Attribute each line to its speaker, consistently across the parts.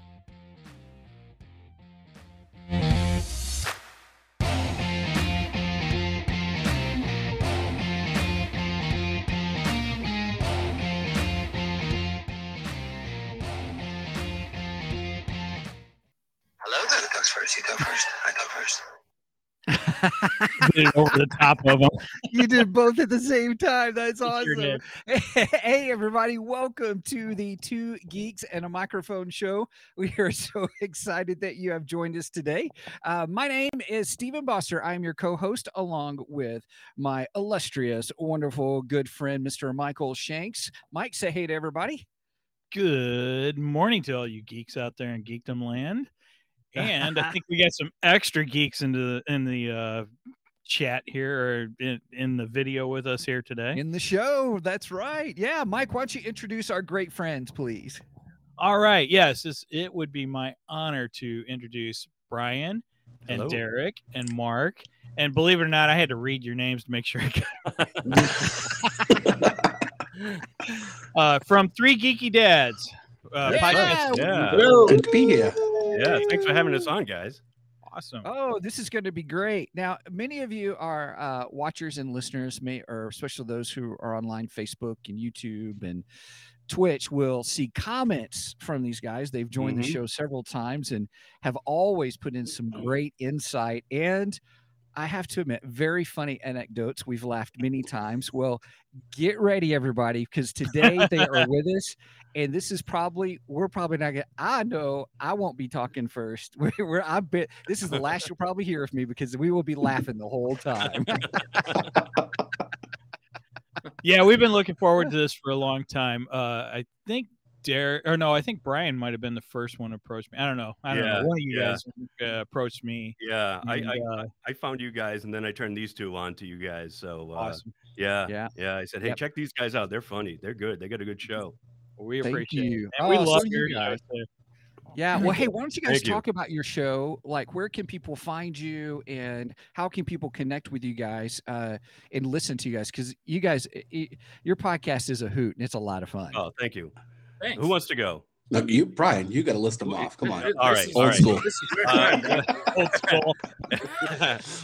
Speaker 1: Hello there. Who goes first? You go first. I go first.
Speaker 2: over the top of them.
Speaker 3: you did both at the same time. That's
Speaker 2: I sure
Speaker 3: awesome. hey, everybody, welcome to the Two Geeks and a Microphone show. We are so excited that you have joined us today. Uh, my name is Stephen Boster. I'm your co host, along with my illustrious, wonderful, good friend, Mr. Michael Shanks. Mike, say hey to everybody.
Speaker 2: Good morning to all you geeks out there in geekdom land. And I think we got some extra geeks into the, in the uh, chat here or in, in the video with us here today.
Speaker 3: In the show. That's right. Yeah, Mike, why don't you introduce our great friends, please?
Speaker 2: All right. Yes, this, it would be my honor to introduce Brian and
Speaker 4: Hello.
Speaker 2: Derek and Mark. And believe it or not, I had to read your names to make sure I got uh, from Three Geeky Dads. Uh, podcast.
Speaker 4: Yeah.
Speaker 1: Good to be here.
Speaker 4: Yeah. Thanks for having us on, guys.
Speaker 2: Awesome.
Speaker 3: Oh, this is going to be great. Now, many of you are uh, watchers and listeners, may, or especially those who are online, Facebook and YouTube and Twitch, will see comments from these guys. They've joined
Speaker 4: Mhm.
Speaker 3: the show several times and have always put in some great insight and. I have to admit, very funny anecdotes. We've laughed many times. Well, get ready, everybody, because today they are with us. And this is probably, we're probably not going to, I know I won't be talking first. We're, we're, I bet this is the last you'll probably hear of me because we will be laughing the whole time.
Speaker 2: Yeah, we've been looking forward to this for a long time. Uh, I think Derek, or no, I think Brian might have been the first one to approach me. I don't know. I don't
Speaker 4: Yeah,
Speaker 2: know. One of you
Speaker 4: yeah.
Speaker 2: guys uh, approached me.
Speaker 4: Yeah. I,
Speaker 2: and,
Speaker 4: I,
Speaker 2: uh,
Speaker 4: I found you guys and then I turned these two on to you guys. So uh,
Speaker 2: awesome.
Speaker 4: yeah.
Speaker 3: Yeah.
Speaker 4: Yeah. I said, hey,
Speaker 3: Yep.
Speaker 4: check these guys out. They're funny. They're good. They got a good show.
Speaker 2: We
Speaker 3: Thank
Speaker 2: appreciate
Speaker 3: you.
Speaker 2: it. And we
Speaker 3: Oh, so
Speaker 2: love
Speaker 3: do you
Speaker 2: your
Speaker 3: guys.
Speaker 2: guys.
Speaker 3: Yeah. Well, hey, why don't you guys
Speaker 4: Thank you.
Speaker 3: talk about your show? Like, where can people find you and how can people connect with you guys uh, and listen to you guys? Because you guys, i- i- your podcast is a hoot and it's a lot of fun.
Speaker 4: Oh, thank you.
Speaker 5: Thanks.
Speaker 4: Who wants to go?
Speaker 1: No, you, Brian, you got to list them
Speaker 5: Who-
Speaker 1: off. Come on.
Speaker 5: This
Speaker 4: All right,
Speaker 5: is-
Speaker 1: all
Speaker 5: this
Speaker 1: right.
Speaker 5: is- this is-
Speaker 4: Uh,
Speaker 2: Old school.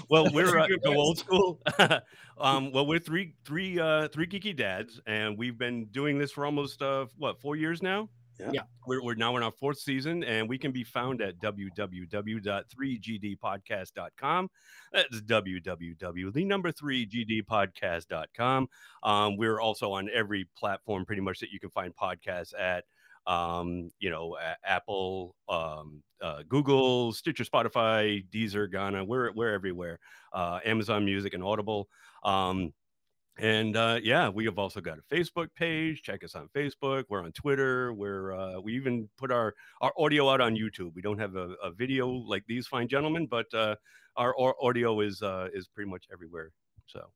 Speaker 4: well, we're uh, go old school. um, well, we're three, three, uh, three geeky dads, and we've been doing this for almost uh, what four years now.
Speaker 1: Yeah.
Speaker 5: Yeah.
Speaker 4: We're, we're now in our fourth season, and we can be found at www.3gdpodcast.com. That's www the number three gdpodcast.com. Um, we're also on every platform pretty much that you can find podcasts at um, you know, a- Apple, um, uh, Google, Stitcher, Spotify, Deezer, Ghana. We're we're everywhere. Uh, Amazon Music and Audible. Um, and uh, yeah, we have also got a Facebook page. Check us on Facebook. We're on Twitter. We're uh, we even put our our audio out on YouTube. We don't have a, a video like these fine gentlemen, but uh, our, au- audio is uh, is pretty much everywhere. So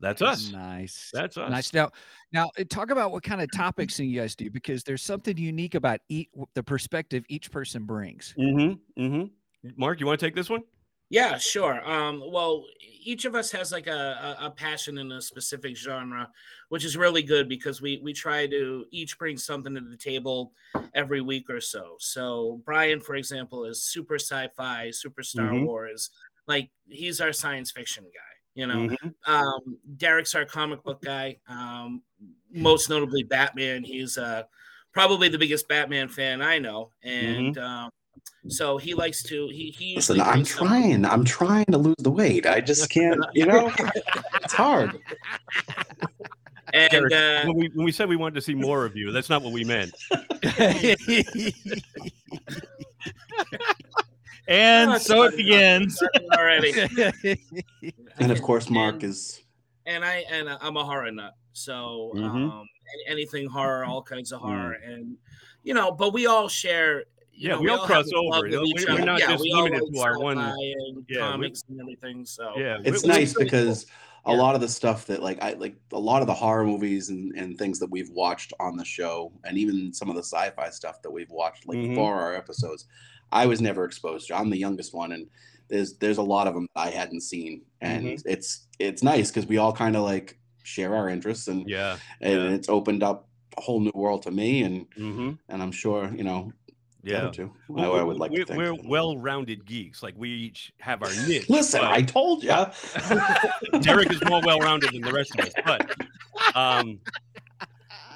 Speaker 4: that's us.
Speaker 3: Nice.
Speaker 4: That's us.
Speaker 3: Nice. Now, now uh, talk about what kind of topics do you guys do because there's something unique about each, the perspective each person brings.
Speaker 4: Mm-hmm. Mm-hmm. Mark, you want to take this one?
Speaker 5: yeah, sure. Um, well, each of us has like a, a, a passion in a specific genre, which is really good because we we try to each bring something to the table every week or so. So Brian, for example, is super sci-fi, super Star
Speaker 4: Mhm.
Speaker 5: Wars. Like he's our science fiction guy. You know,
Speaker 1: Mm-hmm.
Speaker 4: Mhm.
Speaker 5: um, Derek's our comic book guy. Um, most notably, Batman. He's uh, probably the biggest Batman fan I know, and um, so he likes to. He, he
Speaker 1: Listen,
Speaker 5: usually
Speaker 1: I'm
Speaker 5: brings up-
Speaker 1: trying. I'm trying to lose the weight. I just can't, you know, it's hard.
Speaker 5: And
Speaker 4: Derek,
Speaker 5: uh,
Speaker 4: when, we, when we said we wanted to see more of you, that's not what we meant.
Speaker 2: And
Speaker 5: Oh,
Speaker 2: so it
Speaker 5: sorry.
Speaker 2: begins.
Speaker 5: already,
Speaker 1: And of course, Mark is
Speaker 5: and I and I'm a horror nut, so
Speaker 1: Mm-hmm.
Speaker 4: Mhm.
Speaker 5: um, an- anything horror, all kinds of horror,
Speaker 1: Mm.
Speaker 5: and you know, but we all share.
Speaker 4: Yeah,
Speaker 5: you know,
Speaker 4: we all
Speaker 5: have
Speaker 4: cross
Speaker 5: a love
Speaker 4: over.
Speaker 5: of
Speaker 4: You know,
Speaker 5: each
Speaker 4: we- we're
Speaker 5: other.
Speaker 4: not just
Speaker 5: we all
Speaker 4: limited
Speaker 5: like
Speaker 4: to our one-
Speaker 5: sci-fi and
Speaker 4: Yeah, we-
Speaker 5: comics and everything. So
Speaker 4: Yeah, we-
Speaker 1: it's
Speaker 4: we-
Speaker 1: nice
Speaker 5: pretty cool.
Speaker 1: because a
Speaker 5: Yeah.
Speaker 1: lot of the stuff that like I like a lot of the horror movies and, and things that we've watched on the show and even some of the sci-fi stuff that we've watched like
Speaker 4: Mhm.
Speaker 1: for our episodes I was never exposed to. I'm the youngest one, and there's there's a lot of them I hadn't seen, and
Speaker 4: Mm-hmm.
Speaker 1: it's it's nice because we all kind of like share our interests, and
Speaker 4: Yeah.
Speaker 1: and
Speaker 4: yeah.
Speaker 1: it's opened up a whole new world to me, and
Speaker 4: Mm-hmm.
Speaker 1: and I'm sure you know.
Speaker 4: Yeah.
Speaker 1: Too. I,
Speaker 4: Well,
Speaker 1: I would like to
Speaker 4: we're,
Speaker 1: think.
Speaker 4: we're well-rounded geeks. Like we each have our niche.
Speaker 1: Listen,
Speaker 4: but-
Speaker 1: I told you.
Speaker 4: Derek is more well-rounded than the rest of us, but um,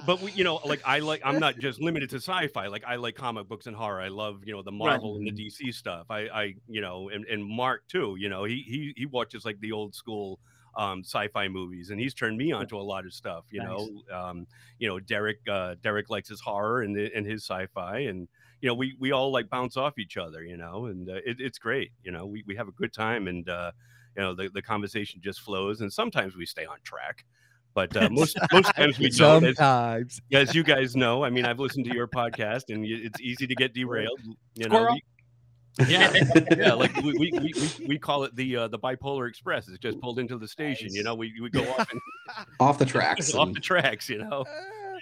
Speaker 4: but we, you know, like I like I'm not just limited to sci-fi. Like I like comic books and horror. I love you know the Marvel and the DC stuff. I I you know and, and Mark too. You know he he he watches like the old school. Um, sci-fi movies, and he's turned me on to a lot of stuff. You know, um, you know, Derek. Uh, Derek likes his horror and and his sci-fi, and you know, we we all like bounce off each other. You know, and uh, it, it's great. You know, we we have a good time, and uh, you know the, the conversation just flows and sometimes we stay on track but uh, most most times we don't as,
Speaker 3: Sometimes.
Speaker 4: as you guys know i mean i've listened to your podcast and y- it's easy to get derailed you know
Speaker 3: Squirrel.
Speaker 4: we- yeah yeah like we, we, we, we, we call it the uh, the bipolar express it's just pulled into the station you know we, we go off, and,
Speaker 1: Off the tracks.
Speaker 4: off
Speaker 1: and-
Speaker 4: the tracks you know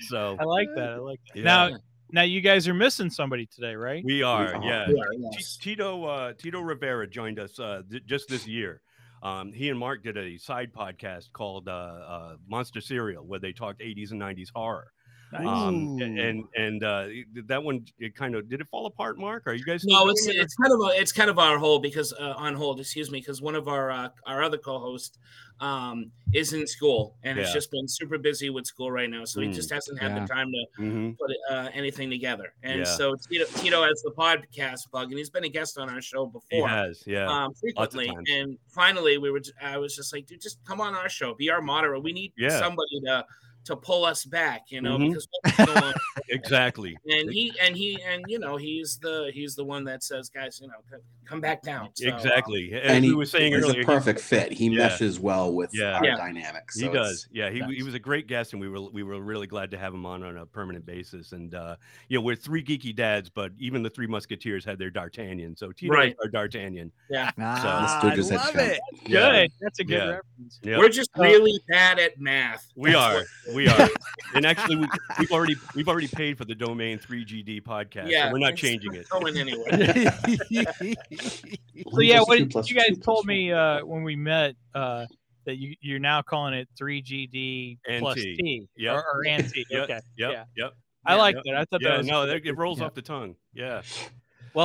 Speaker 4: so
Speaker 2: I like that. I like that.
Speaker 4: yeah.
Speaker 2: Now, now you guys are missing somebody today, right?
Speaker 4: we are
Speaker 1: are.
Speaker 4: yeah
Speaker 5: Yeah,
Speaker 4: T-
Speaker 5: yes.
Speaker 4: Tito uh, Tito Rivera joined us uh, th- just this year. Um, he and Mark did a side podcast called uh, uh, Monster Serial, where they talked 80s and 90s horror. Um,
Speaker 1: Ooh.
Speaker 4: and and uh, it- that one it kind of did it fall apart, Mark? Are you guys? still
Speaker 5: No,
Speaker 4: doing
Speaker 5: it's
Speaker 4: it, or-
Speaker 5: it's kind of a, it's kind of our hold because uh, on hold, excuse me, because one of our uh, our other co-hosts um, is in school and it's
Speaker 4: Yeah.
Speaker 5: just been super busy with school right now, so he
Speaker 4: Mm,
Speaker 5: just hasn't had
Speaker 3: yeah.
Speaker 5: the time to
Speaker 4: Mhm.
Speaker 5: put uh, anything together. And
Speaker 4: Yeah.
Speaker 5: so Tito, Tito has the podcast bug, and he's been a guest on our show
Speaker 4: He
Speaker 5: before.
Speaker 4: has, yeah.
Speaker 5: Um,
Speaker 4: lots of
Speaker 5: frequently,
Speaker 4: times.
Speaker 5: and finally, we were. j- I was just like, dude, just come on our show, be our moderator. We need
Speaker 4: Yeah.
Speaker 5: somebody to to pull us back, you know,
Speaker 4: Mhm.
Speaker 5: because what's going on?
Speaker 4: exactly.
Speaker 5: and he and he and you know he's the he's the one that says guys you know c- come back down So, um,
Speaker 4: exactly. As
Speaker 1: and
Speaker 4: we
Speaker 1: he
Speaker 4: were saying
Speaker 1: is a
Speaker 4: earlier, he-
Speaker 1: perfect fit. He
Speaker 4: Yeah.
Speaker 1: meshes well with
Speaker 4: Yeah.
Speaker 1: our
Speaker 5: Yeah.
Speaker 1: dynamics.
Speaker 4: he
Speaker 1: so it's-
Speaker 4: does. Yeah, he, w- he
Speaker 2: Thanks.
Speaker 4: was a great guest, and we were we were really glad to have him on on a permanent basis. And uh, you know, we're three geeky dads, but even the three Musketeers had their D'Artagnan. So Tito
Speaker 5: Right.
Speaker 4: is our D'Artagnan.
Speaker 3: Ah,
Speaker 1: dude
Speaker 3: I
Speaker 1: just had
Speaker 3: love
Speaker 1: fun.
Speaker 3: it.
Speaker 2: Good. That's a good
Speaker 4: Yeah.
Speaker 2: reference.
Speaker 4: Yeah.
Speaker 5: we're just really bad at math
Speaker 4: We
Speaker 5: That's
Speaker 4: are,
Speaker 5: what-
Speaker 4: we are, and actually, we, we've already we've already paid for the domain 3GD podcast. Yeah,
Speaker 5: yeah
Speaker 4: so we're not
Speaker 5: it's
Speaker 4: changing it.
Speaker 5: going anywhere
Speaker 2: So yeah,
Speaker 1: Plus
Speaker 2: what
Speaker 1: two
Speaker 2: did-
Speaker 1: plus
Speaker 2: you
Speaker 1: two
Speaker 2: guys
Speaker 1: plus
Speaker 2: told
Speaker 1: one.
Speaker 2: me uh, when we met uh, that you, you're now calling it 3GD plus
Speaker 4: NT.
Speaker 2: T
Speaker 4: Yep.
Speaker 2: or, or anti.
Speaker 4: Yep,
Speaker 2: Okay,
Speaker 4: Yep,
Speaker 2: yeah.
Speaker 4: yep.
Speaker 2: I
Speaker 4: Yeah,
Speaker 2: like
Speaker 4: yep.
Speaker 2: that. I thought
Speaker 4: Yeah,
Speaker 2: that was
Speaker 4: no, that, it rolls
Speaker 2: yeah.
Speaker 4: off the tongue. Yeah,
Speaker 2: well,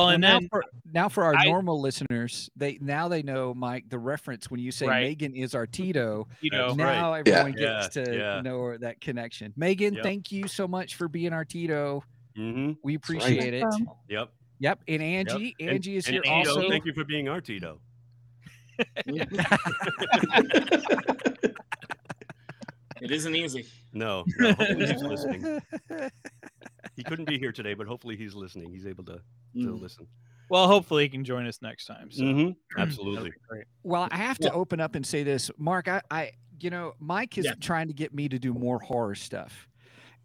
Speaker 3: Well,
Speaker 2: and
Speaker 3: now
Speaker 2: then
Speaker 3: for, now for our
Speaker 2: I-
Speaker 3: normal listeners, they now they know Mike the reference when you say
Speaker 2: Right. Oh,
Speaker 3: Megan is our Tito.
Speaker 2: you know,
Speaker 4: That's right.
Speaker 3: now
Speaker 1: Yeah.
Speaker 3: everyone gets
Speaker 4: Yeah,
Speaker 3: to
Speaker 4: yeah.
Speaker 3: know that connection. Megan,
Speaker 4: Yep.
Speaker 3: thank you so much for being our Tito.
Speaker 4: hmm
Speaker 3: We
Speaker 1: right.
Speaker 3: appreciate it.
Speaker 4: yep.
Speaker 3: Yep, and Angie,
Speaker 4: And-
Speaker 3: Angie is
Speaker 4: and
Speaker 3: here
Speaker 4: Tito,
Speaker 3: also.
Speaker 4: Thank you for being our Tito.
Speaker 5: it isn't easy
Speaker 4: No, no, hopefully he's listening. He couldn't be here today, but hopefully he's listening. He's able to,
Speaker 1: Mm-hmm.
Speaker 4: to
Speaker 5: Mm.
Speaker 4: listen.
Speaker 2: well, hopefully he can join us next time. So.
Speaker 4: Mhm,
Speaker 2: that'd be
Speaker 4: Absolutely.
Speaker 2: great.
Speaker 3: Well, I have to open up and say this, Mark. I, I you know, Mike is
Speaker 5: Yeah.
Speaker 3: trying to get me to do more horror stuff,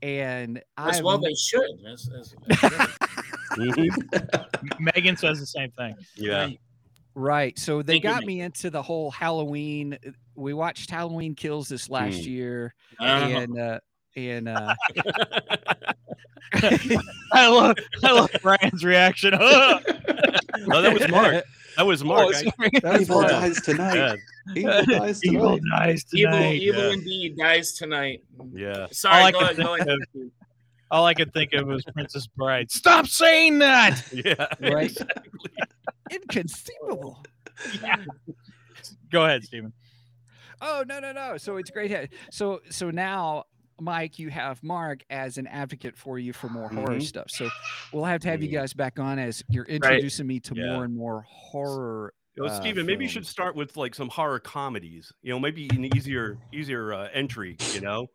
Speaker 3: and
Speaker 5: as
Speaker 3: I
Speaker 5: well they should That's- that's- that's good.
Speaker 4: Mhm,
Speaker 2: Megan says the same thing.
Speaker 4: Yeah.
Speaker 3: Right. So they
Speaker 5: Thank you,
Speaker 3: got
Speaker 5: Nick.
Speaker 3: me into the whole Halloween. uh, We watched Halloween Kills this last
Speaker 4: Mm.
Speaker 3: year,
Speaker 5: Uh-huh.
Speaker 3: and uh, and uh,
Speaker 2: I love, I love Brian's reaction. Ugh.
Speaker 4: Oh, that was Mark. That
Speaker 2: Oh,
Speaker 4: was Mark. I-
Speaker 3: That was
Speaker 1: Evil
Speaker 3: Mark.
Speaker 1: dies tonight.
Speaker 4: yeah,
Speaker 1: Evil dies
Speaker 2: Evil
Speaker 1: tonight.
Speaker 2: dies
Speaker 5: evil
Speaker 2: tonight.
Speaker 5: evil
Speaker 4: yeah.
Speaker 5: indeed dies tonight
Speaker 4: yeah.
Speaker 5: sorry
Speaker 2: All I
Speaker 5: go
Speaker 2: can
Speaker 5: ahead, go ahead.
Speaker 2: All I could think of was Princess Bride. Stop saying that.
Speaker 4: Yeah.
Speaker 3: Right.
Speaker 4: exactly.
Speaker 3: inconceivable.
Speaker 2: Go ahead, Stephen.
Speaker 3: Oh no no no! So it's great. ha- So so now, Mike, you have Mark as an advocate for you for more horror
Speaker 4: Mhm.
Speaker 3: stuff. So we'll have to have you
Speaker 4: Mm.
Speaker 3: guys back on as you're introducing me to
Speaker 4: Yeah.
Speaker 3: more and more horror.
Speaker 4: Well,
Speaker 3: uh,
Speaker 4: Steven, maybe you should
Speaker 3: films.
Speaker 4: start with like some horror comedies. You know, maybe an easier, easier uh, entry. You know,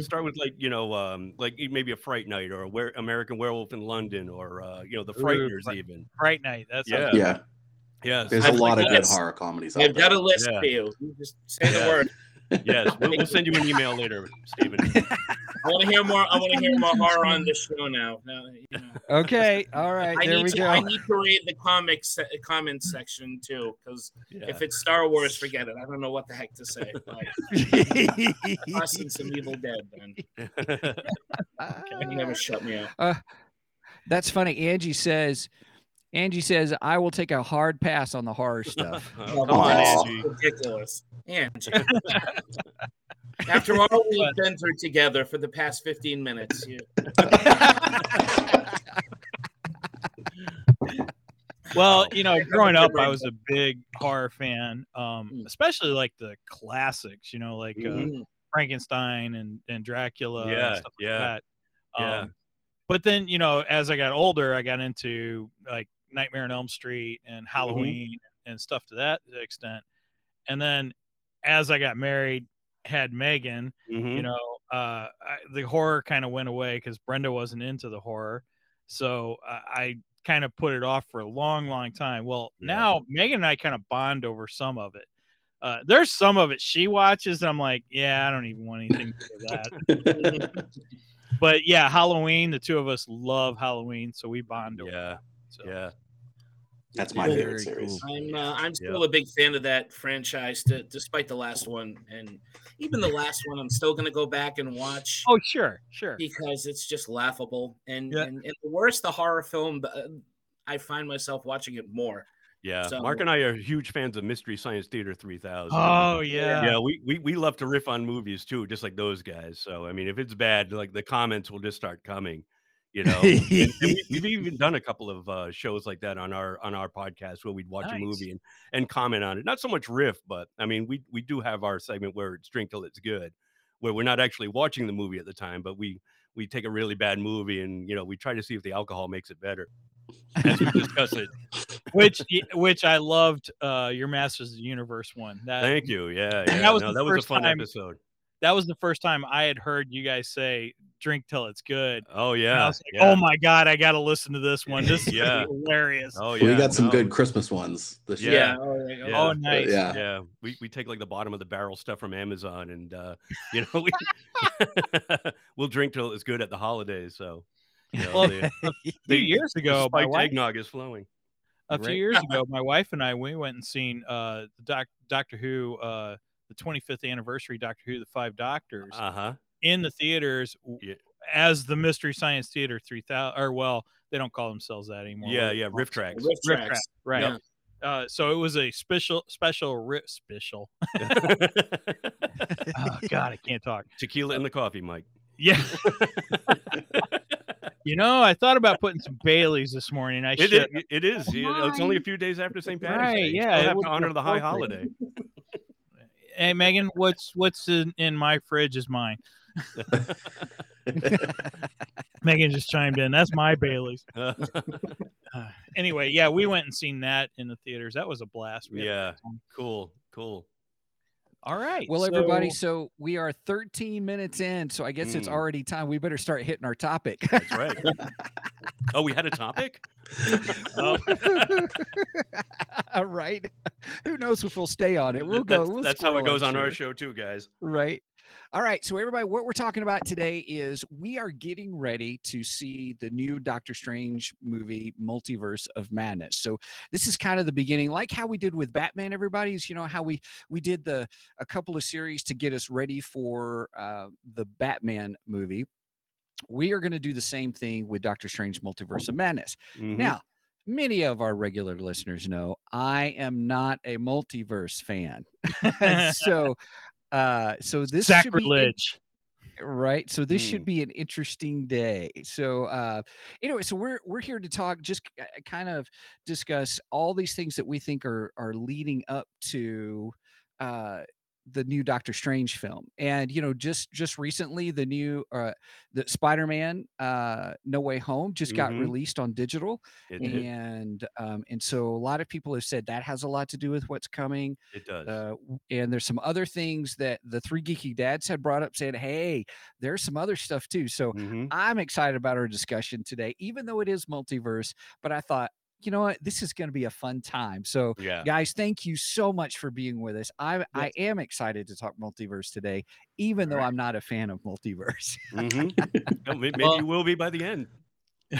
Speaker 4: start with like you know, um, like e- maybe a Fright Night or a Were- American Werewolf in London or uh, you know, The
Speaker 2: Ooh,
Speaker 4: Frighteners.
Speaker 2: Fright-
Speaker 4: even
Speaker 2: Fright Night. That's
Speaker 4: Yeah.
Speaker 1: Yeah,
Speaker 4: yes,
Speaker 1: there's a
Speaker 5: I've
Speaker 1: lot of
Speaker 5: got
Speaker 1: good
Speaker 5: a-
Speaker 1: horror comedies out
Speaker 5: I've got a
Speaker 1: there.
Speaker 5: list
Speaker 4: Yeah.
Speaker 5: for you. You Just say
Speaker 4: Yeah.
Speaker 5: the word.
Speaker 4: yes. We'll, we'll send you an email later, Steven.
Speaker 5: I want to hear more. I want to hear more horror on this show now. now you know.
Speaker 3: Okay. All right.
Speaker 5: I
Speaker 3: there
Speaker 5: need
Speaker 3: we
Speaker 5: to.
Speaker 3: go.
Speaker 5: I need to read the comic se- comments section too, because
Speaker 4: Yeah.
Speaker 5: if it's Star Wars, forget it. I don't know what the heck to say. Like, us and some Evil Dead, then
Speaker 3: Uh,
Speaker 5: and you never shut me up.
Speaker 3: That's funny. Angie says Angie says, I will take a hard pass on the horror stuff.
Speaker 4: Oh, come on,
Speaker 1: Aw.
Speaker 4: Angie.
Speaker 5: Ridiculous. Angie. After all we've been through together for the past 15 minutes, you,
Speaker 2: Well,
Speaker 4: Wow.
Speaker 2: you know,
Speaker 5: Pick up
Speaker 2: growing
Speaker 5: a
Speaker 2: up, I
Speaker 5: different-
Speaker 2: was a big horror fan, um,
Speaker 4: Hmm.
Speaker 5: Mm.
Speaker 2: especially like the classics. You know, like uh,
Speaker 5: Mm.
Speaker 2: Frankenstein and and Dracula.
Speaker 4: Yeah,
Speaker 2: and stuff
Speaker 4: yeah,
Speaker 2: Like that. Um,
Speaker 4: yeah.
Speaker 2: But then, you know, as I got older, I got into like Nightmare on Elm Street and
Speaker 4: Mm-hmm.
Speaker 2: Halloween and stuff to that extent. And then, as I got married, had Megan,
Speaker 4: Mhm.
Speaker 2: you know uh I, the horror kind of went away because brenda wasn't into the horror so uh, i kind of put it off for a long long time well
Speaker 4: Yeah.
Speaker 2: now megan and i kind of bond over some of it uh, there's some of it she watches and i'm like yeah i don't even want anything to do with that but yeah halloween the two of us love halloween so we bond over
Speaker 4: Yeah,
Speaker 2: that, so.
Speaker 4: yeah.
Speaker 1: That's my favorite
Speaker 5: Very
Speaker 1: series.
Speaker 5: I'm uh, I'm still a big fan of that franchise, d- despite the last one, and even the last one, I'm still gonna go back and watch
Speaker 2: oh sure sure
Speaker 5: because it's just laughable. And
Speaker 2: Yeah.
Speaker 5: and, and the worse the horror film, the, uh, I find myself watching it more.
Speaker 4: Yeah,
Speaker 5: So-
Speaker 4: Mark and I are huge fans of Mystery Science Theater 3000.
Speaker 2: oh yeah
Speaker 4: yeah, we, we we love to riff on movies too, just like those guys. So I mean, if it's bad, like the comments will just start coming, you know. And- and we, we've even done a couple of uh, shows like that on our on our podcast where we'd watch a
Speaker 2: Nice.
Speaker 4: movie and, and comment on it. Not so much riff, but I mean, we we do have our segment where it's drink till it's good, where we're not actually watching the movie at the time, but we we take a really bad movie and you know we try to see if the alcohol makes it better. As we discuss it,
Speaker 2: which which i loved uh your masters of the universe one that
Speaker 4: thank you. Yeah, yeah.
Speaker 2: that was
Speaker 4: no,
Speaker 2: the
Speaker 4: that was a
Speaker 2: first
Speaker 4: fun
Speaker 2: time-
Speaker 4: episode.
Speaker 2: that was the first time i had heard you guys say drink till it's good
Speaker 4: Oh
Speaker 2: And
Speaker 4: yeah,
Speaker 2: I was like,
Speaker 4: yeah.
Speaker 2: oh my god, I gotta listen to this one. This is
Speaker 4: Yeah.
Speaker 2: gonna be hilarious.
Speaker 4: Oh
Speaker 1: we got some
Speaker 4: no,
Speaker 1: good Christmas ones this
Speaker 4: Yeah.
Speaker 1: year.
Speaker 5: Oh, yeah.
Speaker 4: Yeah.
Speaker 2: Oh,
Speaker 4: But
Speaker 2: nice.
Speaker 1: yeah.
Speaker 4: Yeah, we, we take like the bottom of the barrel stuff from Amazon, and uh, you know we we'll drink till it's good at the holidays. So, you know,
Speaker 2: Well,
Speaker 4: the,
Speaker 2: A few years
Speaker 4: the
Speaker 2: ago, my
Speaker 4: spiked
Speaker 2: wife,
Speaker 4: eggnog is flowing.
Speaker 2: a few
Speaker 4: right?
Speaker 2: years ago, my wife and I we went and seen uh the doc, Doctor Who uh the 25th anniversary Doctor Who the Five Doctors
Speaker 4: Uh huh.
Speaker 2: in the theaters w-
Speaker 4: Yeah.
Speaker 2: as the Mystery Science Theater 3000 or well they don't call themselves that anymore.
Speaker 4: Yeah,
Speaker 2: What do they
Speaker 4: yeah.
Speaker 2: call
Speaker 4: Riff
Speaker 2: them?
Speaker 4: tracks.
Speaker 5: Riff
Speaker 2: Riff
Speaker 5: tracks.
Speaker 2: Tracks, right?
Speaker 5: Yeah.
Speaker 2: Uh, so it was a special special ri- special. Oh God, I can't talk.
Speaker 4: Tequila in the coffee, Mike.
Speaker 2: Yeah, you know, I thought about putting some Baileys this morning. I
Speaker 4: It,
Speaker 2: should.
Speaker 4: i- it is. you know, it's only a few days after St. Patrick's
Speaker 2: Right,
Speaker 4: Day. You
Speaker 2: yeah,
Speaker 4: still
Speaker 2: it
Speaker 4: have
Speaker 2: would
Speaker 4: to
Speaker 2: be
Speaker 4: honor the high
Speaker 2: appropriate.
Speaker 4: holiday.
Speaker 2: Hey Megan, what's what's in, in my fridge is mine. Megan just chimed in. That's my Bailey's. Uh, anyway, yeah, we went and seen that in the theaters. That was a blast. We had a
Speaker 4: Yeah.
Speaker 2: good time.
Speaker 4: cool, cool.
Speaker 2: All right.
Speaker 3: Well,
Speaker 2: so-
Speaker 3: everybody, so we are 13 minutes in, so I guess it's
Speaker 4: Mm.
Speaker 3: already time. We better start hitting our topic.
Speaker 4: That's right. oh, we had a topic.
Speaker 2: Oh,
Speaker 3: right? Who knows if we'll stay on it? We'll
Speaker 4: Th-
Speaker 3: go.
Speaker 4: That's,
Speaker 3: we'll
Speaker 4: that's how it
Speaker 3: squirrel,
Speaker 4: goes
Speaker 3: I'm
Speaker 4: on our
Speaker 3: sure.
Speaker 4: show too, guys.
Speaker 3: Right. All right. So, everybody, what we're talking about today is we are getting ready to see the new Doctor Strange movie, Multiverse of Madness. So, this is kind of the beginning, like how we did with Batman, everybody's, you know, how we we did the a couple of series to get us ready for uh, the Batman movie. We are going to do the same thing with Doctor Strange Multiverse of Madness.
Speaker 4: Mhm.
Speaker 3: Now, many of our regular listeners know I am not a multiverse fan. so uh so this should be in-
Speaker 2: sacrilege.
Speaker 3: right so this
Speaker 4: Hmm.
Speaker 3: should be an interesting day so uh anyway so we're we're here to talk just k- uh, kind of discuss all these things that we think are are leading up to uh the new Doctor Strange film, and you know, just just recently, the new uh, the Spider-Man uh, No Way Home just got
Speaker 4: Mhm.
Speaker 3: released on digital,
Speaker 4: Mm-hmm. It,
Speaker 2: Mm-hmm.
Speaker 4: it,
Speaker 3: and um, and so a lot of people have said that has a lot to do with what's coming
Speaker 4: it does.
Speaker 3: uh, w- and there's some other things that the three geeky dads had brought up saying hey there's some other stuff too so
Speaker 4: Mhm.
Speaker 3: i'm excited about our discussion today even though it is multiverse but i thought you know what this is going to be a fun time so
Speaker 4: Yeah.
Speaker 3: guys thank you so much for being with us i i am excited to talk multiverse today even though i'm not a fan of multiverse
Speaker 4: Mhm. No, may- maybe
Speaker 2: Well-
Speaker 4: you will be by the end.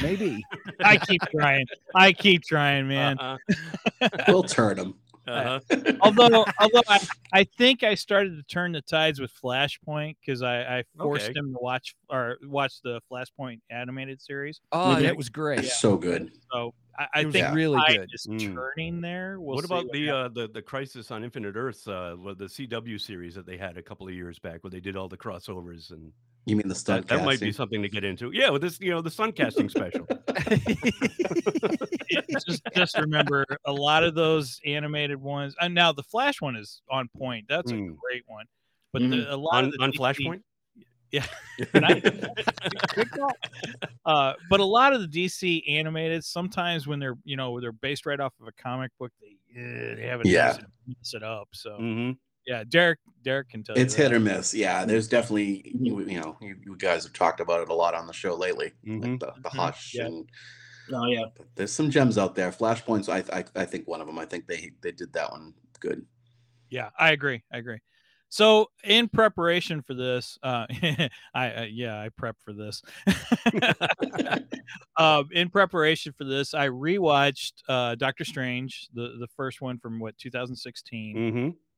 Speaker 3: maybe
Speaker 2: I keep trying. I keep trying, man.
Speaker 4: Uh-uh.
Speaker 1: we'll turn them.
Speaker 4: Uh-huh.
Speaker 2: although although I, I think I started to turn the tides with Flashpoint because I, I forced
Speaker 4: Okay.
Speaker 2: him to watch or watch the Flashpoint animated series.
Speaker 3: Oh,
Speaker 1: Mhm.
Speaker 3: that was great.
Speaker 1: So good.
Speaker 2: So I, I
Speaker 3: It was
Speaker 2: think
Speaker 3: really
Speaker 2: the tide
Speaker 3: good.
Speaker 2: is
Speaker 4: Mm.
Speaker 2: turning there. We'll
Speaker 4: what
Speaker 2: see
Speaker 4: about the
Speaker 2: happens.
Speaker 4: uh, the the Crisis on Infinite Earth, uh, well, the CW series that they had a couple of years back, where they did all the crossovers, and
Speaker 1: You mean the
Speaker 4: that,
Speaker 1: stunt
Speaker 4: that might be
Speaker 1: casting?
Speaker 4: something to get into. Yeah, with this, you know, the sun casting special.
Speaker 2: just just remember a lot of those animated ones. And now the Flash one is on point. That's a
Speaker 4: Mm.
Speaker 2: great one. But
Speaker 1: Mhm.
Speaker 2: the, a lot
Speaker 4: on,
Speaker 2: of the
Speaker 4: on
Speaker 2: DC
Speaker 4: Flashpoint.
Speaker 2: uh, but a lot of the DC animated, sometimes when they're you know they're based right off of a comic book, they eh, they have a
Speaker 1: Yeah.
Speaker 2: tendency to mess it up. So
Speaker 4: hmm
Speaker 2: yeah, Derek Derek can tell.
Speaker 1: It's
Speaker 2: you
Speaker 1: hit or miss. Yeah, there's definitely you, you know you, you guys have talked about it a lot on the show lately,
Speaker 4: Mhm.
Speaker 1: like the, the
Speaker 2: Mhm.
Speaker 1: hush
Speaker 2: Yeah.
Speaker 1: and
Speaker 5: Oh yeah.
Speaker 1: but there's some gems out there. Flashpoints, I, I I think one of them. I think they they did that one good.
Speaker 2: Yeah, I agree. I agree. So in preparation for this, uh, I uh, yeah, I prep for this. um, in preparation for this, I rewatched uh, Doctor Strange, the the first one from what 2016.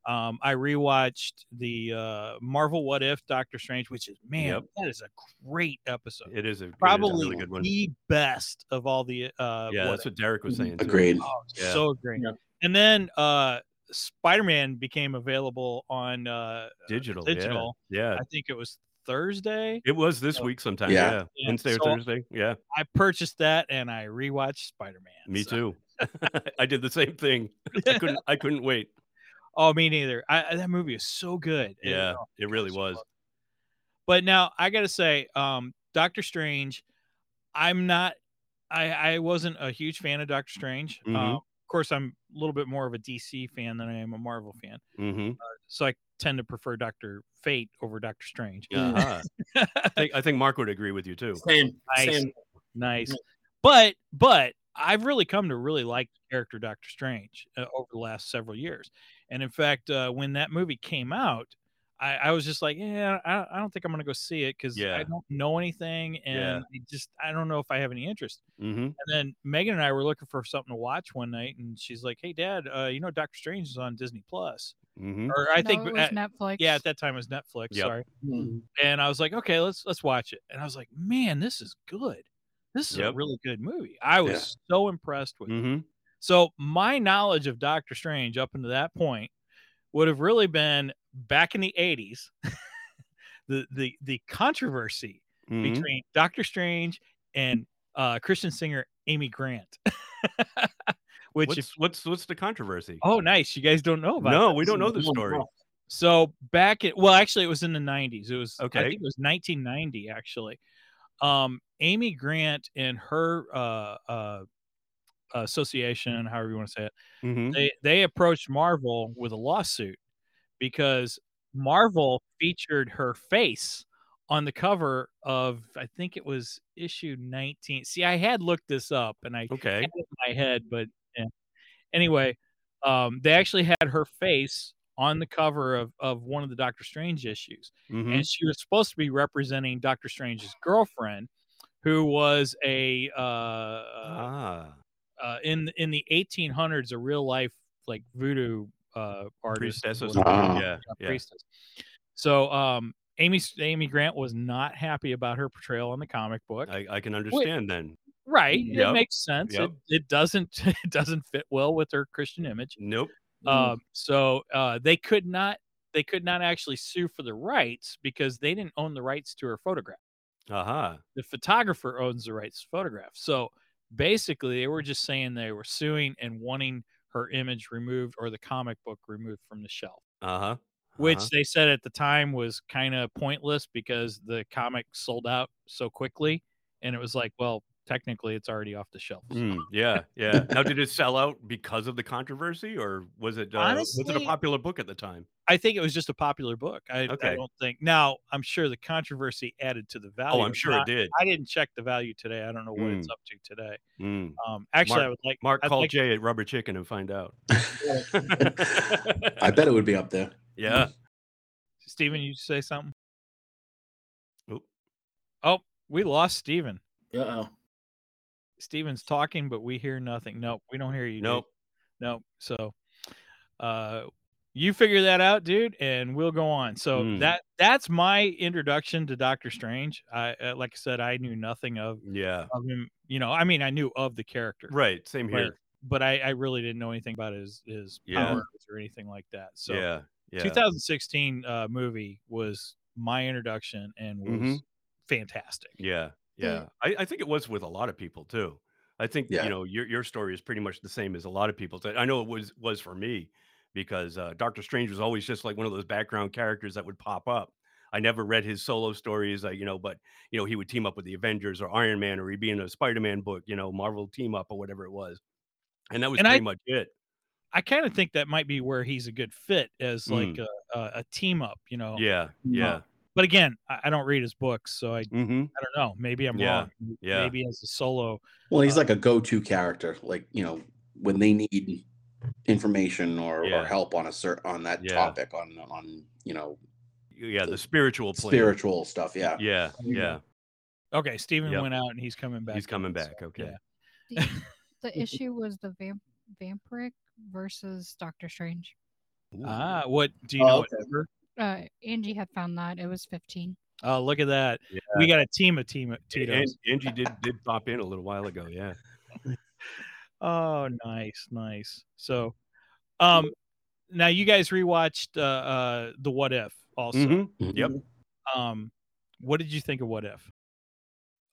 Speaker 4: hmm
Speaker 2: Um, I rewatched the uh, Marvel What If Doctor Strange, which is man,
Speaker 4: Yep.
Speaker 2: that is a great episode.
Speaker 4: It is a it is a
Speaker 2: Probably
Speaker 4: really good one.
Speaker 2: the best of all the uh,
Speaker 4: yeah,
Speaker 2: What
Speaker 4: that's what Derek was saying. too.
Speaker 1: Agreed.
Speaker 2: Oh,
Speaker 4: Yeah.
Speaker 2: so great.
Speaker 5: Yeah.
Speaker 2: And then uh Spider-Man became available on uh
Speaker 4: Digital.
Speaker 2: Digital.
Speaker 4: Oh, Yeah. yeah.
Speaker 2: I think it was Thursday.
Speaker 4: It was this
Speaker 2: So-
Speaker 4: week sometime.
Speaker 1: Yeah.
Speaker 4: Yeah.
Speaker 2: Yeah,
Speaker 4: Wednesday or
Speaker 2: so-
Speaker 4: Thursday. Yeah.
Speaker 2: I purchased that and I rewatched Spider-Man.
Speaker 4: Me
Speaker 2: So-
Speaker 4: too. I did the same thing. I couldn't I couldn't wait.
Speaker 2: Oh, me neither. I, I- that movie is so good. It-
Speaker 4: Yeah,
Speaker 2: oh,
Speaker 4: it really
Speaker 2: so
Speaker 4: was.
Speaker 2: good. But now I gotta say, um, Doctor Strange, I'm not I, I wasn't a huge fan of Doctor Strange. Um,
Speaker 4: Mhm.
Speaker 2: of course, I'm a little bit more of a DC fan than I am a Marvel fan.
Speaker 4: hmm
Speaker 2: So I tend to prefer Doctor Fate over Doctor Strange.
Speaker 4: Uh-huh. I, think, I think Mark would agree with you too.
Speaker 5: Same.
Speaker 2: Nice.
Speaker 5: Same.
Speaker 2: Nice. But but I've really come to really like the character Doctor Strange uh, over the last several years. And in fact, uh, when that movie came out, I, I was just like, yeah, I, I don't think I'm going to go see it because
Speaker 4: Yeah.
Speaker 2: I don't know anything, and
Speaker 4: Yeah.
Speaker 2: I just I don't know if I have any interest.
Speaker 4: hmm
Speaker 2: And then Megan and I were looking for something to watch one night, and she's like, "Hey, Dad, uh, you know Doctor Strange is on Disney Plus,
Speaker 4: hmm
Speaker 2: or I
Speaker 6: No,
Speaker 2: think
Speaker 6: it was
Speaker 2: at-
Speaker 6: Netflix.
Speaker 2: yeah, at that time it was Netflix.
Speaker 4: Yep.
Speaker 2: Sorry,
Speaker 5: Mm-hmm.
Speaker 2: and I was like, okay, let's let's watch it. And I was like, man, this is good. This is
Speaker 4: Yep.
Speaker 2: a really good movie. I was so impressed with. it.
Speaker 4: hmm
Speaker 2: So my knowledge of Doctor Strange up until that point would have really been back in the '80s, the the the controversy
Speaker 4: Mm-hmm.
Speaker 2: between Doctor Strange and uh, Christian singer Amy Grant, which
Speaker 4: What's,
Speaker 2: if,
Speaker 4: what's what's the controversy?
Speaker 2: oh nice, you guys don't know about.
Speaker 4: no,
Speaker 2: this.
Speaker 4: we don't know the story.
Speaker 2: So back at well, actually, it was in the '90s. It was I
Speaker 4: Okay.
Speaker 2: think it was 1990 actually. Um, Amy Grant and her uh, uh, association, however you want to say it,
Speaker 4: hmm
Speaker 2: they they approached Marvel with a lawsuit because Marvel featured her face on the cover of I think it was issue 19. See, I had looked this up and I
Speaker 4: Okay.
Speaker 2: had it in my head, but yeah. anyway, um, they actually had her face on the cover of, of one of the Doctor Strange issues,
Speaker 4: hmm
Speaker 2: and she was supposed to be representing Doctor Strange's girlfriend, who was a uh, uh,
Speaker 4: Ah,
Speaker 2: uh, in in the 1800s a real life like voodoo uh, artist,
Speaker 4: priestess. or
Speaker 2: was-
Speaker 4: something.
Speaker 1: Ah.
Speaker 4: yeah,
Speaker 2: yeah,
Speaker 4: yeah.
Speaker 2: priestess. So um, Amy Amy Grant was not happy about her portrayal in the comic book.
Speaker 4: I, I can understand then.
Speaker 2: Right.
Speaker 4: Yep.
Speaker 2: It makes sense.
Speaker 4: Yep.
Speaker 2: It, it doesn't it doesn't fit well with her Christian image.
Speaker 4: Nope. Mm-hmm.
Speaker 2: Um, so uh, they could not they could not actually sue for the rights because they didn't own the rights to her photograph.
Speaker 4: Aha.
Speaker 2: The photographer owns the rights to photograph. So basically they were just saying they were suing and wanting her image removed or the comic book removed from the shelf.
Speaker 4: Uh huh.
Speaker 2: Which they said at the time was kind of pointless because the comic sold out so quickly, and it was like, well, technically, it's already off the shelf.
Speaker 4: Mm, yeah, yeah. Now, did it sell out because of the controversy, or was it uh, was it a
Speaker 2: Honestly-
Speaker 4: popular book at the time?
Speaker 2: I think it was just a popular book. I, I
Speaker 4: Okay.
Speaker 2: don't think now. I'm sure the controversy added to the value.
Speaker 4: Oh, I'm
Speaker 2: It's
Speaker 4: sure it
Speaker 2: not-
Speaker 4: did.
Speaker 2: I didn't check the value today. I don't know what it's up to today.
Speaker 4: Mm.
Speaker 2: Um, actually,
Speaker 4: Mark-
Speaker 2: I would like
Speaker 4: Mark,
Speaker 2: I'd
Speaker 4: call
Speaker 2: like-
Speaker 4: Jay at Rubber Chicken and find out.
Speaker 1: I bet it would be up there.
Speaker 4: yeah.
Speaker 2: Steven, you say something?
Speaker 4: Oop.
Speaker 2: Oh, we lost Steven.
Speaker 5: Uh oh.
Speaker 2: Steven's talking, but we hear nothing. Nope, we don't hear you. dude.
Speaker 4: Nope.
Speaker 2: Nope. So, uh, you figure that out, dude, and we'll go on. So
Speaker 4: Mm.
Speaker 2: that that's my introduction to Doctor Strange. I uh, like I said, I knew nothing of
Speaker 4: Yeah.
Speaker 2: of him. You know, I mean, I knew of the character,
Speaker 4: Right. Same
Speaker 2: Right.
Speaker 4: here.
Speaker 2: but I, I really didn't know anything about his his
Speaker 4: Yeah.
Speaker 2: powers or anything like that. So
Speaker 4: yeah. Yeah.
Speaker 2: 2016 uh, movie was my introduction and was
Speaker 4: Mhm.
Speaker 2: fantastic.
Speaker 4: Yeah, yeah. I, I think it was with a lot of people too. I think
Speaker 1: Yeah.
Speaker 4: you know your your story is pretty much the same as a lot of people's. I- I know it was was for me because uh, Doctor Strange was always just like one of those background characters that would pop up. I never read his solo stories, uh, you know, but you know he would team up with the Avengers or Iron Man or he'd be in a Spider Man book, you know, Marvel team up or whatever it was, and that was
Speaker 2: And I-
Speaker 4: pretty much it.
Speaker 2: I kind of think that might be where he's a good fit as like
Speaker 4: Mm.
Speaker 2: a, a, a team up, Oh, you know.
Speaker 4: Yeah,
Speaker 3: No.
Speaker 4: yeah,
Speaker 2: But again, I, I don't read his books, so I, I
Speaker 4: hmm
Speaker 2: don't know. Maybe I'm
Speaker 4: Yeah,
Speaker 2: wrong. M-
Speaker 4: yeah.
Speaker 2: Maybe as a solo.
Speaker 1: Well,
Speaker 4: Uh,
Speaker 1: he's like a go-to character. Like you know, when they need information or, or
Speaker 4: Yeah.
Speaker 1: help on a cert on that
Speaker 4: Yeah.
Speaker 1: topic on on you know
Speaker 4: yeah. The
Speaker 1: The
Speaker 4: spiritual plane.
Speaker 1: spiritual stuff. Yeah.
Speaker 4: Yeah, yeah.
Speaker 2: Okay, Steven
Speaker 4: Yep.
Speaker 2: went out and he's coming back.
Speaker 4: He's coming
Speaker 2: in, so,
Speaker 4: back. Okay.
Speaker 2: yeah.
Speaker 6: The, the issue was the vamp, vampiric versus Doctor Strange.
Speaker 4: Ooh.
Speaker 2: Ah, what do you know?
Speaker 1: Oh,
Speaker 2: what
Speaker 1: okay.
Speaker 2: number?
Speaker 6: Uh, Angie had found that it was 15.
Speaker 2: Oh, look at that.
Speaker 4: Yeah.
Speaker 2: We got a team of team of
Speaker 4: An-
Speaker 2: Tito's.
Speaker 4: Angie did did pop in a little while ago. Yeah.
Speaker 2: Oh, nice, nice. So,
Speaker 4: Mm-hmm.
Speaker 2: um, now you guys rewatched uh, uh the What If also.
Speaker 4: Mhm.
Speaker 1: Mhm.
Speaker 2: Um, what did you think of What If?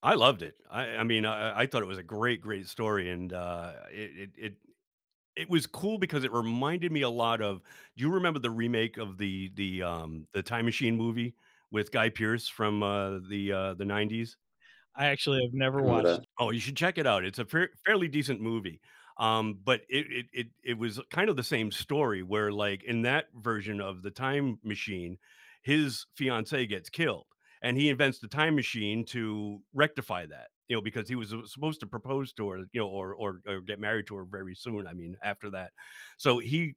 Speaker 4: I loved it. I, I mean, I, I thought it was a great, great story, and uh, it, it it it was cool because it reminded me a lot of. Do you remember the remake of the the um the Time Machine movie with Guy Pearce from uh, the uh, the nineties?
Speaker 2: I actually have never
Speaker 1: Remember
Speaker 2: watched.
Speaker 1: that.
Speaker 2: it.
Speaker 4: Oh, you should check it out. It's a fair, fairly decent movie. Um, but it, it it it was kind of the same story where like in that version of the time machine, his fiance gets killed and he invents the time machine to rectify that. You know, because he was supposed to propose to her, you know, or or, or get married to her very soon. I mean, after that, so he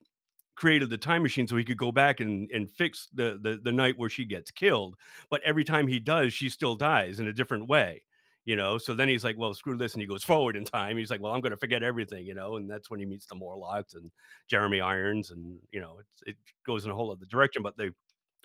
Speaker 4: created the time machine so he could go back and and fix the the, the night where she gets killed. But every time he does, she still dies in a different way you know. So then he's like, "Well, screw this," and he goes forward in time. He's like, "Well, I'm going to forget everything," you know. And that's when he meets the Morlocks and Jeremy Irons, and you know, it's, it goes in a whole other direction. But the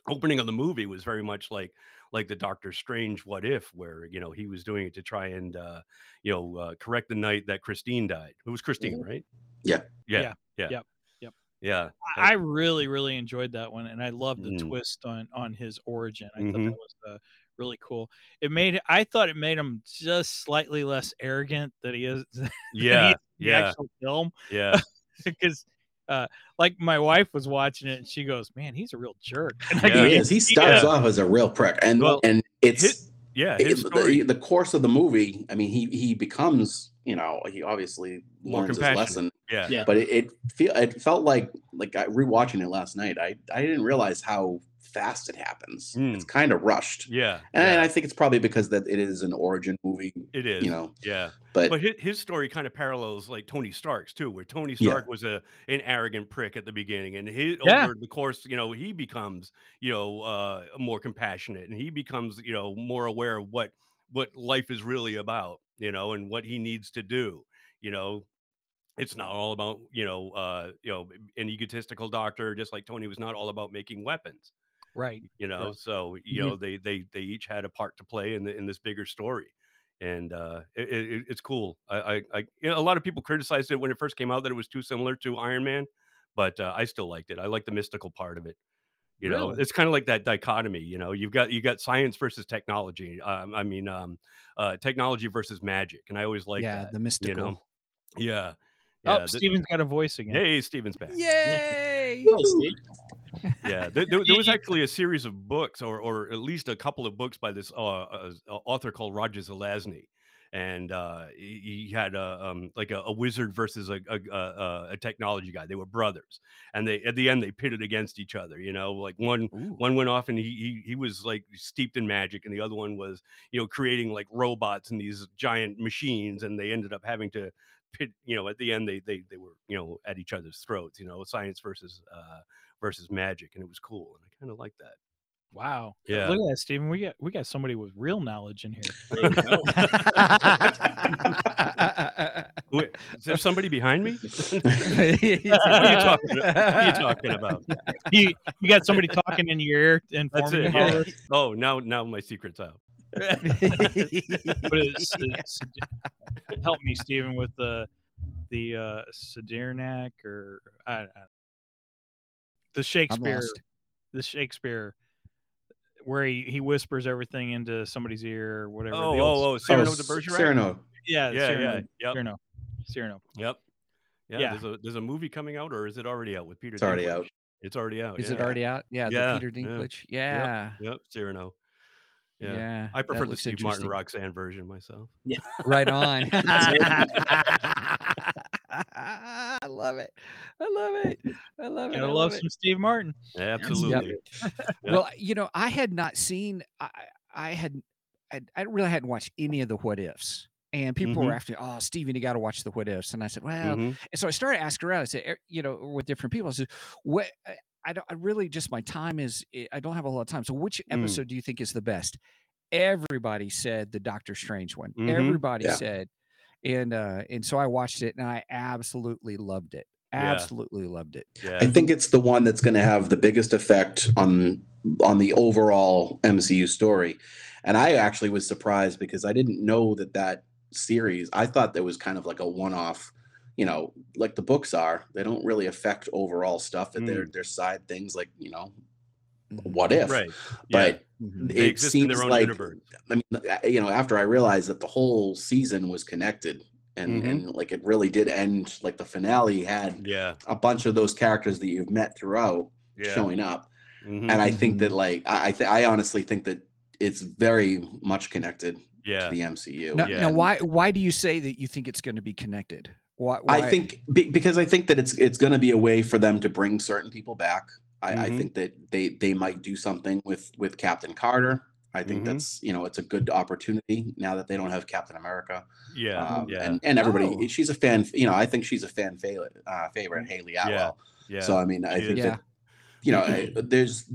Speaker 4: opening of the movie was very much like like the Doctor Strange "What If," where you know he was doing it to try and uh, you know uh, correct the night that Christine died. It was Christine, right?
Speaker 1: Mm-hmm. Yeah.
Speaker 4: Yeah.
Speaker 2: Yeah.
Speaker 4: Yeah.
Speaker 2: Yep. Yep.
Speaker 4: Yeah.
Speaker 2: I I really, really enjoyed that one, and I love the
Speaker 4: Mm.
Speaker 2: twist on on his origin. I thought
Speaker 4: Mhm.
Speaker 2: that was uh, really cool. It made I thought it made him just slightly less arrogant that he is. than he is
Speaker 4: Yeah.
Speaker 2: in the
Speaker 4: Yeah.
Speaker 2: actual film.
Speaker 4: Yeah.
Speaker 2: because uh like my wife was watching it and she goes man he's a real jerk And I
Speaker 4: Yeah.
Speaker 2: go,
Speaker 1: He is. He starts off as a real prick, and
Speaker 4: Well,
Speaker 1: and it's
Speaker 4: his Yeah.
Speaker 1: it-
Speaker 4: His story.
Speaker 1: the, the course of the movie. I mean, he he becomes you know he obviously
Speaker 4: More
Speaker 1: learns his
Speaker 4: compassionate.
Speaker 1: lesson,
Speaker 4: Yeah.
Speaker 5: Yeah.
Speaker 1: but it, it feel it felt like like I, rewatching it last night. I I didn't realize how fast it happens.
Speaker 4: Mm.
Speaker 1: It's kind of rushed,
Speaker 4: Yeah.
Speaker 1: and
Speaker 4: yeah,
Speaker 1: I think it's probably because that it is an origin movie,
Speaker 4: It is.
Speaker 1: you know.
Speaker 4: Yeah.
Speaker 1: But,
Speaker 4: but his, his story kind of parallels like Tony Stark's too, where Tony
Speaker 1: Yeah.
Speaker 4: Stark was a an arrogant prick at the beginning, and his
Speaker 2: Yeah.
Speaker 4: over the course, you know, he becomes you know uh, more compassionate, and he becomes you know more aware of what what life is really about, you know, and what he needs to do, you know. It's not all about you know uh, you know an egotistical doctor, just like Tony was not all about making weapons,
Speaker 2: right
Speaker 4: you know. So you
Speaker 2: Mhm.
Speaker 4: know they they they each had a part to play in the, in this bigger story and uh, it, it, it's cool. I, I, I you know, a lot of people criticized it when it first came out that it was too similar to Iron Man, but uh, I still liked it. I like the mystical part of it. You know,
Speaker 2: Really?
Speaker 4: it's kind of like that dichotomy. You know, you've got you got science versus technology. Um, I mean, um, uh, technology versus magic, and I always like uh,
Speaker 3: yeah,
Speaker 4: that.
Speaker 3: the mystical.
Speaker 4: Yeah.
Speaker 2: oh
Speaker 4: th-
Speaker 2: steven's got a voice again
Speaker 4: Hey, Steven's back.
Speaker 3: Yay!
Speaker 5: Nice, dude.
Speaker 4: yeah there, there, there was actually a series of books or or at least a couple of books by this uh, uh, uh, author called roger zelazny and uh, he, he had a um, like a, a wizard versus a, a, a- a, a technology guy they were brothers and they at the end they pitted against each other you know like one one went off and he, he he was like steeped in magic and the other one was you know creating like robots and these giant machines and they ended up having to pit you know at the end they they, they were you know at each other's throats you know science versus uh versus magic and it was cool and i kind of like that
Speaker 2: wow
Speaker 4: yeah
Speaker 2: look at that steven we got we got somebody with real knowledge in here
Speaker 5: There you go.
Speaker 3: Ooh.
Speaker 4: Wait, is there somebody behind me?
Speaker 3: He's like,
Speaker 4: What are you talking about? What are you talking about?
Speaker 2: You, you got somebody talking in your ear,
Speaker 4: That's
Speaker 2: informing
Speaker 4: it.
Speaker 2: you.
Speaker 4: yeah.
Speaker 2: all this?
Speaker 4: Oh, now now my secret's out.
Speaker 2: What is, is- help me, Stephen, with the the uh, Sedirnac or I, I, the
Speaker 3: I'm
Speaker 2: Shakespeare,
Speaker 3: lost.
Speaker 2: the Shakespeare, where he, he whispers everything into somebody's ear or whatever.
Speaker 4: Oh,
Speaker 2: the old-
Speaker 4: oh, oh, Cyrano
Speaker 1: Oh,
Speaker 4: de Bergerac.
Speaker 1: Cyrano.
Speaker 2: yeah,
Speaker 4: Yeah,
Speaker 2: Cyrano,
Speaker 4: yeah, yep,
Speaker 2: Cyrano, Cyrano.
Speaker 4: yep. Yeah,
Speaker 2: Yeah.
Speaker 4: There's a there's a movie coming out, or is it already out with Peter?
Speaker 1: It's already
Speaker 4: Dinklage?
Speaker 1: out.
Speaker 4: It's already out.
Speaker 3: Is
Speaker 4: Oh, yeah.
Speaker 3: it already out? Yeah,
Speaker 4: Yeah,
Speaker 3: the Peter
Speaker 4: yeah.
Speaker 3: Dinklage. Yeah.
Speaker 4: Yep, Cyrano.
Speaker 3: Yeah.
Speaker 4: Yeah. I
Speaker 3: that
Speaker 4: prefer the
Speaker 3: looks
Speaker 4: Steve Martin
Speaker 3: interesting.
Speaker 4: Roxanne version myself.
Speaker 3: Right on. I love it. I love it. I love it.
Speaker 2: Gotta love some Steve Martin.
Speaker 4: Yeah, Absolutely. Yeah.
Speaker 3: Well, you know, I had not seen. I, I had. I, I really hadn't watched any of the what ifs, and people
Speaker 4: Mm-hmm.
Speaker 3: were after, "Oh, Steven, you got to watch the what ifs." And I said, "Well,"
Speaker 4: Mhm.
Speaker 3: and so I started asking around. I said, "Eh," you know, with different people, I said, "What?" I- I don't. I really just my time is. eh, I don't have a lot of time. So, which
Speaker 4: Mm.
Speaker 3: episode do you think is the best? Everybody said the Doctor Strange one.
Speaker 4: Mhm.
Speaker 3: Everybody
Speaker 1: Yeah.
Speaker 3: said, and uh, and so I watched it, and I absolutely loved it.
Speaker 4: Yeah.
Speaker 3: Absolutely loved it.
Speaker 4: Yeah.
Speaker 1: I think it's the one that's going to have the biggest effect on on the overall MCU story. And I actually was surprised because I didn't know that that series. I thought that was kind of like a one-off, you know, like the books are. They don't really affect overall stuff. And they're they're side things like you know,
Speaker 3: Mm-hmm.
Speaker 1: what if?
Speaker 4: Mm. right. yeah. Mm-hmm.
Speaker 1: But
Speaker 3: Mhm.
Speaker 4: they
Speaker 1: it
Speaker 4: exist in
Speaker 1: seems
Speaker 4: their own
Speaker 1: like
Speaker 4: universe.
Speaker 1: I mean, I- you know, after I realized that the whole season was connected. And,
Speaker 4: Mhm.
Speaker 1: and like it really did end like the finale had
Speaker 4: Yeah.
Speaker 1: a bunch of those characters that you've met throughout
Speaker 4: Yeah.
Speaker 1: showing up
Speaker 4: Mhm.
Speaker 1: and I think that like I I, th- I honestly think that it's very much connected
Speaker 4: yeah.
Speaker 1: to the MCU.
Speaker 3: Now,
Speaker 4: Yeah.
Speaker 3: now
Speaker 1: And
Speaker 3: why why do you say that you think it's going to be connected? Why,
Speaker 1: I
Speaker 3: why-
Speaker 1: think be, because I think that it's it's going to be a way for them to bring certain people back. I, I
Speaker 4: Mhm.
Speaker 1: think that they they might do something with with Captain Carter. I think
Speaker 4: Mhm.
Speaker 1: that's you know it's a good opportunity now that they don't have Captain America.
Speaker 4: Yeah.
Speaker 1: um,
Speaker 4: yeah.
Speaker 1: and, and everybody
Speaker 3: Oh.
Speaker 1: she's a fan. You know I think she's a fan favorite. Uh, favorite Haley Atwell.
Speaker 4: yeah.
Speaker 1: So I mean I
Speaker 4: She
Speaker 1: think
Speaker 3: is.
Speaker 1: that you know I- there's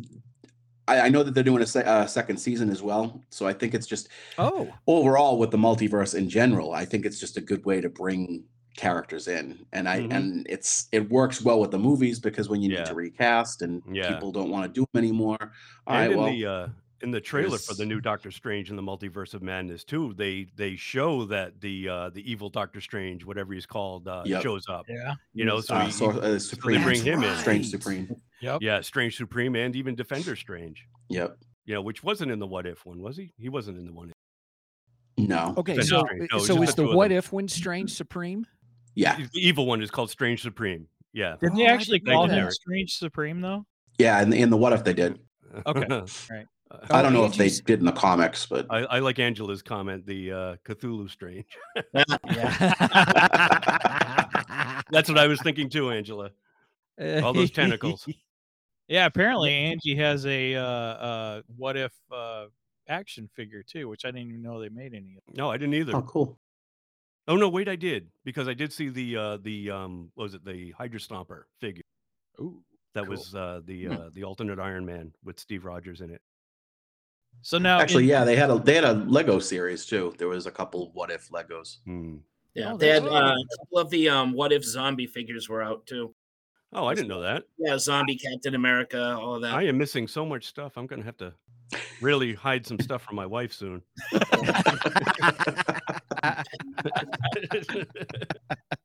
Speaker 1: I, I know that they're doing a se- uh, second season as well. So I think it's just
Speaker 3: oh
Speaker 1: overall with the multiverse in general i think it's just a good way to bring characters in and i
Speaker 4: Mhm.
Speaker 1: and it's it works well with the movies because when you
Speaker 4: Yeah.
Speaker 1: need to recast and
Speaker 4: Yeah.
Speaker 1: people don't want to do them anymore all
Speaker 4: and
Speaker 1: right
Speaker 4: in
Speaker 1: well
Speaker 4: the uh, in the trailer for the
Speaker 1: there's-
Speaker 4: new Doctor Strange and the Multiverse of Madness too, they they show that the uh, the evil Doctor Strange, whatever he's called, uh,
Speaker 1: Yep.
Speaker 4: shows up.
Speaker 2: Yeah.
Speaker 4: You know, so,
Speaker 1: uh,
Speaker 4: he-
Speaker 1: Sor- uh, supreme
Speaker 4: bring him in.
Speaker 1: strange
Speaker 3: Right.
Speaker 1: supreme
Speaker 2: Yep.
Speaker 4: yeah, Strange Supreme and even Defender Strange.
Speaker 1: yep
Speaker 4: You know, which wasn't in the What If one, was he? He wasn't in the What If.
Speaker 1: no
Speaker 3: okay.
Speaker 4: But
Speaker 3: So uh,
Speaker 4: no, no, it's
Speaker 3: so
Speaker 4: just
Speaker 3: is
Speaker 4: the two
Speaker 3: the
Speaker 4: of
Speaker 3: what
Speaker 4: them.
Speaker 3: if when strange supreme?
Speaker 1: yeah
Speaker 4: e, The evil one is called Strange Supreme. Yeah.
Speaker 2: Didn't they
Speaker 3: Oh, I
Speaker 2: actually
Speaker 3: didn't
Speaker 4: know
Speaker 2: call him
Speaker 4: that.
Speaker 2: Strange Supreme though?
Speaker 1: yeah and in, the what if they did
Speaker 2: Okay.
Speaker 4: Oh,
Speaker 1: i don't know
Speaker 3: did
Speaker 1: if
Speaker 3: you
Speaker 1: they
Speaker 3: s-
Speaker 1: did in the comics but
Speaker 4: I, Uh, I like Angela's comment, the uh, Cthulhu Strange.
Speaker 3: Yeah.
Speaker 4: That's what I was thinking too, Angela.
Speaker 3: Eh.
Speaker 4: All those tentacles.
Speaker 2: Yeah, apparently Angie has a uh, uh, what if uh, action figure too, which I didn't even know they made any. of.
Speaker 4: No, I didn't either.
Speaker 1: oh cool
Speaker 4: Oh no, wait, I did because I did see the uh the um what was it the Hydra Stomper figure.
Speaker 2: Ooh,
Speaker 4: That
Speaker 2: cool.
Speaker 4: was uh the
Speaker 1: Hmm.
Speaker 4: uh the alternate Iron Man with Steve Rogers in it.
Speaker 2: So
Speaker 4: Oh,
Speaker 2: now,
Speaker 1: actually yeah they had a they had a lego series too there was a couple what if legos
Speaker 4: Hmm.
Speaker 5: Yeah,
Speaker 2: Oh,
Speaker 5: they had
Speaker 2: that's
Speaker 5: uh,
Speaker 2: cool.
Speaker 5: a couple of the um, what if zombie figures were out too.
Speaker 4: Oh, I didn't know that.
Speaker 5: Yeah, zombie Captain America, all of that.
Speaker 4: I am missing so much stuff. I'm gonna have to really hide some stuff from my wife soon.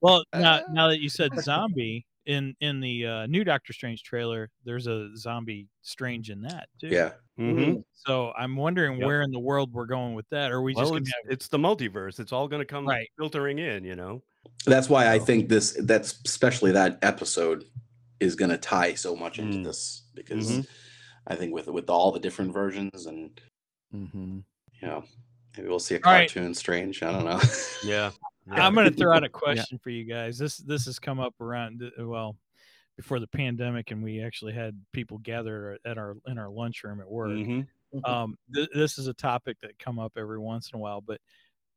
Speaker 2: well, now, now that you said zombie in in the uh, new Doctor Strange trailer, there's a zombie strange in that too.
Speaker 1: yeah
Speaker 2: mm-hmm.
Speaker 4: Mhm.
Speaker 2: So I'm wondering
Speaker 4: Yep.
Speaker 2: where in the world we're going with that. Are we just
Speaker 4: Well,
Speaker 2: gonna
Speaker 4: it's,
Speaker 2: have,
Speaker 4: it's the multiverse. It's all gonna come
Speaker 2: Right.
Speaker 4: filtering in, you know.
Speaker 1: That's why I
Speaker 4: So-
Speaker 1: think this that's especially that episode is going to tie so much into
Speaker 4: Mm.
Speaker 1: this because
Speaker 4: Mhm.
Speaker 1: I think with with all the different versions and
Speaker 3: hmm
Speaker 1: you know maybe we'll see a
Speaker 2: All right.
Speaker 1: cartoon strange I don't know.
Speaker 4: Yeah. yeah.
Speaker 2: I'm going to throw out a question for you guys. This this has come up around th- well before the pandemic, and we actually had people gather at our in our lunchroom at work.
Speaker 1: Mm-hmm.
Speaker 4: Mhm.
Speaker 2: Um, th- this is a topic that come up every once in a while, but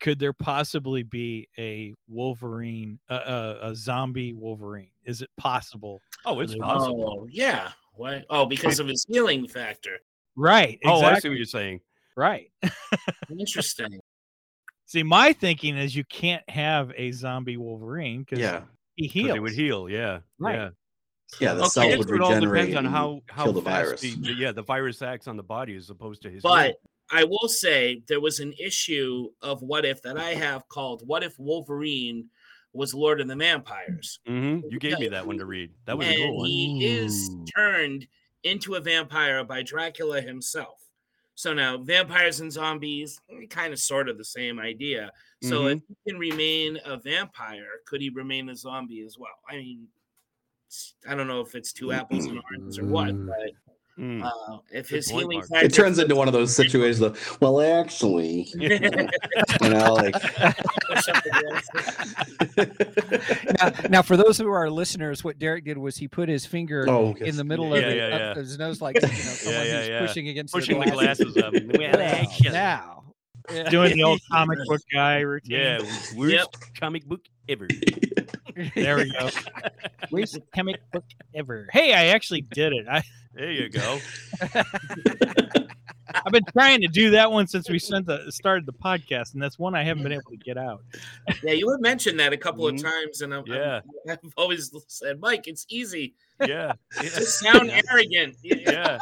Speaker 2: could there possibly be a Wolverine, a, a, a zombie Wolverine? Is it possible?
Speaker 4: Oh, it's
Speaker 2: Oh,
Speaker 4: possible.
Speaker 5: oh, yeah. Why? Oh, because of his healing factor.
Speaker 2: Right.
Speaker 4: Oh, I see
Speaker 2: Exactly.
Speaker 4: what you're saying.
Speaker 2: Right.
Speaker 5: Interesting.
Speaker 2: See, my thinking is you can't have a zombie Wolverine because
Speaker 1: Yeah.
Speaker 2: he
Speaker 4: 'Cause
Speaker 2: heals.
Speaker 4: It would heal. Yeah.
Speaker 3: Right.
Speaker 4: Yeah.
Speaker 1: Yeah, the
Speaker 4: Okay,
Speaker 1: cell
Speaker 4: it
Speaker 1: would
Speaker 4: would all
Speaker 1: regenerate
Speaker 4: depend on
Speaker 1: and
Speaker 4: how how
Speaker 1: kill the
Speaker 4: fast
Speaker 1: virus.
Speaker 4: the, yeah the virus acts on the body as opposed to his.
Speaker 5: But I will say there was an issue of what if that I have called what if Wolverine was Lord of the Vampires.
Speaker 4: hmm you gave me that one to read. That was a
Speaker 5: and
Speaker 4: cool one.
Speaker 5: he is
Speaker 1: Ooh.
Speaker 5: turned into a vampire by Dracula himself. So now vampires and zombies, eh, kind of sort of the same idea. So if he can remain a vampire, could he remain a zombie as well? I mean, it's- I don't know if it's two apples and oranges or what,
Speaker 1: Mm.
Speaker 5: but
Speaker 4: Mm.
Speaker 5: uh, if
Speaker 4: Good
Speaker 5: his
Speaker 4: point,
Speaker 5: healing
Speaker 4: Mark.
Speaker 1: It turns into one of those situations of, well, actually, you know, like,
Speaker 3: now, now, for those who are listeners, what Derek did was he put his finger
Speaker 1: oh,
Speaker 3: in
Speaker 1: yes.
Speaker 3: the middle of
Speaker 4: Yeah,
Speaker 3: it,
Speaker 4: yeah,
Speaker 3: up
Speaker 4: yeah.
Speaker 3: to his nose, like you know, someone
Speaker 4: yeah,
Speaker 3: who's
Speaker 4: yeah.
Speaker 3: pushing against
Speaker 4: Pushing
Speaker 3: the
Speaker 4: the
Speaker 3: glass.
Speaker 4: glasses up. Well,
Speaker 3: Well,
Speaker 4: actually,
Speaker 3: now. Yeah.
Speaker 2: Doing the old comic book guy routine.
Speaker 4: yeah, worst
Speaker 5: Yep.
Speaker 4: comic book ever.
Speaker 2: There we go. Worst comic book ever. Hey, I actually did it. I,
Speaker 4: There you go.
Speaker 2: I've been trying to do that one since we sent the started the podcast, and that's one I haven't been able to get out.
Speaker 5: yeah, you had mentioned that a couple of
Speaker 4: Mhm.
Speaker 5: times, and I'm, I'm-
Speaker 4: Yeah.
Speaker 5: I've always said, Mike, it's easy.
Speaker 4: Yeah. Yeah.
Speaker 5: Just sound arrogant. You- you
Speaker 4: yeah.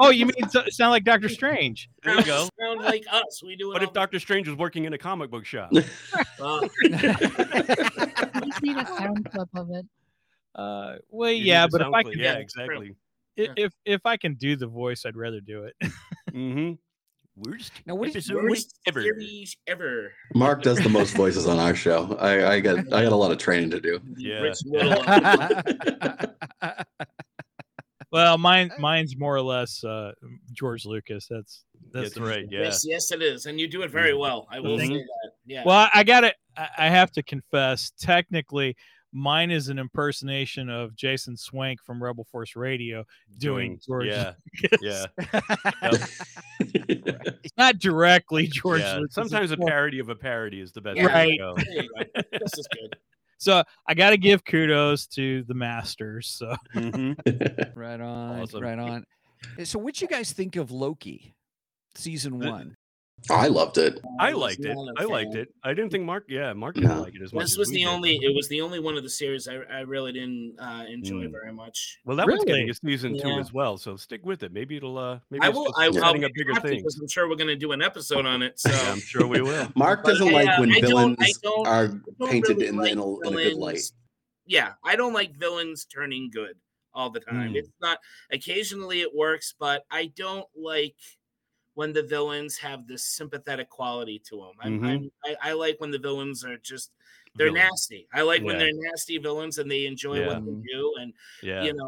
Speaker 2: Oh, you mean so, sound like Doctor Strange?
Speaker 4: There you go.
Speaker 5: Sound like us. We do it.
Speaker 4: What if
Speaker 5: all-
Speaker 4: Doctor Strange was working in a comic book shop?
Speaker 5: well,
Speaker 6: I just need a sound clip of it.
Speaker 2: Uh, well,
Speaker 4: You
Speaker 2: yeah,
Speaker 4: need the
Speaker 2: but if
Speaker 4: sound
Speaker 2: I
Speaker 4: clip.
Speaker 2: can,
Speaker 4: yeah,
Speaker 5: Yeah,
Speaker 4: exactly.
Speaker 2: i- if if I can do the voice, I'd rather do it.
Speaker 4: Mm-hmm. Worst
Speaker 3: Now, what did,
Speaker 4: episode
Speaker 3: what did-
Speaker 5: worst
Speaker 4: ever.
Speaker 5: series ever.
Speaker 1: Mark does the most voices on our show. I, I got I got a lot of training to do.
Speaker 4: Yeah.
Speaker 5: Rich Little.
Speaker 2: Well, mine mine's more or less uh, George Lucas. That's that's,
Speaker 4: That's right. Yeah. Mm.
Speaker 5: Yes, yes, it is, and you do it very well. I will
Speaker 4: Thank
Speaker 5: say
Speaker 4: you.
Speaker 5: that. Yeah.
Speaker 2: Well, I- I got to I I have to confess, technically, mine is an impersonation of Jason Swank from Rebel Force Radio doing George.
Speaker 4: Yeah.
Speaker 2: Lucas.
Speaker 4: Yeah.
Speaker 2: It's not directly George.
Speaker 4: yeah.
Speaker 2: Lucas,
Speaker 4: Sometimes a
Speaker 2: it's more-
Speaker 4: parody of a parody is the best.
Speaker 5: Yeah.
Speaker 2: Right.
Speaker 4: way to go.
Speaker 5: There you go. this is good.
Speaker 2: So I got to give kudos to the masters. So
Speaker 4: Mhm.
Speaker 2: Mm-hmm.
Speaker 3: right on,
Speaker 4: Awesome.
Speaker 3: right on. Uh, So, what you guys think of Loki, season
Speaker 4: The-
Speaker 3: one?
Speaker 1: I loved it.
Speaker 4: I
Speaker 5: was
Speaker 4: liked it.
Speaker 5: not a
Speaker 4: I liked
Speaker 5: fan.
Speaker 4: it. I didn't think Mark. Yeah, Mark didn't
Speaker 1: No.
Speaker 4: like it as much.
Speaker 5: This
Speaker 4: as
Speaker 5: was
Speaker 4: we
Speaker 5: the
Speaker 4: did.
Speaker 5: only. It was the only one of the series I, I really didn't uh, enjoy
Speaker 4: Mm.
Speaker 5: very much.
Speaker 4: Well, that one's getting a season two
Speaker 5: Yeah.
Speaker 4: as well, so stick with it. Maybe it'll. uh Maybe
Speaker 5: I
Speaker 4: it's
Speaker 5: will.
Speaker 4: just
Speaker 5: I, I'll
Speaker 4: setting
Speaker 5: be
Speaker 4: up bigger
Speaker 5: happy
Speaker 4: things.
Speaker 5: because I'm sure we're going to do an episode on it. So.
Speaker 4: Yeah, I'm sure we will.
Speaker 1: Mark
Speaker 5: But
Speaker 1: doesn't
Speaker 5: I,
Speaker 1: like
Speaker 5: uh,
Speaker 1: when
Speaker 5: I
Speaker 1: villains
Speaker 5: don't, I don't, I
Speaker 1: are
Speaker 5: don't
Speaker 1: painted
Speaker 5: really
Speaker 1: in,
Speaker 5: like
Speaker 1: in, a, in a good light.
Speaker 5: villains. Yeah, I don't like villains turning good all the time.
Speaker 4: Mm.
Speaker 5: It's not occasionally it works, but I don't like when the villains have this sympathetic quality to them. I'm,
Speaker 4: Mhm.
Speaker 5: I'm,
Speaker 1: Mm-hmm.
Speaker 5: I, I like when the villains are just they're
Speaker 4: Villain.
Speaker 5: nasty. I like when
Speaker 4: Yeah.
Speaker 5: they're nasty villains and they enjoy what they
Speaker 3: Yeah.
Speaker 5: do, and
Speaker 4: Yeah.
Speaker 5: you know,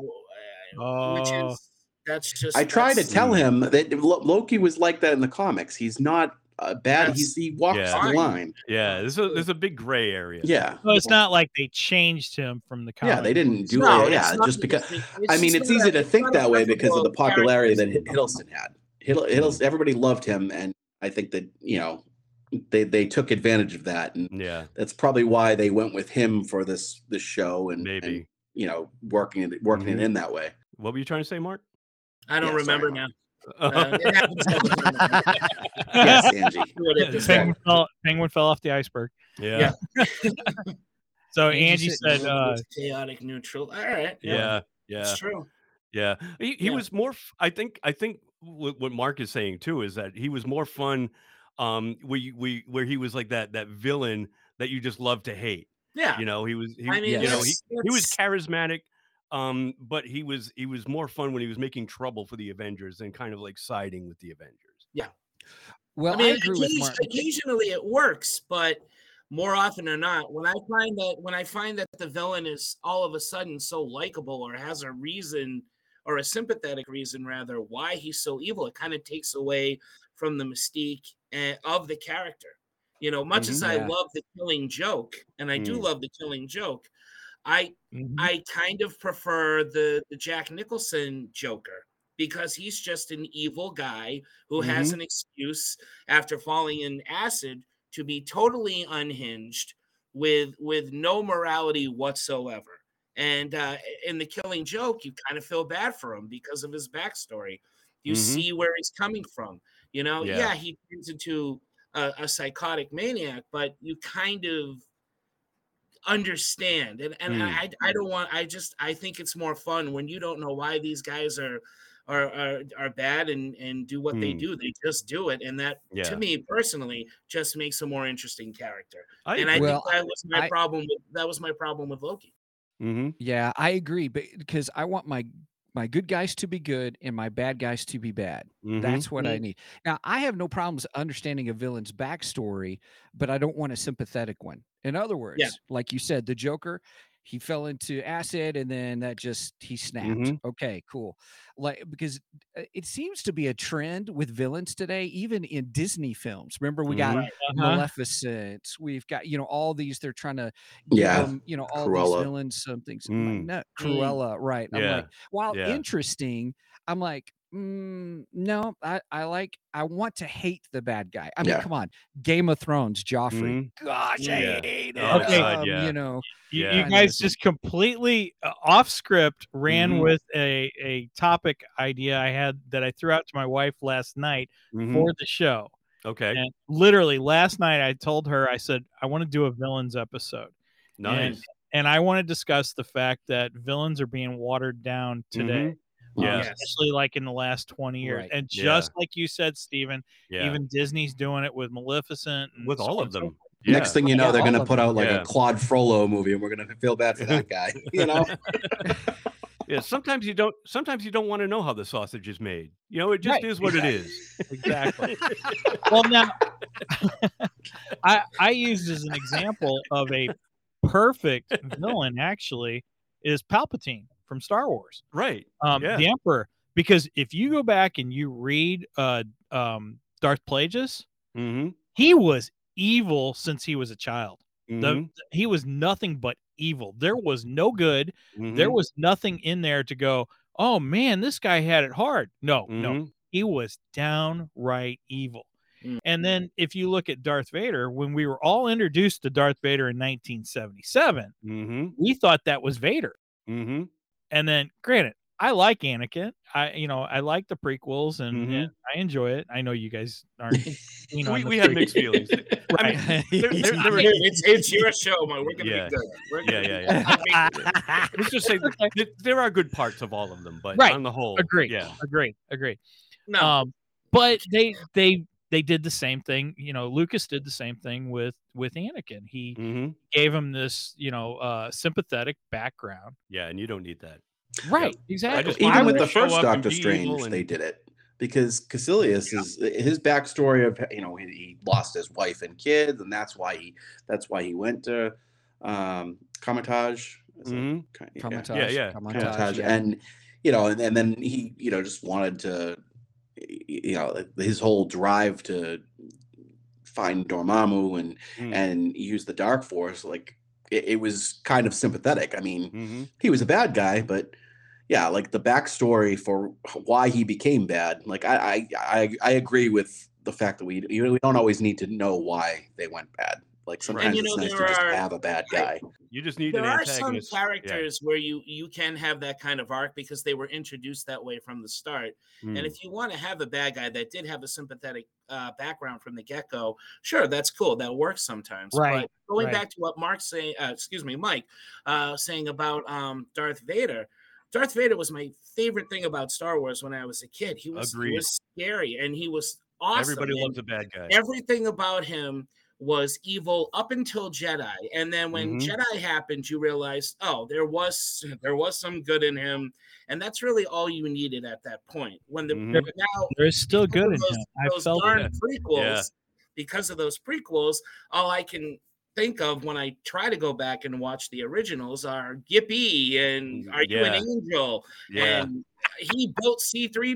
Speaker 5: uh, which
Speaker 2: Oh.
Speaker 5: is that's just
Speaker 1: I try to
Speaker 5: that's-
Speaker 1: tell him that Lo- Loki was like that in the comics. He's not uh, bad.
Speaker 5: That's
Speaker 1: He's, he walks
Speaker 4: Yeah.
Speaker 1: the line.
Speaker 4: Yeah. There's a there's a big gray area.
Speaker 1: Yeah.
Speaker 2: So it's not like they changed him from the comic.
Speaker 1: Yeah, they didn't do
Speaker 5: No,
Speaker 1: it.
Speaker 5: it's
Speaker 1: Yeah,
Speaker 5: not
Speaker 1: just because. I
Speaker 5: just
Speaker 1: mean, it's
Speaker 5: not a-
Speaker 1: easy to think
Speaker 5: not a
Speaker 1: that way because of the
Speaker 5: preferable
Speaker 1: popularity that
Speaker 5: character.
Speaker 1: Hid- Hiddleston had. Hiddle- Hiddleston, everybody loved him, and I think that you know they they took advantage of that, and
Speaker 4: Yeah.
Speaker 1: that's probably why they went with him for this this show, and
Speaker 4: Maybe.
Speaker 1: and, you know working it working
Speaker 4: Mhm.
Speaker 1: it in that way.
Speaker 4: What were you trying to say, Mark?
Speaker 5: I don't
Speaker 1: Yeah, sorry,
Speaker 5: remember
Speaker 1: Mark.
Speaker 5: now. Uh, it happens all the time.
Speaker 1: Yes, Angie.
Speaker 5: Do it at this
Speaker 2: Penguin, fell, Penguin fell off the iceberg.
Speaker 4: yeah.
Speaker 2: So
Speaker 3: Angie
Speaker 2: Angie
Speaker 3: said-
Speaker 2: said, uh,
Speaker 5: It's chaotic neutral. All right.
Speaker 4: Yeah. Yeah.
Speaker 5: It's true.
Speaker 4: Yeah, he, he
Speaker 5: Yeah.
Speaker 4: was more. f- I think. I think what, what Mark is saying too is that he was more fun. Um, we we where he was like that that villain that you just love to hate.
Speaker 5: Yeah.
Speaker 4: You know, he was. He,
Speaker 5: I mean,
Speaker 4: you know, he,
Speaker 5: that's-
Speaker 4: he was
Speaker 5: that's-
Speaker 4: charismatic. Um, but he was he was more fun when he was making trouble for the Avengers and kind of like siding with the Avengers.
Speaker 3: Well,
Speaker 5: I
Speaker 3: I,
Speaker 5: mean,
Speaker 3: agree with
Speaker 5: occasion-
Speaker 3: Mark.
Speaker 5: occasionally it works, but more often than not, when I find that when I find that the villain is all of a sudden so likable or has a reason or a sympathetic reason rather why he's so evil, it kind of takes away from the mystique eh, of the character. You know, much as
Speaker 4: Mhm.
Speaker 5: I
Speaker 3: Mm-hmm, Yeah.
Speaker 5: love the Killing Joke, and I do
Speaker 4: Mm.
Speaker 5: love the Killing Joke, I
Speaker 2: mhm.
Speaker 5: I kind of prefer the, the Jack Nicholson Joker because he's just an evil guy who has an excuse after falling in acid to be totally unhinged with with no morality whatsoever. And uh, in the Killing Joke, you kind of feel bad for him because of his backstory. You
Speaker 4: Mhm.
Speaker 5: see where he's coming from. You know,
Speaker 4: Yeah.
Speaker 5: yeah, he turns into a, a psychotic maniac, but you kind of understand. And and
Speaker 4: Hmm.
Speaker 5: I I don't want. I just I think it's more fun when you don't know why these guys are. Are, are, are bad and, and do what they
Speaker 4: Hmm.
Speaker 5: do. They just do it, and that
Speaker 4: Yeah.
Speaker 5: to me personally just makes a more interesting character.
Speaker 4: I
Speaker 5: and I
Speaker 4: agree.
Speaker 5: think
Speaker 3: Well,
Speaker 5: that was my
Speaker 3: I-
Speaker 5: problem. With, that was my problem with Loki.
Speaker 4: Mhm.
Speaker 3: Yeah, I agree, but because I want my my good guys to be good and my bad guys to be bad.
Speaker 4: Mhm.
Speaker 3: That's what I
Speaker 5: Mhm.
Speaker 3: need. Now, I have no problems understanding a villain's backstory, but I don't want a sympathetic one. In other words, like you said, the Joker, he fell into acid and then that just he snapped.
Speaker 4: Mhm.
Speaker 3: Okay, cool. Like because uh, it seems to be a trend with villains today, even in Disney films. Remember, we got
Speaker 4: Mhm.
Speaker 3: Maleficent. We've got you know all these. They're trying to
Speaker 1: Yeah.
Speaker 3: give 'em, you know all
Speaker 1: Cruella.
Speaker 3: these villains something. So I'm
Speaker 4: Mm.
Speaker 3: like, no,
Speaker 5: Mm.
Speaker 3: Cruella, right? I'm
Speaker 4: Yeah.
Speaker 3: like, while
Speaker 4: Yeah.
Speaker 3: interesting, I'm like, mm, no, I, I like, I want to hate the bad guy. I mean,
Speaker 1: Yeah.
Speaker 3: come on, Game of Thrones, Joffrey. Gosh, I
Speaker 4: Mm. Yeah.
Speaker 3: hate it.
Speaker 4: Oh,
Speaker 2: Okay.
Speaker 4: God, yeah.
Speaker 3: You know,
Speaker 2: You,
Speaker 4: Yeah.
Speaker 2: you
Speaker 3: I know
Speaker 2: guys
Speaker 3: it's-
Speaker 2: just completely uh, off script ran
Speaker 4: Mhm.
Speaker 2: with a, a topic idea I had that I threw out to my wife last night
Speaker 4: Mhm.
Speaker 2: for the show.
Speaker 4: Okay.
Speaker 2: And literally last night, I told her, I said, I want to do a villains episode.
Speaker 4: Nice.
Speaker 2: And I want to discuss the fact that villains are being watered down today, uh,
Speaker 1: Um,
Speaker 4: Yeah.
Speaker 5: Yes.
Speaker 2: especially like in the last 20 years.
Speaker 3: Right.
Speaker 2: And
Speaker 4: Mm-hmm. Yeah.
Speaker 2: just like you said, Steven,
Speaker 4: Yeah.
Speaker 2: even Disney's doing it with Maleficent and
Speaker 4: with
Speaker 2: so
Speaker 4: all
Speaker 2: on
Speaker 4: of
Speaker 2: and so
Speaker 4: them. Yeah.
Speaker 1: Next thing you know,
Speaker 3: Yeah,
Speaker 1: they're
Speaker 3: all
Speaker 1: gonna
Speaker 3: of
Speaker 1: put
Speaker 3: them.
Speaker 1: out like
Speaker 4: Yeah.
Speaker 1: a Claude Frollo movie, and we're gonna feel bad for that guy. You know?
Speaker 4: yeah. Sometimes you don't. Sometimes you don't want to know how the sausage is made. You know, it just
Speaker 2: Right,
Speaker 4: is what
Speaker 1: exactly.
Speaker 4: it is.
Speaker 2: Exactly. well, now I I used as an example of a perfect villain actually is Palpatine from Star Wars,
Speaker 4: Right.
Speaker 2: um,
Speaker 4: Yeah.
Speaker 2: the Emperor. Because if you go back and you read uh, um, Darth Plagueis,
Speaker 4: Mm-hmm.
Speaker 2: he was evil since he was a child. The-
Speaker 4: Mm-hmm.
Speaker 2: he was nothing but evil. There was no good.
Speaker 4: Mm-hmm.
Speaker 2: There was nothing in there to go. Oh man, this guy had it hard. No,
Speaker 4: Mm-hmm.
Speaker 2: no, he was downright evil.
Speaker 5: Mm.
Speaker 2: And then if you look at Darth Vader, when we were all introduced to Darth Vader in 1977,
Speaker 4: Mm-hmm.
Speaker 2: we thought that was Vader.
Speaker 4: Mm-hmm.
Speaker 2: And then granted, I like Anakin. I you know, I like the prequels and,
Speaker 4: Mhm.
Speaker 2: and I enjoy it. I know you guys aren't you know,
Speaker 4: We, we have mixed feelings. I mean, there- there- there were-
Speaker 5: it's, it's your show, man. We're gonna
Speaker 4: Yeah.
Speaker 5: be good. We're gonna
Speaker 4: yeah, yeah,
Speaker 5: be
Speaker 4: yeah.
Speaker 5: yeah.
Speaker 4: Let's just say th- there are good parts of all of them, but
Speaker 2: Right.
Speaker 4: on the whole,
Speaker 2: agree.
Speaker 4: Yeah.
Speaker 2: Agree. Agree.
Speaker 5: No,
Speaker 4: Oh,
Speaker 2: um but they they they did the same thing you know lucas did the same thing with with anakin he
Speaker 4: Mm-hmm.
Speaker 2: gave him this you know uh sympathetic background
Speaker 4: Yeah, and you don't need that.
Speaker 2: right
Speaker 4: I
Speaker 2: exactly
Speaker 4: just-
Speaker 1: Even with
Speaker 4: would
Speaker 1: the
Speaker 4: show
Speaker 1: first
Speaker 4: up and
Speaker 1: Doctor
Speaker 4: be
Speaker 1: Strange,
Speaker 4: evil and-
Speaker 1: they did it because Cassilius is eh, his backstory of you know he, he lost his wife and kids, and that's why he that's why he went to um, Comitage. Is it-
Speaker 4: Mhm.
Speaker 1: Ki- yeah,
Speaker 3: Comitage,
Speaker 4: yeah,
Speaker 3: Comitage,
Speaker 1: Comitage,
Speaker 3: yeah.
Speaker 1: and you know, and, and then he you know just wanted to you know his whole drive to find Dormammu and
Speaker 4: Mm.
Speaker 1: and use the Dark Force like it, it was kind of sympathetic. I mean
Speaker 4: Mhm.
Speaker 1: he was a bad guy, but yeah, like the backstory for why he became bad. Like I, I, I, I agree with the fact that we you know, we don't always need to know why they went bad. Like sometimes
Speaker 5: you know,
Speaker 1: it's nice to
Speaker 5: there
Speaker 1: just
Speaker 5: are-
Speaker 1: have a bad guy.
Speaker 4: You just need
Speaker 5: there
Speaker 4: an
Speaker 5: are some
Speaker 4: antagonist.
Speaker 5: characters where you you can have that kind of arc because they were introduced that way from the start.
Speaker 4: Yeah.
Speaker 5: And if you want to have a bad guy that did have a sympathetic uh, background from the get go, sure, that's cool. That works sometimes.
Speaker 2: Right,
Speaker 5: But going
Speaker 2: right.
Speaker 5: back to what Mark's saying, uh, excuse me, Mike, uh, saying about um, Darth Vader. Darth Vader was my favorite thing about Star Wars when I was a kid. He was, he
Speaker 4: Agreed.
Speaker 5: was scary and he was awesome.
Speaker 4: Everybody
Speaker 5: and
Speaker 4: loves a bad guy.
Speaker 5: everything about him was evil up until Jedi. And then when
Speaker 4: Mhm.
Speaker 5: Jedi happened, you realized, oh, there was there was some good in him. And that's really all you needed at that point. When the
Speaker 4: Mhm.
Speaker 5: now
Speaker 2: there's still good in
Speaker 5: those-
Speaker 2: him i
Speaker 5: those
Speaker 2: felt
Speaker 5: darn
Speaker 2: it
Speaker 5: prequels,
Speaker 4: Yeah.
Speaker 5: because of those prequels, all I can think of when I try to go back and watch the originals are Yippee and
Speaker 4: Mm,
Speaker 5: Are You an
Speaker 4: yeah.
Speaker 5: Angel?
Speaker 4: yeah.
Speaker 5: And he built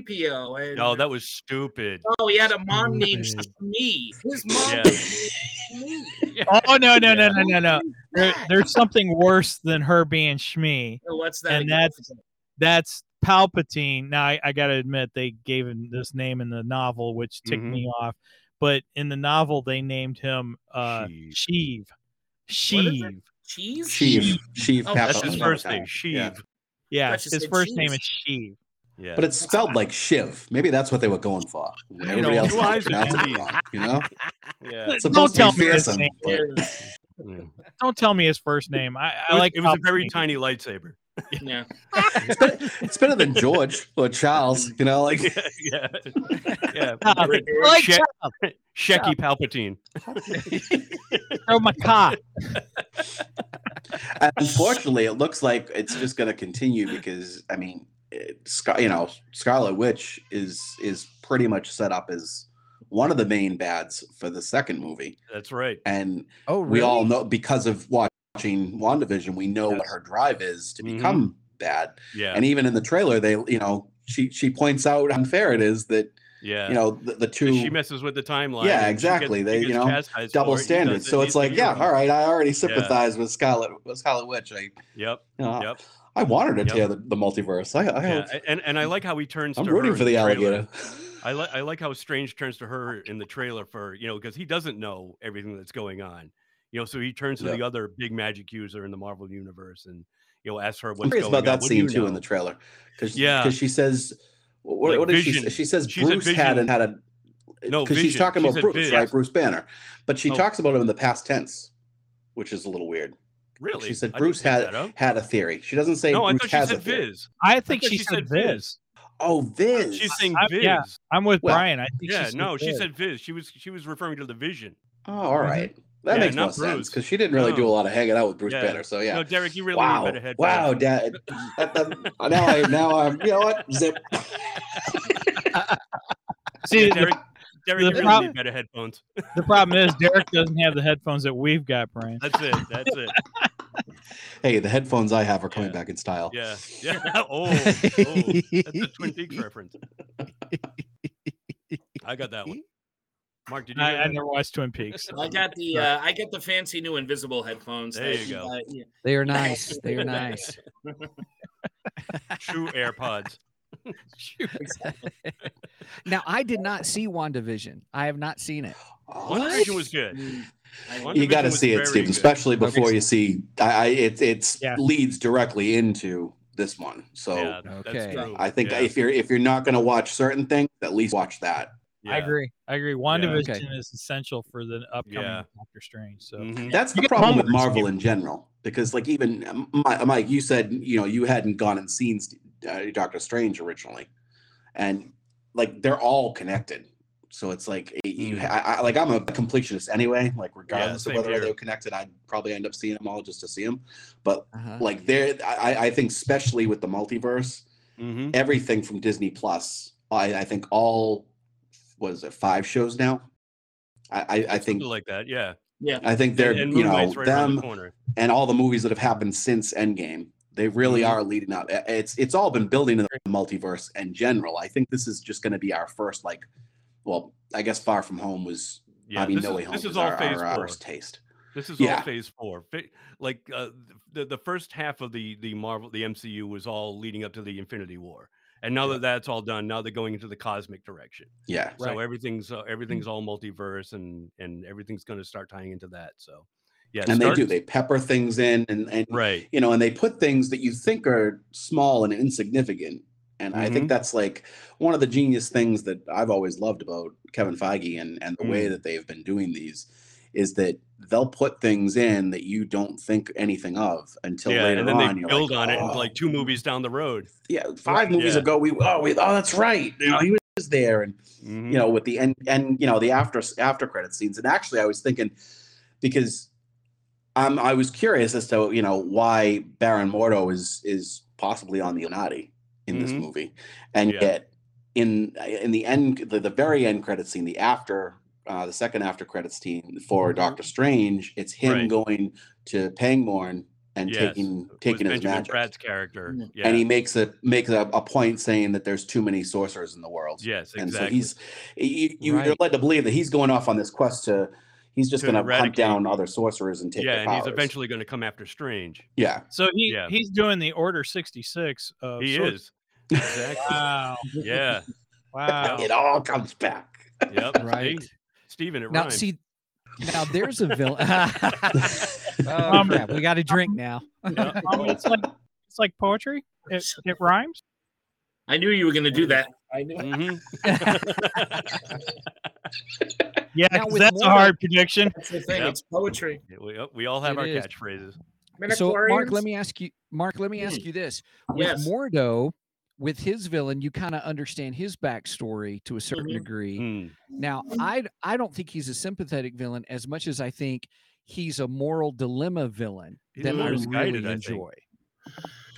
Speaker 5: C3PO and
Speaker 4: Oh, that was stupid.
Speaker 5: Oh, he had a mom named
Speaker 2: Stupid.
Speaker 5: Shmi. His mom
Speaker 4: Yeah.
Speaker 5: was named Shmi.
Speaker 2: oh no no no
Speaker 4: Yeah.
Speaker 2: no no no there, there's something worse than her being shmi
Speaker 5: Oh, What's that?
Speaker 2: and
Speaker 5: again?
Speaker 2: that's- that's Palpatine. Now I, I gotta admit they gave him this name in the novel, which ticked
Speaker 4: Mhm.
Speaker 2: me off. But in the novel, they named him uh Sheev.
Speaker 5: What is it?
Speaker 2: Sheev.
Speaker 5: cheese.
Speaker 1: Sheev, Sheev.
Speaker 5: Oh,
Speaker 1: Papa-
Speaker 4: That's his
Speaker 5: Sheev.
Speaker 4: first
Speaker 1: Papa-
Speaker 4: name, Sheev.
Speaker 1: Yeah.
Speaker 2: Yeah,
Speaker 5: That's just
Speaker 2: his
Speaker 5: said
Speaker 2: first name
Speaker 5: Sheev.
Speaker 2: is Sheev.
Speaker 4: Yeah.
Speaker 1: But it's spelled like Shiv. Maybe that's what they were going for. Everybody
Speaker 4: know.
Speaker 1: else
Speaker 4: Why
Speaker 1: is
Speaker 4: is it
Speaker 1: pronouncing it
Speaker 4: Indian?
Speaker 1: wrong, you know?
Speaker 4: yeah.
Speaker 1: It's
Speaker 2: Don't
Speaker 1: supposed
Speaker 2: tell
Speaker 1: to be
Speaker 2: me his
Speaker 1: fearsome.
Speaker 2: name
Speaker 1: but-
Speaker 4: yeah. It
Speaker 2: Don't tell me his first name. I, I
Speaker 4: was-
Speaker 2: like
Speaker 4: it was a very
Speaker 2: Palpatine.
Speaker 4: tiny lightsaber.
Speaker 5: Yeah.
Speaker 1: It's better, it's better than George or Charles, you know, like
Speaker 4: yeah. Yeah. yeah.
Speaker 2: Stop
Speaker 4: Rick-
Speaker 2: it. I like
Speaker 4: Shaq-
Speaker 2: Chuck.
Speaker 4: Shecky Palpatine.
Speaker 2: Throw my cock.
Speaker 1: unfortunately it looks like it's just going to continue because i mean it, Scar- you know scarlet witch is is pretty much set up as one of the main bads for the second movie
Speaker 4: That's right.
Speaker 1: and
Speaker 3: Oh,
Speaker 1: we all know because of watching wandavision we know what her drive is to
Speaker 2: Mm-hmm.
Speaker 4: Mhm.
Speaker 1: become bad
Speaker 4: Yeah.
Speaker 1: and even in the trailer they you know she she points out how unfair it is that
Speaker 4: Yeah.
Speaker 1: you know the, the two
Speaker 4: she messes with the timeline.
Speaker 1: Yeah,
Speaker 4: and she
Speaker 1: exactly.
Speaker 4: gets-
Speaker 1: They-
Speaker 4: she
Speaker 1: you
Speaker 4: gets
Speaker 1: know,
Speaker 4: chastised
Speaker 1: double
Speaker 4: for it. He
Speaker 1: standards
Speaker 4: does
Speaker 1: so
Speaker 4: he
Speaker 1: it's like
Speaker 4: does
Speaker 1: yeah
Speaker 4: it.
Speaker 1: all right i already sympathize with scarlet with scarlet witch i you
Speaker 4: Yep.
Speaker 1: know,
Speaker 4: Yep.
Speaker 1: I wanted to
Speaker 4: Yep.
Speaker 1: tear the, the multiverse. I, I
Speaker 4: Yeah. And and I like how he turns.
Speaker 1: I'm
Speaker 4: to
Speaker 1: rooting
Speaker 4: her
Speaker 1: for
Speaker 4: in
Speaker 1: the
Speaker 4: trailer.
Speaker 1: alligator.
Speaker 4: I like I like how Strange turns to her in the trailer for you know because he doesn't know everything that's going on, you know. So he turns to
Speaker 1: Yeah.
Speaker 4: the other big magic user in the Marvel universe and you know asks her
Speaker 1: I'm
Speaker 4: what's going
Speaker 1: curious
Speaker 4: on.
Speaker 1: about that
Speaker 4: What do you
Speaker 1: scene too in
Speaker 4: know?
Speaker 1: the trailer, because
Speaker 4: Yeah.
Speaker 1: she says, wh- what,
Speaker 4: Like
Speaker 1: what did she
Speaker 4: Vision.
Speaker 1: say? She says
Speaker 4: She said
Speaker 1: Bruce had
Speaker 4: Vision.
Speaker 1: and had a
Speaker 4: No,
Speaker 1: because she's
Speaker 4: Vision.
Speaker 1: talking
Speaker 4: She
Speaker 1: about
Speaker 4: said
Speaker 1: Bruce,
Speaker 4: Viz.
Speaker 1: right? Bruce Banner, but she
Speaker 4: Oh.
Speaker 1: talks about him in the past tense, which is a little weird.
Speaker 4: Really?
Speaker 1: She said
Speaker 4: I didn't
Speaker 1: Bruce
Speaker 4: pick
Speaker 1: had
Speaker 4: that up.
Speaker 1: had a theory. She doesn't say
Speaker 4: No, I
Speaker 1: Bruce
Speaker 4: thought she
Speaker 1: has
Speaker 4: said
Speaker 1: a theory.
Speaker 4: Viz.
Speaker 2: I think
Speaker 4: thought
Speaker 2: she, said Viz.
Speaker 1: Oh, Viz.
Speaker 4: She's saying
Speaker 2: I-
Speaker 4: Viz.
Speaker 2: yeah, I'm with
Speaker 1: Well,
Speaker 2: Brian. I think
Speaker 4: Yeah,
Speaker 2: she said
Speaker 4: no, she
Speaker 2: Viz.
Speaker 4: said Viz. She was she was referring to the Vision.
Speaker 1: oh, all right. That
Speaker 4: Yeah,
Speaker 1: makes more
Speaker 4: not
Speaker 1: sense
Speaker 4: Bruce.
Speaker 1: because she didn't really
Speaker 4: No.
Speaker 1: do a lot of hanging out with Bruce
Speaker 4: Yeah.
Speaker 1: Banner. So yeah.
Speaker 4: No, Derek, you really
Speaker 1: wow.
Speaker 4: need a better head. for
Speaker 1: wow,
Speaker 4: that.
Speaker 1: Dad. That- that- now I now I'm you know what zip.
Speaker 2: See,
Speaker 4: Yeah,
Speaker 2: the,
Speaker 4: Derek, Derek, you really
Speaker 2: problem-
Speaker 4: need better headphones.
Speaker 2: the problem is Derek doesn't have the headphones that we've got, Brian.
Speaker 4: That's it. That's it.
Speaker 1: Hey, the headphones I have are coming
Speaker 4: Yeah.
Speaker 1: back in style.
Speaker 4: Yeah. Yeah. Oh, oh, that's a Twin Peaks reference. I got that one. Mark, did you?
Speaker 2: I,
Speaker 4: hear
Speaker 2: I
Speaker 4: that?
Speaker 2: never watched Twin Peaks. so-
Speaker 5: I got the uh, I got the fancy new invisible headphones.
Speaker 4: There
Speaker 5: that,
Speaker 4: you go.
Speaker 5: uh, yeah.
Speaker 3: They are nice. They are nice.
Speaker 4: True AirPods.
Speaker 3: now, I did not see WandaVision. I have not seen it.
Speaker 4: One
Speaker 1: What?
Speaker 4: Vision was good.
Speaker 5: Mm, I-
Speaker 4: One
Speaker 1: You got to
Speaker 4: was
Speaker 1: see
Speaker 4: very
Speaker 1: it, Steven,
Speaker 4: good.
Speaker 1: especially
Speaker 3: Okay.
Speaker 1: before you see. I, I it it's
Speaker 2: Yeah.
Speaker 1: leads directly into this one. So
Speaker 4: yeah,
Speaker 3: Okay.
Speaker 4: that's true.
Speaker 1: I think
Speaker 4: yeah.
Speaker 1: if you're if you're not going to watch certain things, at least watch that.
Speaker 2: I
Speaker 4: yeah.
Speaker 2: agree. I agree. WandaVision
Speaker 3: Okay.
Speaker 2: is essential for the upcoming
Speaker 4: Yeah.
Speaker 2: Doctor Strange. So
Speaker 4: Mhm.
Speaker 1: That's the
Speaker 2: get
Speaker 1: problem
Speaker 2: home
Speaker 1: with
Speaker 2: with this
Speaker 1: Marvel
Speaker 2: game.
Speaker 1: in general, because like even um, Mi- Mike, you said you know you hadn't gone and seen uh, Doctor Strange originally, and like they're all connected. So it's like it- you,
Speaker 4: Mm.
Speaker 1: I, I, like I'm a completionist anyway. Like regardless
Speaker 4: same
Speaker 1: of whether
Speaker 4: here.
Speaker 1: they're connected, I'd probably end up seeing them all just to see them. But
Speaker 3: Uh-huh.
Speaker 1: like there, I, I think especially with the multiverse,
Speaker 4: Mhm.
Speaker 1: everything from Disney Plus, I, I think all was it five shows now. I, I, I think
Speaker 4: Something like that. Yeah.
Speaker 5: yeah.
Speaker 1: I think they're
Speaker 4: and, and
Speaker 1: you know
Speaker 4: Moonlight's right around
Speaker 1: them
Speaker 4: the corner.
Speaker 1: and all the movies that have happened since Endgame, they really
Speaker 4: Mhm.
Speaker 1: are leading up. I- It's it's all been building to the multiverse in general. I think this is just going to be our first like, well, I guess Far From Home was.
Speaker 4: Yeah.
Speaker 1: I mean,
Speaker 4: this
Speaker 1: No
Speaker 4: is,
Speaker 1: Way Home
Speaker 4: This
Speaker 1: was
Speaker 4: is all
Speaker 1: our,
Speaker 4: phase
Speaker 1: our,
Speaker 4: four.
Speaker 1: our taste.
Speaker 4: This is
Speaker 1: Yeah.
Speaker 4: all phase four. Fa- Like uh, the the first half of the the Marvel the MCU was all leading up to the Infinity War, and now that that's all done, now they're going into the cosmic direction.
Speaker 1: Yeah,
Speaker 4: So
Speaker 2: Right.
Speaker 4: everything's uh, everything's
Speaker 1: Mm-hmm.
Speaker 4: all multiverse, and and everything's going to start tying into that. So yeah,
Speaker 1: and they
Speaker 4: start-
Speaker 1: do. They pepper things in, and and
Speaker 4: right.
Speaker 1: you know, and they put things that you think are small and insignificant. And I
Speaker 4: Mhm.
Speaker 1: think that's like one of the genius things that I've always loved about Kevin Feige and, and the
Speaker 4: Mm.
Speaker 1: way that they've been doing these is that they'll put things in that you don't think anything of until
Speaker 4: Yeah,
Speaker 1: later
Speaker 4: and then
Speaker 1: on.
Speaker 4: they
Speaker 1: you're
Speaker 4: build
Speaker 1: like,
Speaker 4: on it, and
Speaker 1: "Oh,
Speaker 4: like two movies down the road.
Speaker 1: yeah, five
Speaker 4: Right,
Speaker 1: movies
Speaker 4: yeah.
Speaker 1: ago, we oh we oh that's right, you know he was there, and
Speaker 4: Mhm.
Speaker 1: you know with the end and you know the after after credit scenes and actually i was thinking because i'm i was curious as to you know why baron mordo is is possibly on the illuminati in this
Speaker 4: Mhm.
Speaker 1: movie and
Speaker 4: Yeah.
Speaker 1: yet in in the end the, the very end credit scene the after uh, the second after credits scene for Doctor Strange, it's him
Speaker 4: Mm-hmm. Right.
Speaker 1: going to Pangmorn and
Speaker 4: Yes,
Speaker 1: taking
Speaker 4: was
Speaker 1: taking his
Speaker 4: Benjamin
Speaker 1: magic, Mm-hmm.
Speaker 4: Pratt's character.
Speaker 5: Mm.
Speaker 4: Yeah.
Speaker 1: and he makes a makes a, a point saying that there's too many sorcerers in the world
Speaker 4: yes. Exactly.
Speaker 1: and so he's you, you, you're
Speaker 3: Right.
Speaker 1: led to believe that he's going off on this quest to he's just
Speaker 4: To
Speaker 1: going to hunt
Speaker 4: eradicate-
Speaker 1: down other sorcerers and take
Speaker 4: yeah,
Speaker 1: their
Speaker 4: and he's
Speaker 1: powers.
Speaker 4: eventually going to come after Strange.
Speaker 1: yeah
Speaker 2: so he
Speaker 4: Yeah.
Speaker 2: he's doing the Order 66.
Speaker 1: Oh,
Speaker 2: Of
Speaker 4: He
Speaker 2: sorts-
Speaker 4: is. Exactly.
Speaker 2: Wow.
Speaker 4: yeah.
Speaker 2: Wow.
Speaker 1: it all comes back
Speaker 4: Yep.
Speaker 3: Right.
Speaker 4: See? Steven, it
Speaker 3: Now,
Speaker 4: rhymes.
Speaker 3: see, now there's a villain. oh,
Speaker 2: Um,
Speaker 3: crap. We got a drink now.
Speaker 2: Um, it's, like, it's like poetry. It, it rhymes.
Speaker 5: I knew you were going to do that. I knew. it.
Speaker 1: Mm-hmm.
Speaker 4: Mhm.
Speaker 2: Yeah,
Speaker 3: Now
Speaker 2: 'cause
Speaker 3: with
Speaker 2: that's a
Speaker 3: more-
Speaker 2: hard prediction.
Speaker 5: That's the thing.
Speaker 4: Yep.
Speaker 5: It's poetry.
Speaker 4: we, oh, we all have
Speaker 3: It
Speaker 4: our
Speaker 3: is.
Speaker 4: catchphrases.
Speaker 3: So, Mark, let
Speaker 5: Midichlorians?
Speaker 3: me ask you. Mark, let me ask
Speaker 4: Hmm.
Speaker 3: you this: With
Speaker 5: Yes.
Speaker 3: Mordo, with his villain, you kind of understand his backstory to a certain
Speaker 5: Mhm.
Speaker 3: degree.
Speaker 4: Mm.
Speaker 1: Mm-hmm.
Speaker 3: Now, I d- I don't think he's a sympathetic villain as much as I think he's a moral dilemma villain
Speaker 4: He's a
Speaker 3: that I
Speaker 4: little misguided,
Speaker 3: really
Speaker 4: I think.
Speaker 3: enjoy.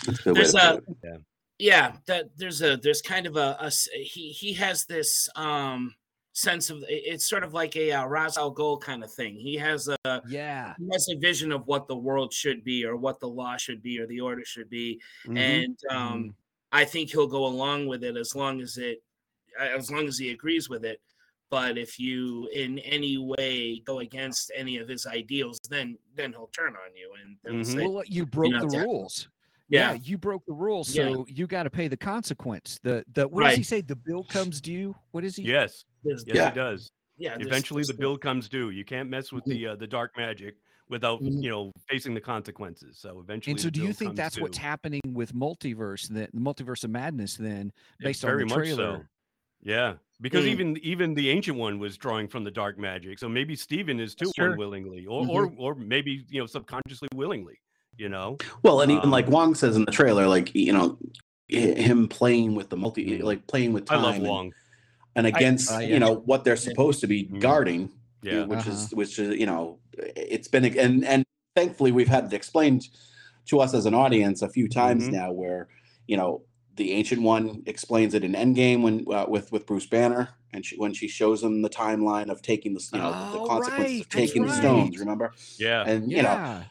Speaker 1: That's a good way
Speaker 5: There's
Speaker 1: to put
Speaker 5: a-
Speaker 1: it.
Speaker 5: yeah that there's a there's kind of a, a s- he he has this um sense of it- it's sort of like a uh, Ra's al Ghul kind of thing. He has a
Speaker 3: Yeah,
Speaker 5: he has a vision of what the world should be or what the law should be or the order should be,
Speaker 4: Mhm.
Speaker 5: and um I think he'll go along with it as long as it as long as he agrees with it. But if you in any way go against any of his ideals, then then he'll turn on you and then
Speaker 4: Mhm.
Speaker 5: say,
Speaker 3: well, you broke
Speaker 5: know,
Speaker 3: the
Speaker 5: that-
Speaker 3: rules.
Speaker 5: yeah,
Speaker 3: you broke the rules,
Speaker 5: Yeah.
Speaker 3: so you got to pay the consequence. The the what does he
Speaker 5: Right.
Speaker 3: say? The bill comes due. What is he?
Speaker 4: Yes,
Speaker 5: there's-
Speaker 4: yes,
Speaker 1: Yeah.
Speaker 4: it does.
Speaker 5: yeah. there's-
Speaker 4: Eventually, the
Speaker 5: there's-
Speaker 4: bill comes due. You can't mess with
Speaker 5: Mhm.
Speaker 1: Mm-hmm.
Speaker 4: the uh, the dark magic without
Speaker 5: Mhm.
Speaker 4: you know facing the consequences. So
Speaker 3: Mm-hmm.
Speaker 4: eventually,
Speaker 3: And so,
Speaker 4: the
Speaker 3: do you
Speaker 4: bill
Speaker 3: think
Speaker 4: comes
Speaker 3: that's what's
Speaker 4: due.
Speaker 3: happening with multiverse, then the multiverse of madness, then
Speaker 4: Yeah,
Speaker 3: based on the trailer?
Speaker 4: Yeah, because
Speaker 5: Mm.
Speaker 4: even even the ancient one was drawing from the dark magic. So maybe Steven is too
Speaker 2: That's true.
Speaker 4: unwillingly, or
Speaker 3: Mm-hmm.
Speaker 4: or or maybe you know subconsciously willingly. You know,
Speaker 1: Well, and even
Speaker 4: Um,
Speaker 1: like Wong says in the trailer, like you know, hi- him playing with the multi,
Speaker 4: Mm.
Speaker 1: like playing with
Speaker 4: I
Speaker 1: time
Speaker 4: love
Speaker 1: and-
Speaker 4: Wong.
Speaker 1: and, against
Speaker 3: Uh, yeah.
Speaker 1: you know what they're supposed to be
Speaker 4: Mm.
Speaker 1: guarding,
Speaker 4: Yeah,
Speaker 1: which
Speaker 3: Uh-huh.
Speaker 1: is which is you know, it's been and and thankfully we've had it explained to us as an audience a few times
Speaker 4: Mhm.
Speaker 1: now, where you know the ancient one explains it in Endgame when uh, with with Bruce Banner and she, when she shows him the timeline of taking the s- you know the
Speaker 3: Oh,
Speaker 1: consequences
Speaker 3: right,
Speaker 1: of
Speaker 3: that's
Speaker 1: taking the
Speaker 3: right.
Speaker 1: stones, remember?
Speaker 4: yeah,
Speaker 1: And you know
Speaker 3: Yeah,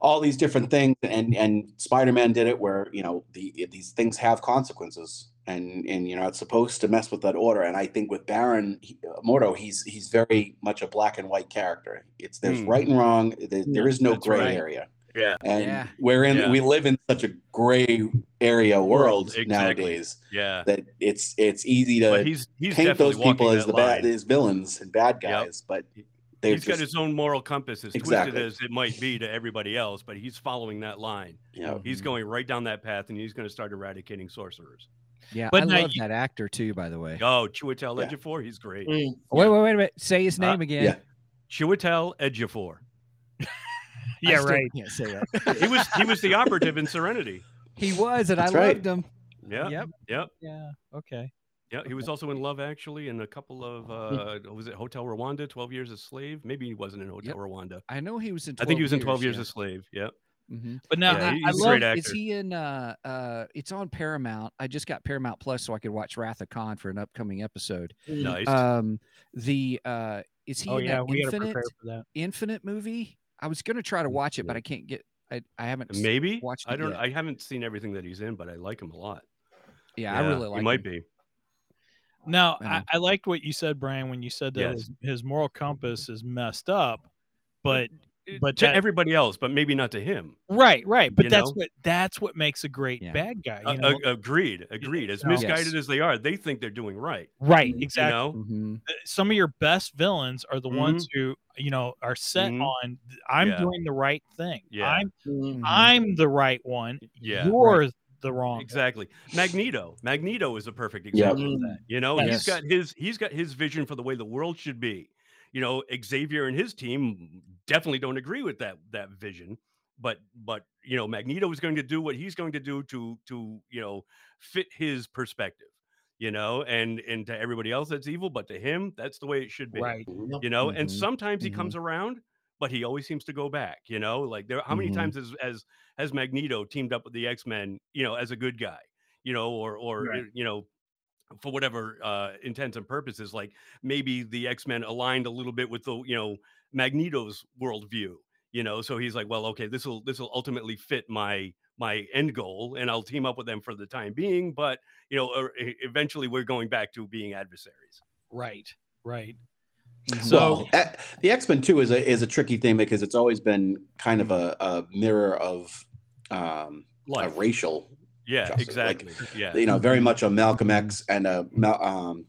Speaker 1: all these different things and and spider-man did it where you know the these things have consequences and and you know it's supposed to mess with that order and i think with baron he, uh, mordo he's he's very much a black and white character it's there's
Speaker 4: Hmm.
Speaker 1: right and wrong there, there is no
Speaker 4: That's
Speaker 1: gray
Speaker 4: right.
Speaker 1: area
Speaker 4: Yeah.
Speaker 1: and
Speaker 3: Yeah.
Speaker 1: we're in
Speaker 4: Yeah.
Speaker 1: we live in such a gray area
Speaker 4: World,
Speaker 1: world
Speaker 4: exactly.
Speaker 1: nowadays
Speaker 4: yeah.
Speaker 1: that it's it's easy to
Speaker 4: But he's he's
Speaker 1: paint
Speaker 4: definitely
Speaker 1: those people
Speaker 4: walking
Speaker 1: as
Speaker 4: that
Speaker 1: the bad
Speaker 4: line.
Speaker 1: as villains and bad
Speaker 4: Yep.
Speaker 1: guys but
Speaker 4: He-
Speaker 1: they've
Speaker 4: he's got
Speaker 1: just-
Speaker 4: his own moral compass, as
Speaker 1: Exactly.
Speaker 4: twisted as it might be to everybody else, but he's following that line.
Speaker 1: you know,
Speaker 4: He's
Speaker 3: Mhm.
Speaker 4: going right down that path, and he's going to start eradicating sorcerers.
Speaker 3: yeah.
Speaker 2: But
Speaker 3: I
Speaker 2: now
Speaker 3: love
Speaker 2: you-
Speaker 3: that actor too. By the way,
Speaker 4: Oh, Chiwetel
Speaker 1: Yeah.
Speaker 4: Ejiofor, he's great.
Speaker 5: Mm,
Speaker 3: wait, wait, wait a minute. Say his
Speaker 4: Uh,
Speaker 3: name again.
Speaker 1: yeah.
Speaker 4: Chiwetel Ejiofor.
Speaker 3: I
Speaker 2: Yeah,
Speaker 3: still
Speaker 2: right.
Speaker 3: Can't say it.
Speaker 4: He was he was the operative in Serenity.
Speaker 3: He was, and
Speaker 1: That's
Speaker 3: I
Speaker 1: right.
Speaker 3: loved him.
Speaker 4: Yeah,
Speaker 2: Yep.
Speaker 4: Yep.
Speaker 2: Yeah. Okay.
Speaker 4: yeah. He was also in Love Actually, and a couple of
Speaker 1: Mm.
Speaker 4: uh, was it Hotel Rwanda, Twelve Years a Slave? Maybe he wasn't in Hotel
Speaker 3: Yep.
Speaker 4: Rwanda.
Speaker 3: I know he was in. 12
Speaker 4: I think he was in Twelve Years
Speaker 3: yeah.
Speaker 4: a Slave. Yep.
Speaker 3: Mhm.
Speaker 2: But now
Speaker 4: Yeah,
Speaker 2: I-
Speaker 4: he-
Speaker 2: I,
Speaker 4: he's a
Speaker 2: love
Speaker 4: great
Speaker 3: Is
Speaker 4: actor.
Speaker 3: he in? Uh, uh, it's on Paramount. I just got Paramount Plus, so I could watch Wrath of Khan for an upcoming episode.
Speaker 5: mm.
Speaker 4: Nice.
Speaker 1: Uh,
Speaker 3: Um, the uh, is he
Speaker 2: Oh
Speaker 3: in
Speaker 2: yeah,
Speaker 3: that
Speaker 2: we got to
Speaker 3: Infinite
Speaker 2: prepare for that.
Speaker 3: Infinite movie? I was gonna try to watch it, but
Speaker 4: Yeah.
Speaker 3: I can't get. I, I haven't. s-
Speaker 4: Maybe
Speaker 3: watched
Speaker 4: I
Speaker 3: it
Speaker 4: don't.
Speaker 3: yet.
Speaker 4: I haven't seen everything that he's in, but I like him a lot.
Speaker 3: Yeah, I really like.
Speaker 4: He might
Speaker 3: him.
Speaker 4: be.
Speaker 2: Now,
Speaker 3: I
Speaker 2: I,
Speaker 3: know.
Speaker 2: I liked what you said, Brian, when you said that
Speaker 4: Yes.
Speaker 2: his, his moral compass is messed up. But But
Speaker 4: But to
Speaker 2: that-
Speaker 4: everybody else, but maybe not to him.
Speaker 2: right, right. But
Speaker 4: You
Speaker 2: that's
Speaker 4: know?
Speaker 2: what that's what makes a great
Speaker 3: Yeah.
Speaker 2: bad guy.
Speaker 4: A-
Speaker 2: Uh, You know?
Speaker 4: a- agreed. Agreed. As
Speaker 2: No.
Speaker 4: misguided
Speaker 3: Yes.
Speaker 4: as they are, they think they're doing right.
Speaker 2: right,
Speaker 5: Mhm.
Speaker 2: exactly.
Speaker 4: mm, You know.
Speaker 3: Mhm.
Speaker 2: Some of your best villains are the ones who you know are set
Speaker 4: Mhm.
Speaker 2: on. I'm
Speaker 4: Mm-hmm. Yeah.
Speaker 2: doing the right thing.
Speaker 4: Yeah.
Speaker 2: I'm
Speaker 5: Mm.
Speaker 4: Mm-hmm.
Speaker 2: I'm the right one.
Speaker 4: Yeah.
Speaker 2: You're the wrong. one."
Speaker 4: Exactly. Magneto. Magneto is a perfect example
Speaker 5: mm.
Speaker 4: of that. You know,
Speaker 3: Yes.
Speaker 4: he's got his he's got his vision for the way the world should be. You know, Xavier and his team definitely don't agree with that that vision, but but you know, Magneto is going to do what he's going to do to to you know fit his perspective. You know, and and to everybody else that's evil, but to him that's the way it should be.
Speaker 2: Right.
Speaker 5: Yep.
Speaker 4: You know, and
Speaker 1: Mm-hmm,
Speaker 3: Mhm.
Speaker 4: sometimes he
Speaker 3: Mhm.
Speaker 4: comes around, but he always seems to go back. You know, like there, how many
Speaker 1: Mm-hmm.
Speaker 3: Mhm.
Speaker 4: times has has has Magneto teamed up with the X Men? You know, as a good guy. You know, or or
Speaker 5: Right.
Speaker 4: uh, you know, for whatever uh, intents and purposes, like maybe the X Men aligned a little bit with the you know Magneto's worldview. You know, so he's like, well, okay, this will this will ultimately fit my my end goal, and I'll team up with them for the time being. But you know, er, e- eventually we're going back to being adversaries.
Speaker 2: Right. Right.
Speaker 3: Mhm.
Speaker 2: So-
Speaker 1: well, a- the X Men Two is a is a tricky thing because it's always been kind of a, a mirror of um, a
Speaker 4: Like,
Speaker 1: racial,
Speaker 4: yeah,
Speaker 1: justice, like,
Speaker 4: exactly, yeah, Mm-hmm.
Speaker 1: you know, very much a Malcolm X and a Mal- um,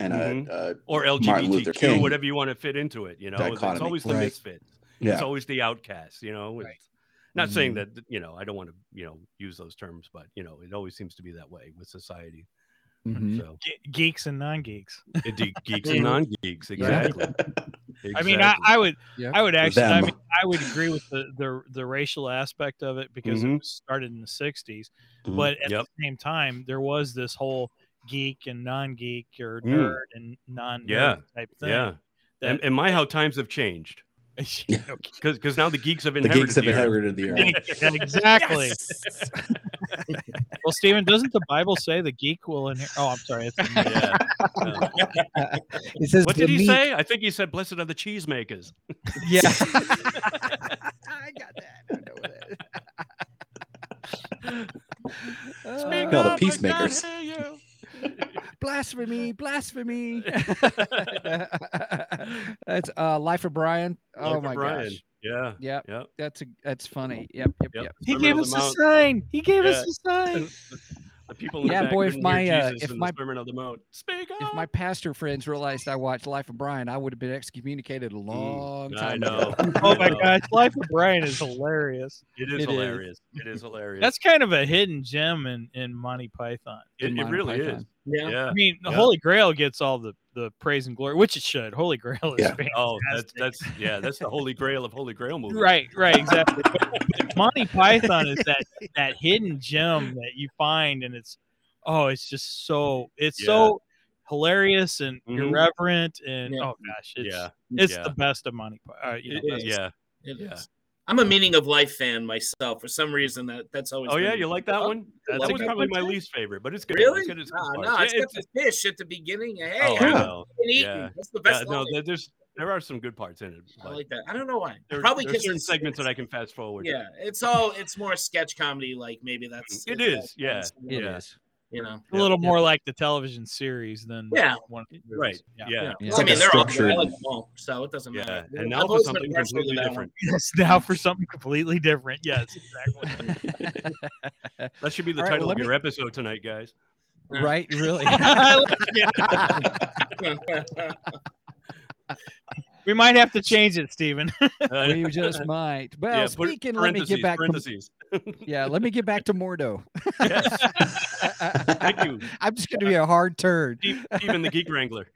Speaker 1: and a,
Speaker 4: Mhm.
Speaker 1: uh,
Speaker 4: or
Speaker 1: Martin Luther
Speaker 4: LGBTQ,
Speaker 1: King
Speaker 4: whatever you want to fit into it. You know, it's
Speaker 1: dichotomy,
Speaker 4: always the
Speaker 3: right.
Speaker 4: misfits. It's
Speaker 1: yeah,
Speaker 4: always the outcasts. You know,
Speaker 2: Right.
Speaker 4: it's Not saying
Speaker 1: Mm.
Speaker 4: that you know I don't want to you know use those terms, but you know it always seems to be that way with society.
Speaker 3: Mhm.
Speaker 4: So
Speaker 2: Ge- geeks and non-geeks.
Speaker 4: indeed, geeks and non-geeks, exactly.
Speaker 2: I mean, I, I would,
Speaker 3: Yeah.
Speaker 2: I would actually, I
Speaker 1: Them.
Speaker 2: mean, I would agree with the the, the racial aspect of it because it
Speaker 4: Mhm.
Speaker 2: was started in the '60s,
Speaker 1: Mhm.
Speaker 2: but at
Speaker 4: Yep.
Speaker 2: the same time, there was this whole geek and non-geek or
Speaker 4: Mm.
Speaker 2: nerd and non
Speaker 4: Yeah.
Speaker 2: type thing.
Speaker 4: yeah. And, and my how times have changed
Speaker 2: Yeah.
Speaker 4: because now the geeks have
Speaker 1: the
Speaker 4: inherited.
Speaker 1: geeks have
Speaker 4: the earth.
Speaker 1: inherited the earth.
Speaker 2: exactly. Well, Stephen, doesn't the Bible say the geek will inherit? Oh, I'm sorry. That's a-
Speaker 4: Yeah. Yeah.
Speaker 3: It says
Speaker 4: What
Speaker 3: the
Speaker 4: did he
Speaker 3: meat-
Speaker 4: say? I think he said, "Blessed are the cheesemakers."
Speaker 3: Yeah. I got that. I know that.
Speaker 4: Speak
Speaker 3: Uh,
Speaker 1: No, the
Speaker 4: up, I can't
Speaker 1: peacemakers.
Speaker 4: hear you.
Speaker 3: blasphemy, blasphemy. that's uh, Life of Brian. Oh
Speaker 4: Look at
Speaker 3: my
Speaker 4: Brian.
Speaker 3: gosh.
Speaker 4: Yeah.
Speaker 3: Yep.
Speaker 4: Yep.
Speaker 3: That's a, that's funny. Yep, yep,
Speaker 4: Yep.
Speaker 3: yep.
Speaker 2: He
Speaker 4: Sermon
Speaker 2: gave
Speaker 4: on
Speaker 2: us
Speaker 4: the
Speaker 2: a
Speaker 4: Mount.
Speaker 2: sign. He gave us
Speaker 4: Yeah.
Speaker 2: a sign.
Speaker 4: The people in the
Speaker 3: Yeah,
Speaker 4: back
Speaker 3: boy, if
Speaker 4: couldn't
Speaker 3: my,
Speaker 4: hear
Speaker 3: uh,
Speaker 4: Jesus
Speaker 3: if
Speaker 4: in
Speaker 3: my-
Speaker 4: the Sermon on the Mount. Speak up.
Speaker 3: If my pastor friends realized I watched Life of Brian, I would have been excommunicated a long time
Speaker 4: I
Speaker 3: ago.
Speaker 4: know.
Speaker 2: Oh my
Speaker 4: No.
Speaker 2: gosh, Life of Brian is hilarious.
Speaker 4: It
Speaker 3: It
Speaker 4: is
Speaker 3: is.
Speaker 4: hilarious. It is hilarious.
Speaker 2: That's kind of a hidden gem in in Monty Python.
Speaker 3: the
Speaker 4: it, it
Speaker 3: Monty
Speaker 4: really is.
Speaker 3: Python.
Speaker 5: Yeah.
Speaker 4: Yeah.
Speaker 2: I mean, the
Speaker 4: Yeah.
Speaker 2: Holy Grail gets all the the praise and glory, which it should. Holy Grail is
Speaker 1: Yeah.
Speaker 2: fantastic.
Speaker 4: Oh, that's that's yeah, that's the holy grail of holy grail movies.
Speaker 2: right, right, exactly. But Monty Python is that that hidden gem that you find, and it's oh, it's just so it's so hilarious and
Speaker 4: Mhm.
Speaker 2: irreverent, and
Speaker 5: Yeah.
Speaker 2: oh gosh, it's
Speaker 4: Yeah.
Speaker 2: it's
Speaker 4: Yeah.
Speaker 2: the best of Monty. Python. Uh, you know,
Speaker 5: It
Speaker 2: that's-
Speaker 5: is.
Speaker 4: Yeah.
Speaker 5: It
Speaker 4: Yeah.
Speaker 5: is. I'm a meaning of life fan myself. For some reason, that that's always.
Speaker 4: Oh
Speaker 5: been-
Speaker 4: yeah, you like that
Speaker 5: Oh,
Speaker 4: one?
Speaker 5: I
Speaker 4: that
Speaker 5: love
Speaker 4: was
Speaker 5: that
Speaker 4: probably my
Speaker 5: one, too.
Speaker 4: least favorite, but it's good.
Speaker 5: Really?
Speaker 4: It's good. It's good
Speaker 5: No,
Speaker 4: parts.
Speaker 5: no,
Speaker 4: Yeah,
Speaker 5: it's got
Speaker 4: it's-
Speaker 5: the fish at the beginning. Hey,
Speaker 4: oh,
Speaker 5: I
Speaker 4: I
Speaker 5: haven't
Speaker 4: know.
Speaker 5: been eaten.
Speaker 4: Yeah.
Speaker 5: That's the
Speaker 4: Yeah,
Speaker 5: best.
Speaker 4: no,
Speaker 5: line.
Speaker 4: there- there's there are some good parts in it.
Speaker 5: I
Speaker 4: but
Speaker 5: like that. I don't know why.
Speaker 4: There,
Speaker 5: Probably
Speaker 4: there are
Speaker 5: because
Speaker 4: certain
Speaker 5: it's
Speaker 4: segments that I can fast forward.
Speaker 5: Yeah, it's all it's more sketch comedy. Like maybe that's
Speaker 4: Mm, It
Speaker 5: it's all
Speaker 4: is, yeah.
Speaker 5: fun,
Speaker 3: It
Speaker 4: Yeah.
Speaker 3: is.
Speaker 5: You know.
Speaker 2: a
Speaker 4: Yeah.
Speaker 2: little more like the television series than
Speaker 5: Yeah.
Speaker 2: one of the movies.
Speaker 4: Right. Yeah.
Speaker 5: Yeah.
Speaker 3: Yeah.
Speaker 4: Yeah.
Speaker 5: Well, I
Speaker 1: It's like
Speaker 5: mean,
Speaker 1: a
Speaker 5: they're all good. I
Speaker 1: structured-
Speaker 5: like them all, so it doesn't matter.
Speaker 4: And
Speaker 5: I've
Speaker 4: now for
Speaker 5: always been
Speaker 4: something
Speaker 5: partial to
Speaker 4: completely
Speaker 5: that one.
Speaker 4: different.
Speaker 2: Yes, now for something completely different. Yes, exactly.
Speaker 4: That should be the
Speaker 3: All right, well,
Speaker 4: title
Speaker 3: let
Speaker 4: of
Speaker 3: me-
Speaker 4: your episode tonight, guys.
Speaker 5: Yeah.
Speaker 3: Right? Really?
Speaker 2: we might have to change it, Steven.
Speaker 4: Uh,
Speaker 3: we just might. Well,
Speaker 4: yeah, put-
Speaker 3: speaking, let me
Speaker 4: parentheses,
Speaker 3: get back. To,
Speaker 4: parentheses.
Speaker 3: yeah, let me get back to Mordo.
Speaker 4: Yes. Thank you,
Speaker 3: I'm just going to be a hard turd.
Speaker 4: even the geek wrangler.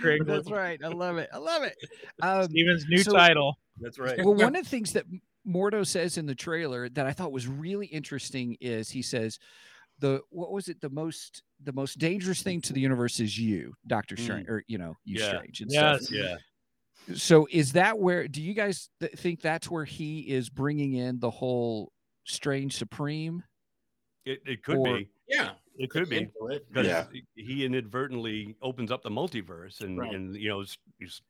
Speaker 2: Greg,
Speaker 3: That's right. I love it. I love it. Um,
Speaker 2: Steven's new
Speaker 3: So-
Speaker 2: title.
Speaker 4: That's right.
Speaker 3: well, one of the things that M- Mordo says in the trailer that I thought was really interesting is he says, "the what was it? The most the most dangerous thing to the universe is you, Doctor Strange, or you know, you
Speaker 4: Hmm. Yeah.
Speaker 3: Strange and
Speaker 2: Yes.
Speaker 3: stuff."
Speaker 4: Yeah.
Speaker 3: So is that where do you guys th- think that's where he is bringing in the whole Strange Supreme?
Speaker 4: It, it could
Speaker 3: Or-
Speaker 4: be.
Speaker 5: yeah,
Speaker 4: It could be.
Speaker 5: into it.
Speaker 4: because
Speaker 1: Yeah.
Speaker 4: he inadvertently opens up the multiverse and
Speaker 5: Right.
Speaker 4: and you know s- s-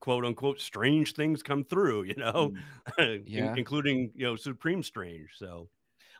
Speaker 4: quote unquote strange things come through you know in-
Speaker 3: Mm. Yeah.
Speaker 4: including you know supreme strange so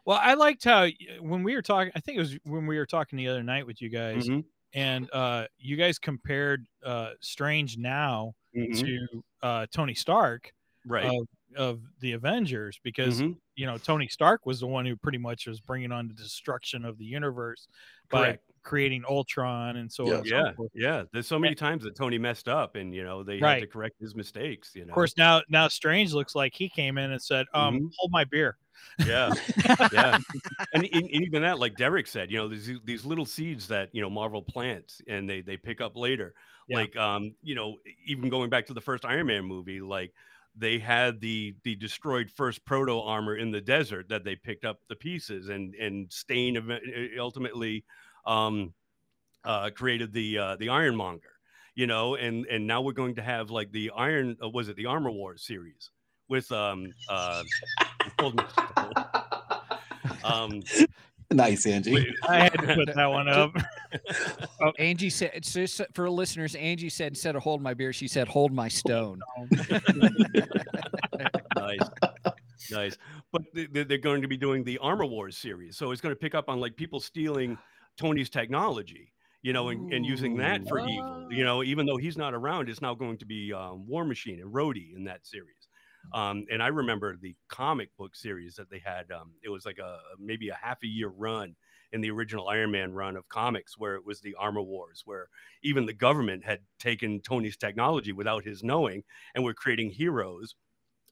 Speaker 2: Well, I liked how y- uh, when we were talking, I think it was when we were talking the other night with you guys,
Speaker 4: Mm-hmm.
Speaker 2: and uh, you guys compared uh, Strange now
Speaker 4: Mhm.
Speaker 2: to uh, Tony Stark
Speaker 4: right
Speaker 2: of, of the Avengers because
Speaker 3: mm-hmm.
Speaker 4: Mhm.
Speaker 2: you know Tony Stark was the one who pretty much was bringing on the destruction of the universe by
Speaker 4: Correct.
Speaker 2: creating Ultron and so on.
Speaker 1: Yeah.
Speaker 2: and so
Speaker 4: yeah
Speaker 2: forth.
Speaker 4: yeah there's so many times that tony messed up and you know they had to
Speaker 2: Right.
Speaker 4: correct his mistakes you know
Speaker 2: Of course, now now Strange looks like he came in and said, "Um,
Speaker 4: Mhm.
Speaker 2: hold my beer."
Speaker 4: yeah yeah and, e- and even that like derek said you know these these little seeds that you know marvel plants and they they pick up later
Speaker 2: Yeah.
Speaker 4: like um you know even going back to the first iron man movie like they had the the destroyed first proto armor in the desert that they picked up the pieces and and stain event- ultimately um uh created the uh the ironmonger you know and and now we're going to have like the iron uh, was it the armor wars series with um uh hold on. um
Speaker 1: nice, Angie.
Speaker 4: wait,
Speaker 2: I had to put that one up.
Speaker 3: Angie said, it's just for listeners, Angie said, instead of hold my beer, she said, hold my stone.
Speaker 4: nice nice but they- they- they're going to be doing the armor wars series so it's going to pick up on like people stealing tony's technology you know and, and using that for evil you know even though he's not around it's now going to be um, war machine and Rhodey in that series um, and i remember the comic book series that they had um, it was like a maybe a half a year run in the original iron man run of comics where it was the armor wars where even the government had taken tony's technology without his knowing and were creating heroes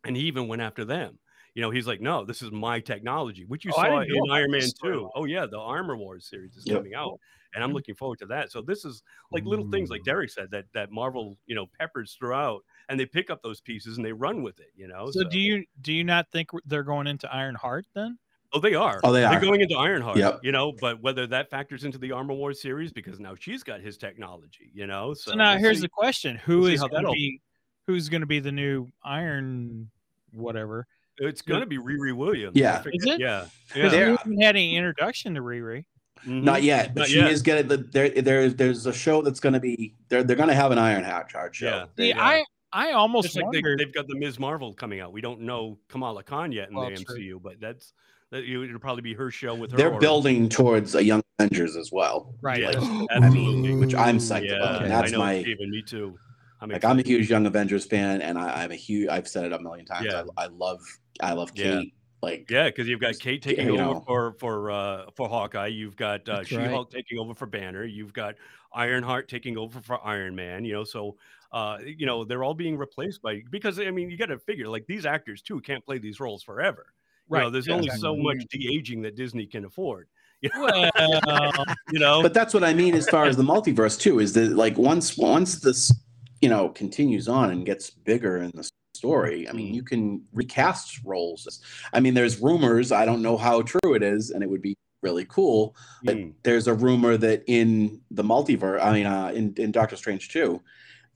Speaker 4: and he even went after them You know, he's like, no, this is my technology, which you
Speaker 7: Oh, I
Speaker 4: saw
Speaker 7: didn't know
Speaker 4: in
Speaker 7: about
Speaker 4: Iron Man
Speaker 7: this
Speaker 4: 2.
Speaker 7: storyline.
Speaker 4: Oh, yeah, the Armor Wars series is
Speaker 1: Yep.
Speaker 4: coming out. And I'm looking forward to that. So this is like little things like Derek said that that Marvel, you know, peppers throughout and they pick up those pieces and they run with it, you know.
Speaker 2: So do you do you not think they're going into Iron Heart then?
Speaker 4: Oh, they are.
Speaker 1: Oh, they
Speaker 4: They're
Speaker 1: are.
Speaker 4: going into Ironheart.
Speaker 1: Yep.
Speaker 4: You know, but whether that factors into the Armor Wars series because now she's got his technology. You know. So,
Speaker 2: So, now
Speaker 4: we'll
Speaker 2: here's
Speaker 4: see.
Speaker 2: the question: Who
Speaker 4: we'll see
Speaker 2: is
Speaker 4: how
Speaker 2: going to
Speaker 4: that'll-
Speaker 2: be who's going to be the new Iron whatever?
Speaker 4: It's going to be Riri Williams.
Speaker 1: Yeah.
Speaker 4: I forget-
Speaker 2: Is it?
Speaker 4: Yeah.
Speaker 2: Because
Speaker 4: Yeah.
Speaker 1: They're-
Speaker 2: we haven't had any introduction to Riri.
Speaker 4: Mhm.
Speaker 1: Not yet, but
Speaker 4: Not
Speaker 1: she
Speaker 4: yet.
Speaker 1: is getting the there. There, there's a show that's going to be. They're they're going to have an Iron Hat Charge show.
Speaker 4: Yeah.
Speaker 2: See,
Speaker 4: Yeah.
Speaker 2: I I almost
Speaker 4: Just like
Speaker 2: wondered.
Speaker 4: they, have got the Ms. Marvel coming out. We don't know Kamala Khan yet in
Speaker 2: Well,
Speaker 4: the
Speaker 2: true.
Speaker 4: MCU, but that's that. you- It'll probably be her show with her.
Speaker 1: They're
Speaker 4: or-
Speaker 1: building towards a Young Avengers as well.
Speaker 2: Right.
Speaker 4: Yes,
Speaker 1: Like,
Speaker 4: absolutely.
Speaker 1: which I'm psyched
Speaker 4: Yeah,
Speaker 1: about,
Speaker 2: Okay.
Speaker 1: and
Speaker 4: I
Speaker 1: that's
Speaker 4: know,
Speaker 1: my
Speaker 4: Steven, me too. I mean,
Speaker 1: like. I'm a huge Young Avengers fan, and I, I'm a huge. I've said it a million times.
Speaker 4: Yeah.
Speaker 1: I, I love. I love
Speaker 4: Yeah.
Speaker 1: Kate. Like.
Speaker 4: Yeah, because you've got Kate taking
Speaker 1: you
Speaker 4: over
Speaker 1: know.
Speaker 4: for for uh, for Hawkeye. You've got uh,
Speaker 3: That's
Speaker 4: She
Speaker 3: right.
Speaker 4: Hulk taking over for Banner. You've got Ironheart taking over for Iron Man. You know, so uh, you know they're all being replaced by because I mean you got to figure like these actors too can't play these roles forever. Right. You know,
Speaker 2: right.
Speaker 4: there's
Speaker 2: yeah,
Speaker 4: only
Speaker 2: exactly.
Speaker 4: so much de aging that Disney can afford.
Speaker 2: Well,
Speaker 4: You know,
Speaker 1: But that's what I mean as far as the multiverse too. Is that like once once this you know continues on and gets bigger in the story? I
Speaker 4: Mm-hmm.
Speaker 1: mean, you can recast roles. I mean, there's rumors. I don't know how true it is, and it would be really cool but
Speaker 4: Mm.
Speaker 1: there's a rumor that in the multiverse, I mean, uh, in, in Doctor Strange 2,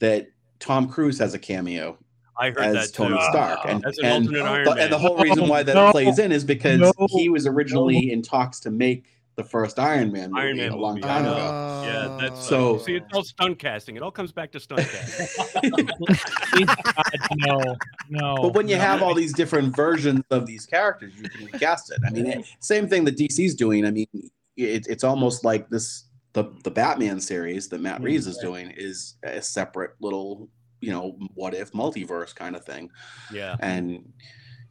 Speaker 1: that Tom Cruise has a cameo
Speaker 4: I heard
Speaker 1: as
Speaker 4: that too. Ah,
Speaker 1: Tony Stark. And,
Speaker 4: That's an
Speaker 1: and,
Speaker 4: alternate Iron
Speaker 1: but-
Speaker 4: Man.
Speaker 1: and the whole reason why that
Speaker 2: No.
Speaker 1: plays in is because
Speaker 2: No.
Speaker 1: he was originally in talks to make the first Iron Man movie
Speaker 4: Iron Man
Speaker 1: a long
Speaker 4: movie,
Speaker 1: time
Speaker 4: I know.
Speaker 1: ago.
Speaker 4: yeah, that's
Speaker 1: So-
Speaker 4: see, it's all stunt casting. It all comes back to stunt casting.
Speaker 2: no, no.
Speaker 1: But when you
Speaker 2: Oh, no.
Speaker 1: have all these different versions of these characters, you can recast it. I mean, it, same thing that DC's doing. I mean, it, it's almost like this the the Batman series that Matt Reeves
Speaker 4: Mm-hmm.
Speaker 1: is doing is a separate little you know what if multiverse kind of thing,
Speaker 4: yeah,
Speaker 1: and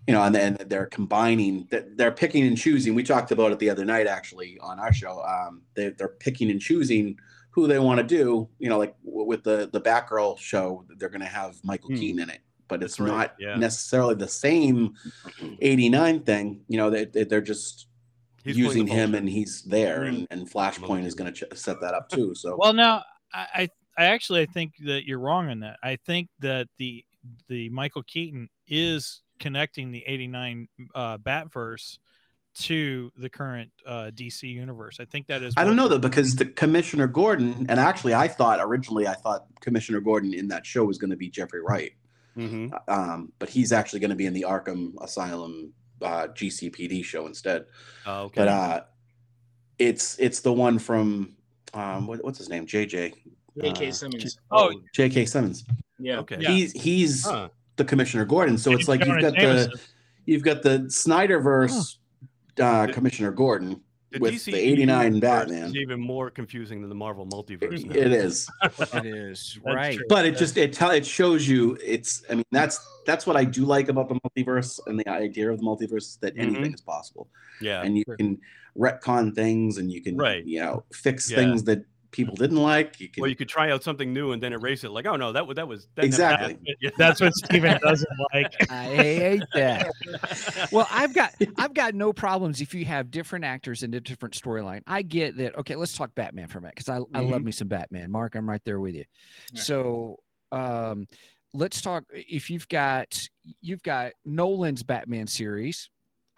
Speaker 1: you know, and then they're combining, they're- they're picking and choosing. We talked about it the other night actually on our show. Um, they, they're picking and choosing who they want to do. You know, like w- with the the Batgirl show, they're going to have Michael
Speaker 4: Hmm.
Speaker 1: Keaton in it but it's
Speaker 4: That's right,
Speaker 1: not
Speaker 4: yeah.
Speaker 1: necessarily the same 89 thing you know they, they, they're just
Speaker 4: He's playing
Speaker 1: using
Speaker 4: the
Speaker 1: him
Speaker 4: vulture.
Speaker 1: and he's there
Speaker 4: Mm.
Speaker 1: and, and flashpoint is going to ch- set that up too so
Speaker 2: Well, now I, I I actually I think that you're wrong on that. I think that the the Michael Keaton is connecting the '89 uh, Batverse to the current uh, DC universe. I think that is.
Speaker 1: i
Speaker 2: what-
Speaker 1: don't know though because the commissioner gordon and actually i thought originally i thought commissioner gordon in that show was going to be jeffrey wright
Speaker 4: Mhm.
Speaker 1: um, but he's actually going to be in the arkham asylum uh, gcpd show instead
Speaker 4: Oh, okay.
Speaker 1: but uh, it's it's the one from um, what, what's his name jj
Speaker 5: J.K.
Speaker 1: Uh,
Speaker 5: Simmons.
Speaker 2: Oh,
Speaker 1: jk simmons
Speaker 5: Yeah.
Speaker 4: okay.
Speaker 2: Yeah.
Speaker 1: he's he's
Speaker 4: Huh.
Speaker 1: the Commissioner Gordon. So it's like you've
Speaker 2: Jonah
Speaker 1: got the
Speaker 2: Jameson.
Speaker 1: you've got the Snyderverse uh, Commissioner Gordon.
Speaker 4: The
Speaker 1: with
Speaker 4: DC
Speaker 1: the 89
Speaker 4: universe
Speaker 1: Batman.
Speaker 4: is even more confusing than the Marvel multiverse. now.
Speaker 1: It is,
Speaker 3: it is right.
Speaker 2: true.
Speaker 1: but it just it tell it shows you it's. I mean that's that's what I do like about the multiverse and the idea of the multiverse is that anything is possible,
Speaker 4: Mm-hmm. Yeah.
Speaker 1: and you
Speaker 2: Sure.
Speaker 1: can retcon things and you can
Speaker 4: Right.
Speaker 1: you know fix
Speaker 4: Yeah.
Speaker 1: things that people didn't like. You can
Speaker 4: Well, you could try out something new and then erase it. Like, oh no, that was that was that never
Speaker 1: Exactly.
Speaker 4: happened. Yeah.
Speaker 2: That's what Steven doesn't like.
Speaker 3: I hate that. Well, I've got I've got no problems if you have different actors in a different storyline. I get that. Okay, let's talk Batman for a minute because I, I
Speaker 4: Mm-hmm.
Speaker 3: love me some Batman. Mark, I'm right there with you.
Speaker 5: Yeah.
Speaker 3: So um let's talk if you've got you've got Nolan's Batman series.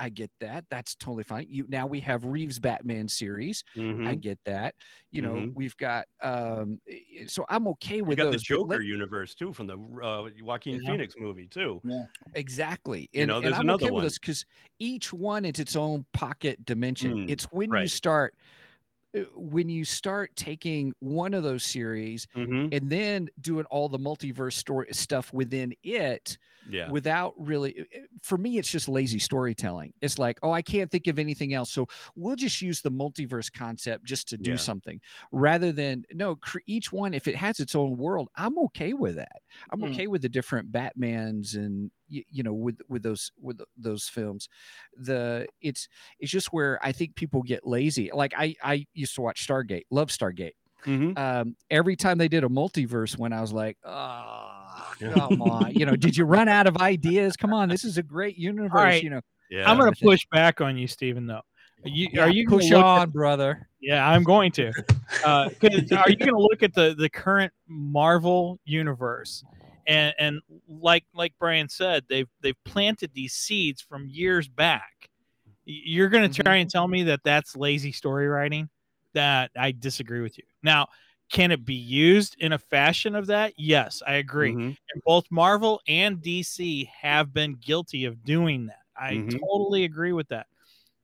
Speaker 3: I get that. That's totally fine. You now we have Reeves Batman series. I
Speaker 4: Mhm.
Speaker 3: get that. You know,
Speaker 4: Mhm.
Speaker 3: we've got um i- so I'm okay
Speaker 4: You
Speaker 3: with
Speaker 4: got the
Speaker 3: those. but let-
Speaker 4: Joker universe too from the uh, Joaquin
Speaker 2: Yeah.
Speaker 4: Phoenix movie too.
Speaker 3: Exactly.
Speaker 4: You
Speaker 3: And,
Speaker 4: know,
Speaker 3: and
Speaker 4: there's
Speaker 3: I'm
Speaker 4: another
Speaker 3: okay
Speaker 4: one.
Speaker 3: with this because each one is its own pocket dimension.
Speaker 4: Mm,
Speaker 3: it's when you
Speaker 4: right.
Speaker 3: start uh, when you start taking one of those series
Speaker 1: Mm-hmm.
Speaker 4: Mhm.
Speaker 3: and then doing all the multiverse story stuff within it
Speaker 4: Yeah.
Speaker 3: without really uh, for me it's just lazy storytelling it's like oh i can't think of anything else so we'll just use the multiverse concept just to do
Speaker 4: Yeah.
Speaker 3: something rather than no cre- each one if it has its own world i'm okay with that i'm
Speaker 5: Mm.
Speaker 3: okay with the different batmans and you, you know with with those with th- those films the it's it's just where i think people get lazy like i i used to watch stargate love stargate
Speaker 4: Mhm.
Speaker 3: um, every time they did a multiverse one, I was like, oh, come on. You know, did you run out of ideas? Come on, this is a great universe.
Speaker 2: right.
Speaker 3: You know,
Speaker 4: Yeah.
Speaker 2: I'm going to
Speaker 3: everything.
Speaker 2: push back on you, Stephen. Though, Are you, are you gonna
Speaker 3: push
Speaker 2: look
Speaker 3: on,
Speaker 2: at-
Speaker 3: brother?
Speaker 2: yeah, I'm going to. Uh, 'cause are you going to look at the the current Marvel universe? And, and like like Brian said, they've they've planted these seeds from years back. Y- You're going to try and tell me that that's lazy story writing? That I disagree with you. Now, can it be used in a fashion of that? Yes, I agree.
Speaker 1: Mm-hmm.
Speaker 4: Mhm.
Speaker 2: And both Marvel and DC have been guilty of doing that. I
Speaker 4: Mhm.
Speaker 2: totally agree with that.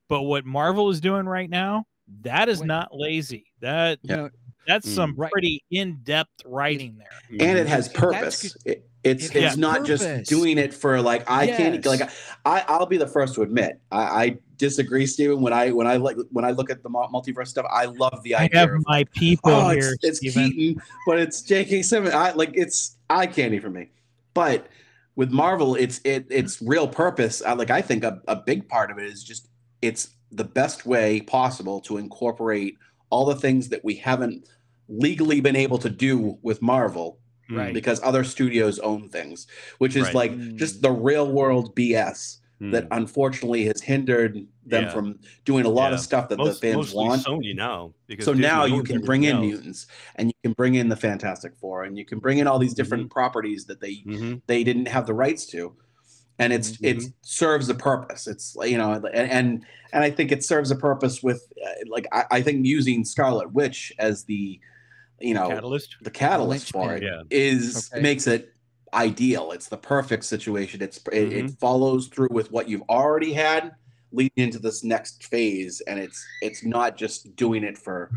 Speaker 2: But what Marvel is doing right now, that is
Speaker 3: Wait.
Speaker 2: not lazy. That
Speaker 1: Yeah.
Speaker 3: No.
Speaker 2: that's some
Speaker 3: Mm. Right.
Speaker 2: pretty in-depth writing there.
Speaker 4: Mm-hmm.
Speaker 1: and it has
Speaker 3: That's good.
Speaker 1: purpose. It, it's
Speaker 3: It has
Speaker 1: it's not
Speaker 3: purpose.
Speaker 1: just doing it for like I can't
Speaker 3: Yes.
Speaker 1: like I I'll be the first to admit I, I disagree, Stephen. When I when I like when I look at the mul- multiverse stuff, I love the
Speaker 2: I
Speaker 1: idea
Speaker 2: have
Speaker 1: of
Speaker 2: my people
Speaker 1: oh
Speaker 2: here.
Speaker 1: it's, it's
Speaker 2: Steven.
Speaker 1: Keaton, but it's J.K. Simmons. I like it's eye candy for me, but with Marvel, it's it it's real purpose. I, like I think a, a big part of it is just it's the best way possible to incorporate all the things that we haven't legally been able to do with Marvel
Speaker 2: Right.
Speaker 1: because other studios own things, which is
Speaker 4: Right.
Speaker 1: like just the real world BS
Speaker 4: Mm.
Speaker 1: that unfortunately has hindered them
Speaker 4: Yeah.
Speaker 1: from doing a lot
Speaker 4: Yeah.
Speaker 1: of stuff that
Speaker 4: Most-
Speaker 1: the fans
Speaker 4: mostly
Speaker 1: want.
Speaker 4: Sony now. Because
Speaker 1: so
Speaker 4: Disney
Speaker 1: now you
Speaker 4: owns
Speaker 1: can bring in
Speaker 4: everything else.
Speaker 1: mutants and you can bring in the Fantastic Four and you can bring in all
Speaker 4: Mm-hmm.
Speaker 1: these different properties that they
Speaker 4: Mhm.
Speaker 1: they didn't have the rights to. And it's
Speaker 4: Mm-hmm.
Speaker 1: it serves a purpose. It's you know, and and, and I think it serves a purpose with uh, like I, I think using Scarlet Witch as the you know
Speaker 4: Catalyst.
Speaker 1: the catalyst for
Speaker 3: Linchpin.
Speaker 1: it
Speaker 4: Yeah.
Speaker 1: is
Speaker 3: Okay.
Speaker 1: makes it ideal. It's the perfect situation. It's it,
Speaker 4: Mm-hmm.
Speaker 1: it follows through with what you've already had leading into this next phase, and it's it's not just doing it for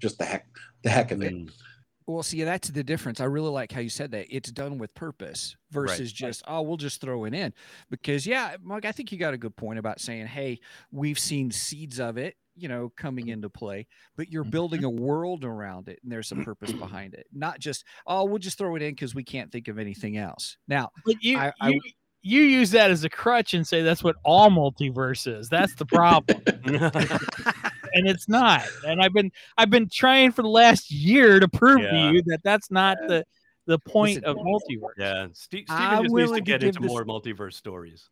Speaker 1: just the heck the heck of it.
Speaker 4: Mm.
Speaker 3: Well, see, that's the difference. I really like how you said that. It's done with purpose versus just, oh, we'll just throw it in. Because, yeah, Mike, I think you got a good point about saying, hey, we've seen seeds of it, you know, coming into play, but you're
Speaker 2: Mhm.
Speaker 3: building a world around it and there's a purpose behind it, not just, oh, we'll just throw it in because we can't think of anything else. Now,
Speaker 2: But you,
Speaker 3: I- I-
Speaker 2: you you use that as a crutch and say that's what all multiverse is. That's the problem. and it's not. And I've been I've been trying for the last year to prove
Speaker 4: Yeah.
Speaker 2: to you that that's not
Speaker 1: Yeah.
Speaker 2: the the point
Speaker 3: Listen,
Speaker 2: of multiverse.
Speaker 4: yeah. Ste- Steven
Speaker 3: I'm
Speaker 4: just needs
Speaker 3: willing to
Speaker 4: to get
Speaker 3: give
Speaker 4: into
Speaker 3: this-
Speaker 4: more multiverse stories.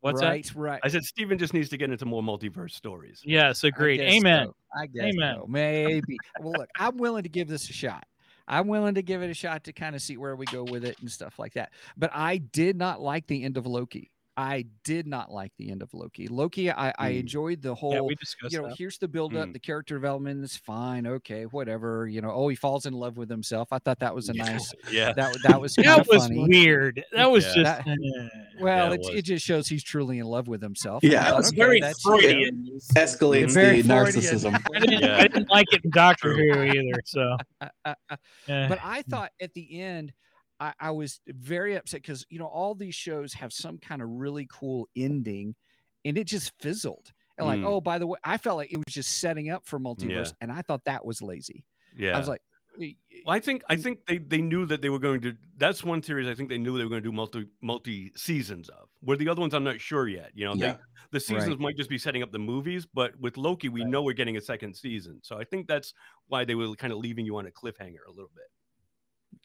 Speaker 2: What's that?
Speaker 3: right, right.
Speaker 4: I said Steven just needs to get into more multiverse stories.
Speaker 2: Yes,
Speaker 3: I
Speaker 2: agreed.
Speaker 3: guess
Speaker 2: Amen.
Speaker 3: so. I guess
Speaker 2: Amen.
Speaker 3: so. Maybe. well, look, I'm willing to give this a shot. I'm willing to give it a shot to kind of see where we go with it and stuff like that. But I did not like the end of Loki. I did not like the end of Loki. Loki, I, I
Speaker 1: Mm.
Speaker 3: enjoyed the whole
Speaker 2: Yeah, we discussed
Speaker 3: you know,
Speaker 2: that.
Speaker 3: here's the build up,
Speaker 4: Mm.
Speaker 3: the character development is fine, okay, whatever. You know, oh, he falls in love with himself. I thought that was a nice
Speaker 4: Yeah.
Speaker 3: that w- that was kind
Speaker 2: That
Speaker 3: of
Speaker 2: was
Speaker 3: funny.
Speaker 2: weird. That was
Speaker 4: Yeah.
Speaker 2: just uh,
Speaker 3: Well,
Speaker 4: it
Speaker 3: it's,
Speaker 4: was.
Speaker 3: it just shows he's truly in love with himself.
Speaker 1: Yeah.
Speaker 3: I
Speaker 5: That
Speaker 3: thought,
Speaker 5: was
Speaker 3: okay,
Speaker 5: very
Speaker 3: that's-
Speaker 5: Freudian.
Speaker 1: Escalates
Speaker 3: Very
Speaker 1: the
Speaker 3: Freudian.
Speaker 1: narcissism.
Speaker 2: I didn't,
Speaker 4: Mm-hmm. Yeah.
Speaker 2: I didn't like it in Doctor
Speaker 4: True.
Speaker 2: Who either. So, eh.
Speaker 3: but I thought at the end, I, I was very upset because you know all these shows have some kind of really cool ending, and it just fizzled. And like,
Speaker 4: Mm.
Speaker 3: oh, by the way, I felt like it was just setting up for multiverse, and I thought that was lazy.
Speaker 4: Yeah.
Speaker 3: I was like, y- y-
Speaker 4: Well, I think I think they, they knew that they were going to. That's one series I think they knew they were going to do multi multi seasons of. Where the other ones I'm not sure yet. You know,
Speaker 1: Yeah.
Speaker 4: they, the seasons might just be setting up the movies, but with Loki we know we're getting a second season. So I think that's why they were kind of leaving you on a cliffhanger a little bit.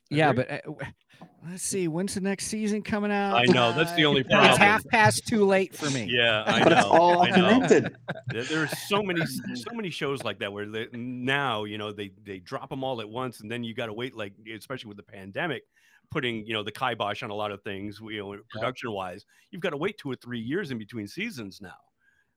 Speaker 3: yeah,
Speaker 4: agree.
Speaker 3: but uh, w- let's see, when's the next season coming out?
Speaker 4: I know, that's the
Speaker 3: Uh,
Speaker 4: only
Speaker 3: It's
Speaker 4: problem.
Speaker 3: half past too late for me.
Speaker 4: Yeah, I
Speaker 1: but it's
Speaker 4: know,
Speaker 1: all
Speaker 4: I know.
Speaker 1: connected.
Speaker 4: There- There's so many so many shows like that where they, now you know they they drop them all at once, and then you got to wait like especially with the pandemic, putting you know the kibosh on a lot of things. You know, production wise, you've got to wait two or three years in between seasons now.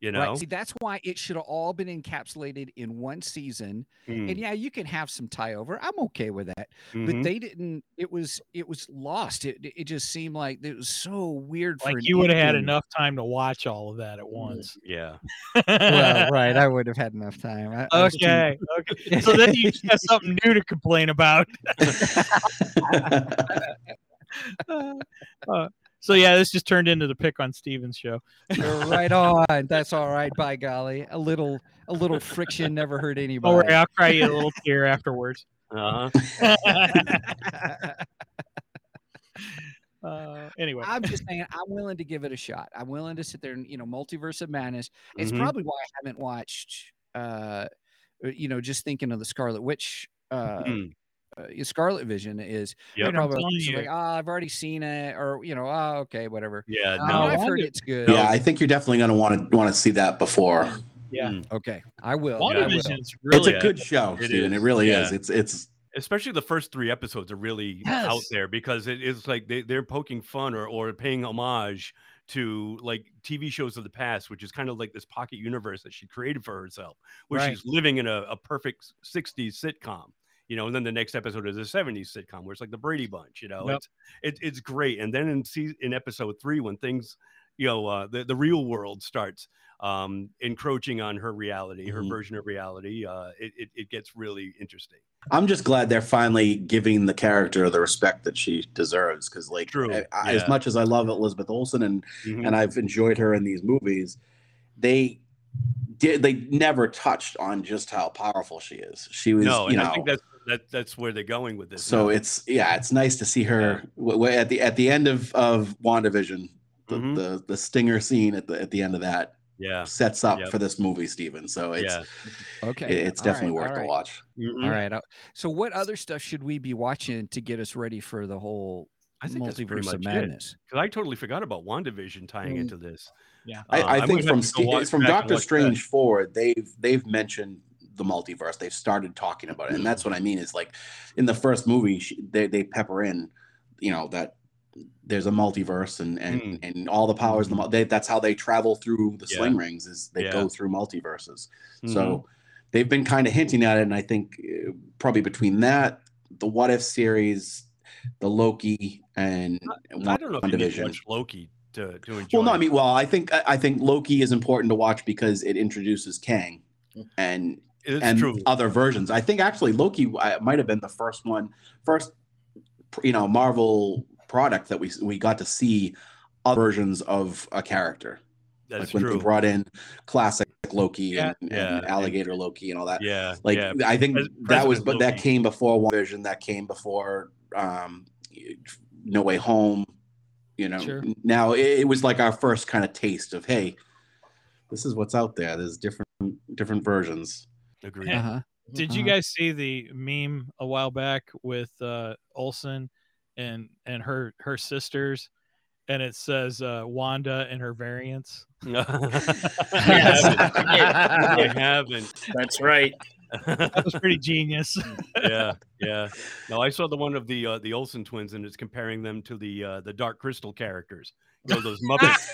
Speaker 4: You know,
Speaker 3: Right. See, that's why it should have all been encapsulated in one season.
Speaker 4: Mm,
Speaker 3: And yeah, you can have some tie over. I'm okay with that. but
Speaker 2: Mm-hmm.
Speaker 4: mhm.
Speaker 3: they didn't it was it was lost it, it just seemed like it was so weird for
Speaker 2: like
Speaker 3: an
Speaker 2: you would have had
Speaker 3: ending.
Speaker 2: enough time to watch all of that at once.
Speaker 4: yeah,
Speaker 3: Mm. well right i would have had enough time I, I was too-
Speaker 2: okay. Okay. So then you just have something new to complain about. Uh, so yeah, this just turned into the pick on Steven's show.
Speaker 3: you're right on that's all right by golly a little a little friction never hurt
Speaker 2: Don't worry,
Speaker 3: anybody
Speaker 2: I'll cry you a little tear afterwards.
Speaker 4: uh-huh.
Speaker 2: Uh, anyway,
Speaker 3: i'm just saying i'm willing to give it a shot i'm willing to sit there and you know multiverse of madness it's
Speaker 2: Mm-hmm.
Speaker 4: Mhm.
Speaker 3: probably why i haven't watched uh you know just thinking of the scarlet witch uh,
Speaker 4: Mm.
Speaker 3: uh, Scarlet Vision is
Speaker 4: Yep.
Speaker 3: you're probably
Speaker 2: I'm telling you.
Speaker 3: like, ah, I've already seen it, or you know, ah, okay, whatever.
Speaker 4: Yeah,
Speaker 3: "Ah,
Speaker 4: Uh, no.
Speaker 3: I've heard
Speaker 2: Wanda-
Speaker 3: it's good.
Speaker 1: Yeah, I think you're definitely going to want to want to see that before.
Speaker 3: Okay, I will. I will.
Speaker 2: WandaVision's really
Speaker 1: it's a
Speaker 4: Yeah,
Speaker 1: good show,
Speaker 4: it
Speaker 1: Steven.
Speaker 4: is.
Speaker 1: It really
Speaker 4: Yeah.
Speaker 1: is. It's it's
Speaker 4: Especially the first three episodes are really out
Speaker 2: Yes.
Speaker 4: there because it is like they, they're poking fun or, or paying homage to like TV shows of the past, which is kind of like this pocket universe that she created for herself, where
Speaker 2: Right.
Speaker 4: she's living in a, a perfect 60s sitcom. You know, and then the next episode is a 70s sitcom where it's like the Brady Bunch, you know,
Speaker 2: Yep.
Speaker 4: it's, it, it's great. And then in season, in episode three, when things, you know, uh, the, the real world starts um, encroaching on her reality, her
Speaker 2: Mm-hmm.
Speaker 1: Mhm.
Speaker 4: version of reality, uh, it, it, it gets really interesting.
Speaker 1: I'm just glad they're finally giving the character the respect that she deserves. Because like,
Speaker 4: True,
Speaker 1: I- I-
Speaker 4: yeah. Mm-hmm.
Speaker 1: as much as I love Elizabeth Olsen and and I've enjoyed her in these movies, they did they never touched on just how powerful she is. She was,
Speaker 4: no,
Speaker 1: you
Speaker 4: and
Speaker 1: know.
Speaker 4: I think that's that, that's where they're going with this.
Speaker 1: so
Speaker 4: now.
Speaker 1: it's yeah, it's nice to see her w- w- at the at the end of of WandaVision. The,
Speaker 4: Mhm.
Speaker 1: the the stinger scene at the at the end of that
Speaker 4: yeah,
Speaker 1: sets up
Speaker 4: Yep.
Speaker 1: for this movie, Steven. So it's
Speaker 4: yeah.
Speaker 3: Okay,
Speaker 1: it- it's
Speaker 3: all right,
Speaker 1: definitely
Speaker 3: all
Speaker 1: worth
Speaker 3: right.
Speaker 1: a watch.
Speaker 4: Mhm.
Speaker 3: All right. I- So, what other stuff should we be watching to get us ready for the whole
Speaker 4: I think that's pretty
Speaker 3: multiverse
Speaker 4: much
Speaker 3: of
Speaker 4: it.
Speaker 3: madness? Mm-hmm.
Speaker 4: Because I totally forgot about WandaVision tying
Speaker 5: Mm.
Speaker 4: into this.
Speaker 2: Yeah.
Speaker 1: I,
Speaker 4: Uh,
Speaker 1: I
Speaker 4: would
Speaker 1: think
Speaker 4: have
Speaker 1: from
Speaker 4: to go
Speaker 1: Ste-
Speaker 4: watch
Speaker 1: from
Speaker 4: back and
Speaker 1: Doctor
Speaker 4: watch that.
Speaker 1: Strange forward, they've they've mentioned the multiverse. They've started talking about it, and that's what I mean. Is like in the first movie, she, they they pepper in, you know, that there's a multiverse and and
Speaker 4: Mm.
Speaker 1: and all the powers. The mul- they, that's how they travel through the
Speaker 4: Yeah.
Speaker 1: sling rings. Is they
Speaker 4: Yeah. Mm-hmm.
Speaker 1: go through multiverses. So they've been kind of hinting at it, and I think uh, probably between that, the What If series, the Loki, and
Speaker 4: Mhm. I don't know if you need to
Speaker 1: WandaVision.
Speaker 4: watch Loki to to enjoy.
Speaker 1: Well, no,
Speaker 4: it.
Speaker 1: I mean, well, I think I I think Loki is important to watch because it introduces Kang and
Speaker 4: it's
Speaker 1: and
Speaker 4: true.
Speaker 1: other versions. I think actually Loki I, might have been the first one, first you know Marvel product that we we got to see other versions of a character.
Speaker 4: That's
Speaker 1: like when
Speaker 4: true.
Speaker 1: they brought in classic Loki and,
Speaker 4: Yeah.
Speaker 1: and alligator Loki and all that.
Speaker 4: yeah,
Speaker 1: Like
Speaker 4: yeah.
Speaker 1: I think
Speaker 4: Pres-
Speaker 1: that was,
Speaker 4: President
Speaker 1: but that
Speaker 4: Loki.
Speaker 1: came before One Vision. That came before um, No Way Home. You know,
Speaker 3: Sure.
Speaker 1: now it, it was like our first kind of taste of hey, this is what's out there. There's different different versions.
Speaker 4: Agreed.
Speaker 2: Yeah.
Speaker 3: Uh huh.
Speaker 2: Did you
Speaker 3: Uh-huh.
Speaker 2: guys see the meme a while back with uh, Olson and and her her sisters, and it says uh, Wanda and her variants?
Speaker 4: I
Speaker 5: Yes.
Speaker 4: haven't. I
Speaker 5: Yeah,
Speaker 4: haven't.
Speaker 5: That's right.
Speaker 2: That was pretty genius.
Speaker 4: yeah, yeah. No, I saw the one of the uh, the Olsen twins, and it's comparing them to the uh, the Dark Crystal characters. You know, those Muppets.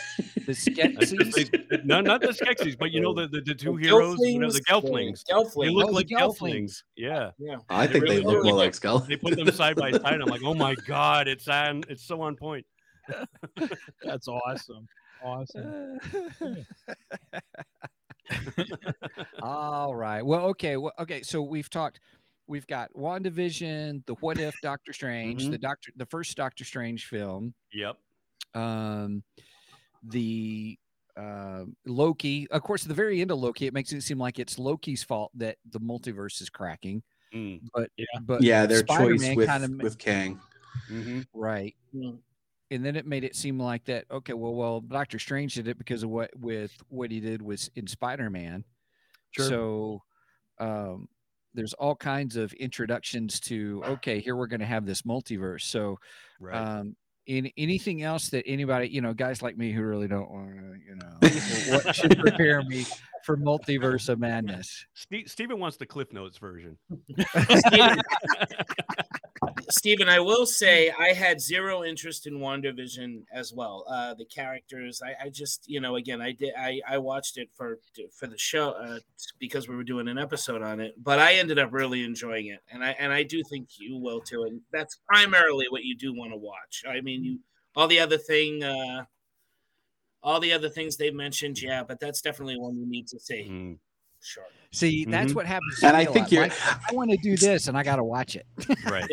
Speaker 3: The
Speaker 4: I just-
Speaker 3: Skeksis.
Speaker 4: they- no, not the Skeksis, but you know the the, the two
Speaker 5: The
Speaker 4: heroes, you know, the Gelflings. They
Speaker 5: Gelflings.
Speaker 4: look
Speaker 3: Oh, the
Speaker 4: like
Speaker 3: Gelflings.
Speaker 4: Gelflings. Yeah,
Speaker 5: yeah.
Speaker 1: I
Speaker 4: They
Speaker 1: think they
Speaker 4: really
Speaker 1: look
Speaker 4: do.
Speaker 1: more like skeletons.
Speaker 4: they put them side by side. I'm like, oh my god, it's on, it's so on point.
Speaker 2: That's awesome. Awesome.
Speaker 3: All right. Well, okay. Well, okay. So we've talked. We've got WandaVision, the What If, Doctor Strange, the Doctor, the first Doctor Strange film,
Speaker 4: Yep.
Speaker 3: um, the uh, Loki. Of course, at the very end of Loki, it makes it seem like it's Loki's fault that the multiverse is cracking.
Speaker 4: Mm.
Speaker 3: But
Speaker 2: Yeah.
Speaker 3: but
Speaker 1: yeah, their choice
Speaker 3: Spider-Man
Speaker 1: with
Speaker 3: kinda ma-
Speaker 1: with Kang.
Speaker 4: hmm
Speaker 3: right.
Speaker 5: Yeah.
Speaker 3: And then it made it seem like that. Okay, well, well, Doctor Strange did it because of what with what he did was in Spider Man. So um, there's all kinds of introductions to okay, here we're going to have this multiverse. So
Speaker 4: Right.
Speaker 3: um, in anything else that anybody, you know, guys like me who really don't want to, you know, what should prepare me for multiverse of madness?
Speaker 4: Ste- Steven wants the Cliff Notes version.
Speaker 5: Steven, Steven, I will say I had zero interest in WandaVision as well. Uh, the characters, I, I just, you know, again, I did, I, I watched it for for the show uh, because we were doing an episode on it, but I ended up really enjoying it, and I and I do think you will too, and that's primarily what you do want to watch. I mean, you all the other thing, uh, all the other things they mentioned, yeah, but that's definitely one you need to see.
Speaker 4: Mm.
Speaker 5: Sure.
Speaker 3: See, that's
Speaker 4: Mhm.
Speaker 3: what happens. to
Speaker 1: And
Speaker 3: me
Speaker 1: I
Speaker 3: a
Speaker 1: think
Speaker 3: lot.
Speaker 1: you're
Speaker 3: Like, I want to do this, and I got to watch it.
Speaker 4: Right.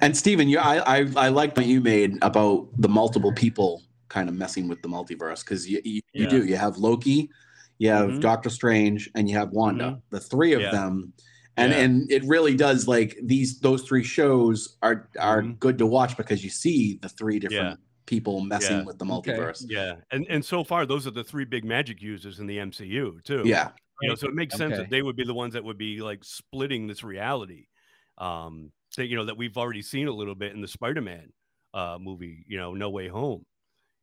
Speaker 1: and Steven, you I I, I like what you made about the multiple people kind of messing with the multiverse because you you, you
Speaker 4: Yeah.
Speaker 1: do you have Loki, you have
Speaker 4: Mhm.
Speaker 1: Doctor Strange, and you have Wanda. The three of
Speaker 4: Mm-hmm. Yeah.
Speaker 1: them. And,
Speaker 4: Yeah.
Speaker 1: and it really does like these those three shows are are
Speaker 4: Mhm.
Speaker 1: good to watch because you see the three different
Speaker 4: Yeah.
Speaker 1: people messing
Speaker 4: Yeah.
Speaker 1: with the
Speaker 3: Okay.
Speaker 1: multiverse.
Speaker 4: Yeah. And and so far, those are the three big magic users in the MCU too.
Speaker 1: Yeah.
Speaker 4: You know, so it makes sense
Speaker 3: Okay.
Speaker 4: that they would be the ones that would be like splitting this reality. Um, that you know that we've already seen a little bit in the Spider-Man uh movie, you know, No Way Home.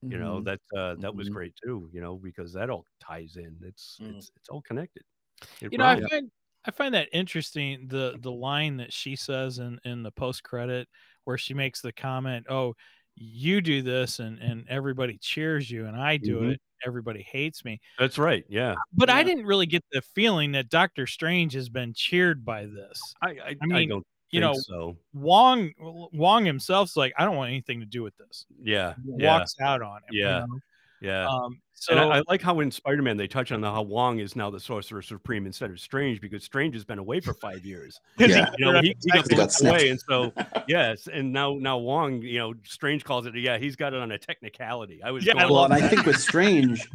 Speaker 4: You know,
Speaker 2: Mm-hmm.
Speaker 3: Mhm.
Speaker 4: that uh that was
Speaker 3: Mhm.
Speaker 4: great too, you know, because that all ties in. It's
Speaker 5: Mm.
Speaker 4: it's it's all connected. It
Speaker 2: you know, I
Speaker 4: rhymes.
Speaker 2: find I find that interesting. The the line that she says in in the post credit where she makes the comment, "Oh, you do this, and and everybody cheers you, and I do
Speaker 4: Mhm.
Speaker 2: it, everybody hates me."
Speaker 4: that's right. Yeah.
Speaker 2: But I
Speaker 5: Yeah.
Speaker 2: didn't really get the feeling that Doctor Strange has been cheered by this.
Speaker 4: I I, I,
Speaker 2: mean,
Speaker 4: don't
Speaker 2: You
Speaker 4: think
Speaker 2: know,
Speaker 4: so.
Speaker 2: Wong Wong himself's like, "I don't want anything to do with this."
Speaker 4: Yeah. Yeah.
Speaker 2: Walks out on him. you
Speaker 4: Yeah.
Speaker 2: know?
Speaker 4: yeah.
Speaker 2: Um, so
Speaker 4: And I, I like how in Spider Man they touch on the, how Wong is now the Sorcerer Supreme instead of Strange because Strange has been away for five years.
Speaker 1: Yeah.
Speaker 4: You know, he, he got
Speaker 1: He got
Speaker 4: blown away,
Speaker 1: snatched.
Speaker 4: and so yes, and now now Wong, you know, Strange calls it. Yeah, he's got it on a technicality. I was
Speaker 2: Yeah, I
Speaker 4: going,
Speaker 1: well,
Speaker 2: love
Speaker 1: and I
Speaker 2: that.
Speaker 1: think with Strange,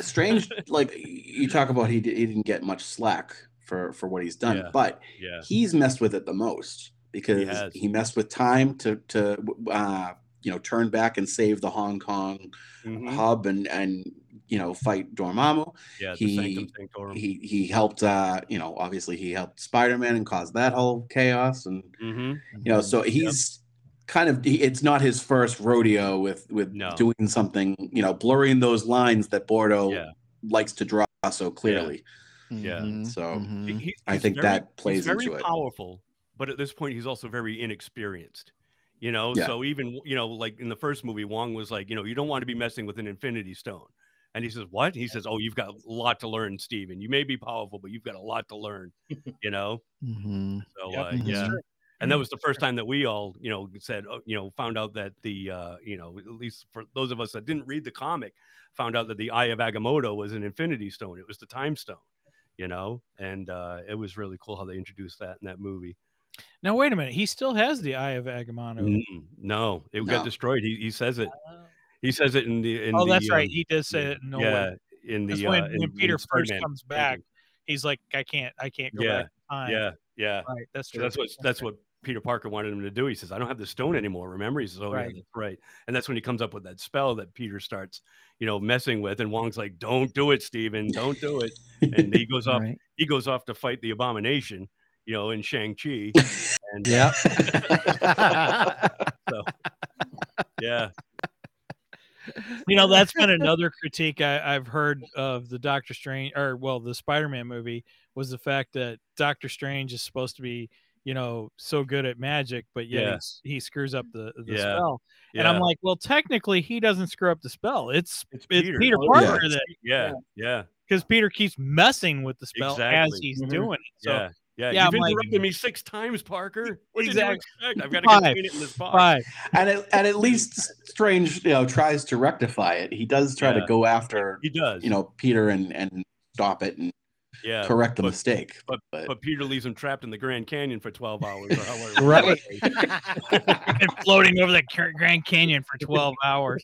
Speaker 1: Strange, like you talk about, he di- he didn't get much slack for for what he's done,
Speaker 4: Yeah.
Speaker 1: but
Speaker 4: yeah,
Speaker 1: he's messed with it the most because
Speaker 4: has.
Speaker 1: he, messed with time to to uh, you know turn back and save the Hong Kong
Speaker 4: mhm,
Speaker 1: hub and and you know fight Dormammu.
Speaker 4: yeah, the
Speaker 1: he-
Speaker 4: Sanctum Sanctorum.
Speaker 1: He he helped uh, you know obviously he helped Spider Man and caused that whole chaos and
Speaker 4: Mhm,
Speaker 3: Mm-hmm.
Speaker 1: you know so he's kind of he, it's not his first rodeo with with
Speaker 4: No.
Speaker 1: doing something you know blurring those lines that Bordeaux
Speaker 4: Yeah.
Speaker 1: likes to draw so clearly.
Speaker 4: Yeah.
Speaker 3: Mhm.
Speaker 1: So
Speaker 4: He-
Speaker 3: Mhm.
Speaker 4: he's-
Speaker 1: Mm-hmm. I
Speaker 4: he's
Speaker 1: think
Speaker 4: very-
Speaker 1: that plays
Speaker 4: he's very
Speaker 1: into it.
Speaker 4: powerful, but at this point he's also very inexperienced. You know,
Speaker 1: Yeah.
Speaker 4: so even you know, like in the first movie, Wong was like, you know, you don't want to be messing with an Infinity Stone, and he says, "What?" He says, "Oh, you've got a lot to learn, Steven. You may be powerful, but you've got a lot to learn." You know,
Speaker 3: Mhm.
Speaker 4: so
Speaker 2: Yep,
Speaker 4: uh,
Speaker 3: that's
Speaker 4: yeah.
Speaker 2: true.
Speaker 4: And that was the
Speaker 2: Mhm,
Speaker 4: first time that we all, you know, said, uh, you know, found out that the, uh, you know, at least for those of us that didn't read the comic, found out that the Eye of Agamotto was an Infinity Stone. It was the Time Stone, you know, and uh, it was really cool how they introduced that in that movie.
Speaker 2: now wait a minute, he still has the Eye of Agamotto.
Speaker 4: Mm-mm, Mm, No, it got
Speaker 1: No.
Speaker 4: destroyed. He, he says it. He says it in the. In
Speaker 2: oh,
Speaker 4: the,
Speaker 2: that's right.
Speaker 4: um,
Speaker 2: He does say it. No way.
Speaker 4: yeah, in
Speaker 2: That's
Speaker 4: the
Speaker 2: when,
Speaker 4: uh,
Speaker 2: when
Speaker 4: in- in
Speaker 2: Peter first
Speaker 4: Spider-Man.
Speaker 2: comes back, he's like, I can't, I can't go
Speaker 4: Yeah,
Speaker 2: back in time.
Speaker 4: Yeah, yeah.
Speaker 2: right. That's
Speaker 4: So
Speaker 2: true.
Speaker 4: that's what that's
Speaker 2: right.
Speaker 4: what Peter Parker wanted him to do. He says, "I don't have the stone anymore." Remember? He says, "Oh yeah,
Speaker 2: Right.
Speaker 4: that's right." And that's when he comes up with that spell that Peter starts, you know, messing with. And Wong's like, "Don't do it, Steven. Don't do it." And he goes off.
Speaker 3: Right.
Speaker 4: He goes off to fight the Abomination, you know, in Shang Chi. And
Speaker 3: Yeah.
Speaker 4: yeah,
Speaker 2: You know, that's been another critique I, I've heard of the Doctor Strange, or well, the Spider-Man movie was the fact that Doctor Strange is supposed to be, you know, so good at magic, but yet
Speaker 4: Yeah.
Speaker 2: he's- he screws up the, the
Speaker 4: Yeah.
Speaker 2: spell.
Speaker 4: yeah.
Speaker 2: And I'm like, well, technically, he doesn't screw up the spell. It's it's Peter,
Speaker 4: Oh, yeah.
Speaker 2: Parker that
Speaker 4: Yeah, yeah,
Speaker 2: because Peter keeps messing with the spell as
Speaker 4: Exactly. Mm-hmm.
Speaker 2: he's
Speaker 5: Mhm.
Speaker 2: doing it. So
Speaker 4: yeah, yeah.
Speaker 2: yeah,
Speaker 4: You've
Speaker 2: I'm like-
Speaker 4: interrupted me six times, Parker. What
Speaker 2: Exactly.
Speaker 4: did you expect? I've got to
Speaker 2: Five.
Speaker 4: get it in this box.
Speaker 2: Bye.
Speaker 1: and at, and at least Strange, you know, tries to rectify it. He does try
Speaker 4: Yeah.
Speaker 1: to go after,
Speaker 4: He does.
Speaker 1: you know, Peter and and stop it and
Speaker 4: yeah.
Speaker 1: correct the
Speaker 4: but-
Speaker 1: mistake. but-
Speaker 4: But Peter leaves him trapped in the Grand Canyon for 12 hours. Or however
Speaker 3: Right.
Speaker 2: been floating over the Car- Grand Canyon for 12 hours.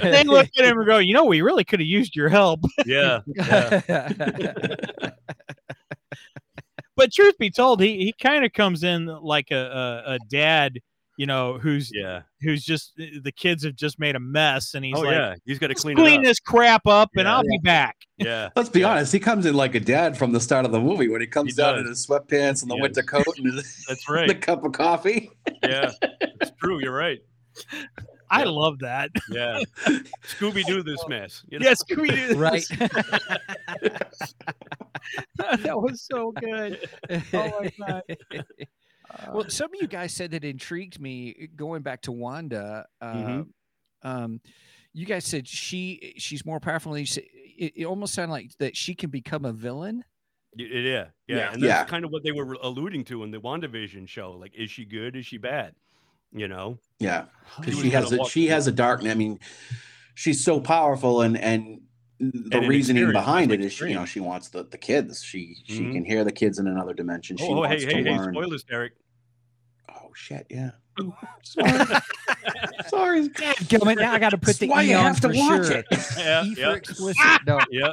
Speaker 2: they look at him and go, you know, we really could have used your help.
Speaker 4: Yeah. yeah.
Speaker 2: But truth be told, he, he kind of comes in like a, a, a dad, you know, who's
Speaker 4: Yeah.
Speaker 2: who's just uh, the kids have just made a mess and he's
Speaker 4: oh,
Speaker 2: like,
Speaker 4: yeah. He's got to
Speaker 2: "Let's
Speaker 4: clean,
Speaker 2: clean,
Speaker 4: it up.
Speaker 2: this crap up and
Speaker 4: Yeah.
Speaker 2: I'll be back.
Speaker 4: Yeah.
Speaker 1: Let's be
Speaker 4: Yeah.
Speaker 1: honest, he comes in like a dad from the start of the movie when he comes down
Speaker 4: does.
Speaker 1: in his sweatpants and the
Speaker 4: Yes.
Speaker 1: winter coat and his,
Speaker 4: That's
Speaker 1: the
Speaker 4: right.
Speaker 1: cup of coffee.
Speaker 4: Yeah. It's true. You're right.
Speaker 2: I
Speaker 4: Yeah.
Speaker 2: love that.
Speaker 4: Yeah. Scooby Doo this mess. You know?
Speaker 2: Yes, can we do this?
Speaker 3: right.
Speaker 2: that was so good. Oh my god.
Speaker 3: well, some of you guys said that intrigued me eh, going back to Wanda. Uh,
Speaker 1: Mm-hmm.
Speaker 4: Mhm.
Speaker 3: um, you guys said she she's more powerful. And you said, it, it almost sounded like that she can become a villain.
Speaker 4: Y- Yeah. Yeah.
Speaker 5: Yeah.
Speaker 4: And that's
Speaker 1: Yeah.
Speaker 4: kind of what they were alluding to in the WandaVision show. Like, is she good? Is she bad? You know?
Speaker 1: Yeah, because
Speaker 4: He
Speaker 1: she
Speaker 4: was
Speaker 1: has
Speaker 4: gonna
Speaker 1: a
Speaker 4: walk-
Speaker 1: she has a dark. I mean, she's so powerful, and and the
Speaker 4: And an
Speaker 1: reasoning
Speaker 4: experience,
Speaker 1: behind
Speaker 4: like
Speaker 1: it is, you know,
Speaker 4: Strange.
Speaker 1: she wants the the kids. She she
Speaker 4: Mhm.
Speaker 1: can hear the kids in another dimension. She
Speaker 4: Oh, oh,
Speaker 1: wants
Speaker 4: hey, hey,
Speaker 1: to
Speaker 4: hey.
Speaker 1: learn.
Speaker 4: Spoilers, Eric.
Speaker 1: Oh shit! Yeah. Oh, Sorry. Sorry.
Speaker 3: Gentlemen, now I got to put the
Speaker 1: That's why
Speaker 3: E
Speaker 1: you
Speaker 3: on
Speaker 1: have to
Speaker 3: for
Speaker 1: watch
Speaker 3: sure.
Speaker 1: it.
Speaker 4: Yeah. Ah,
Speaker 3: E for
Speaker 4: Yeah.
Speaker 3: explicit. No,
Speaker 4: Yeah.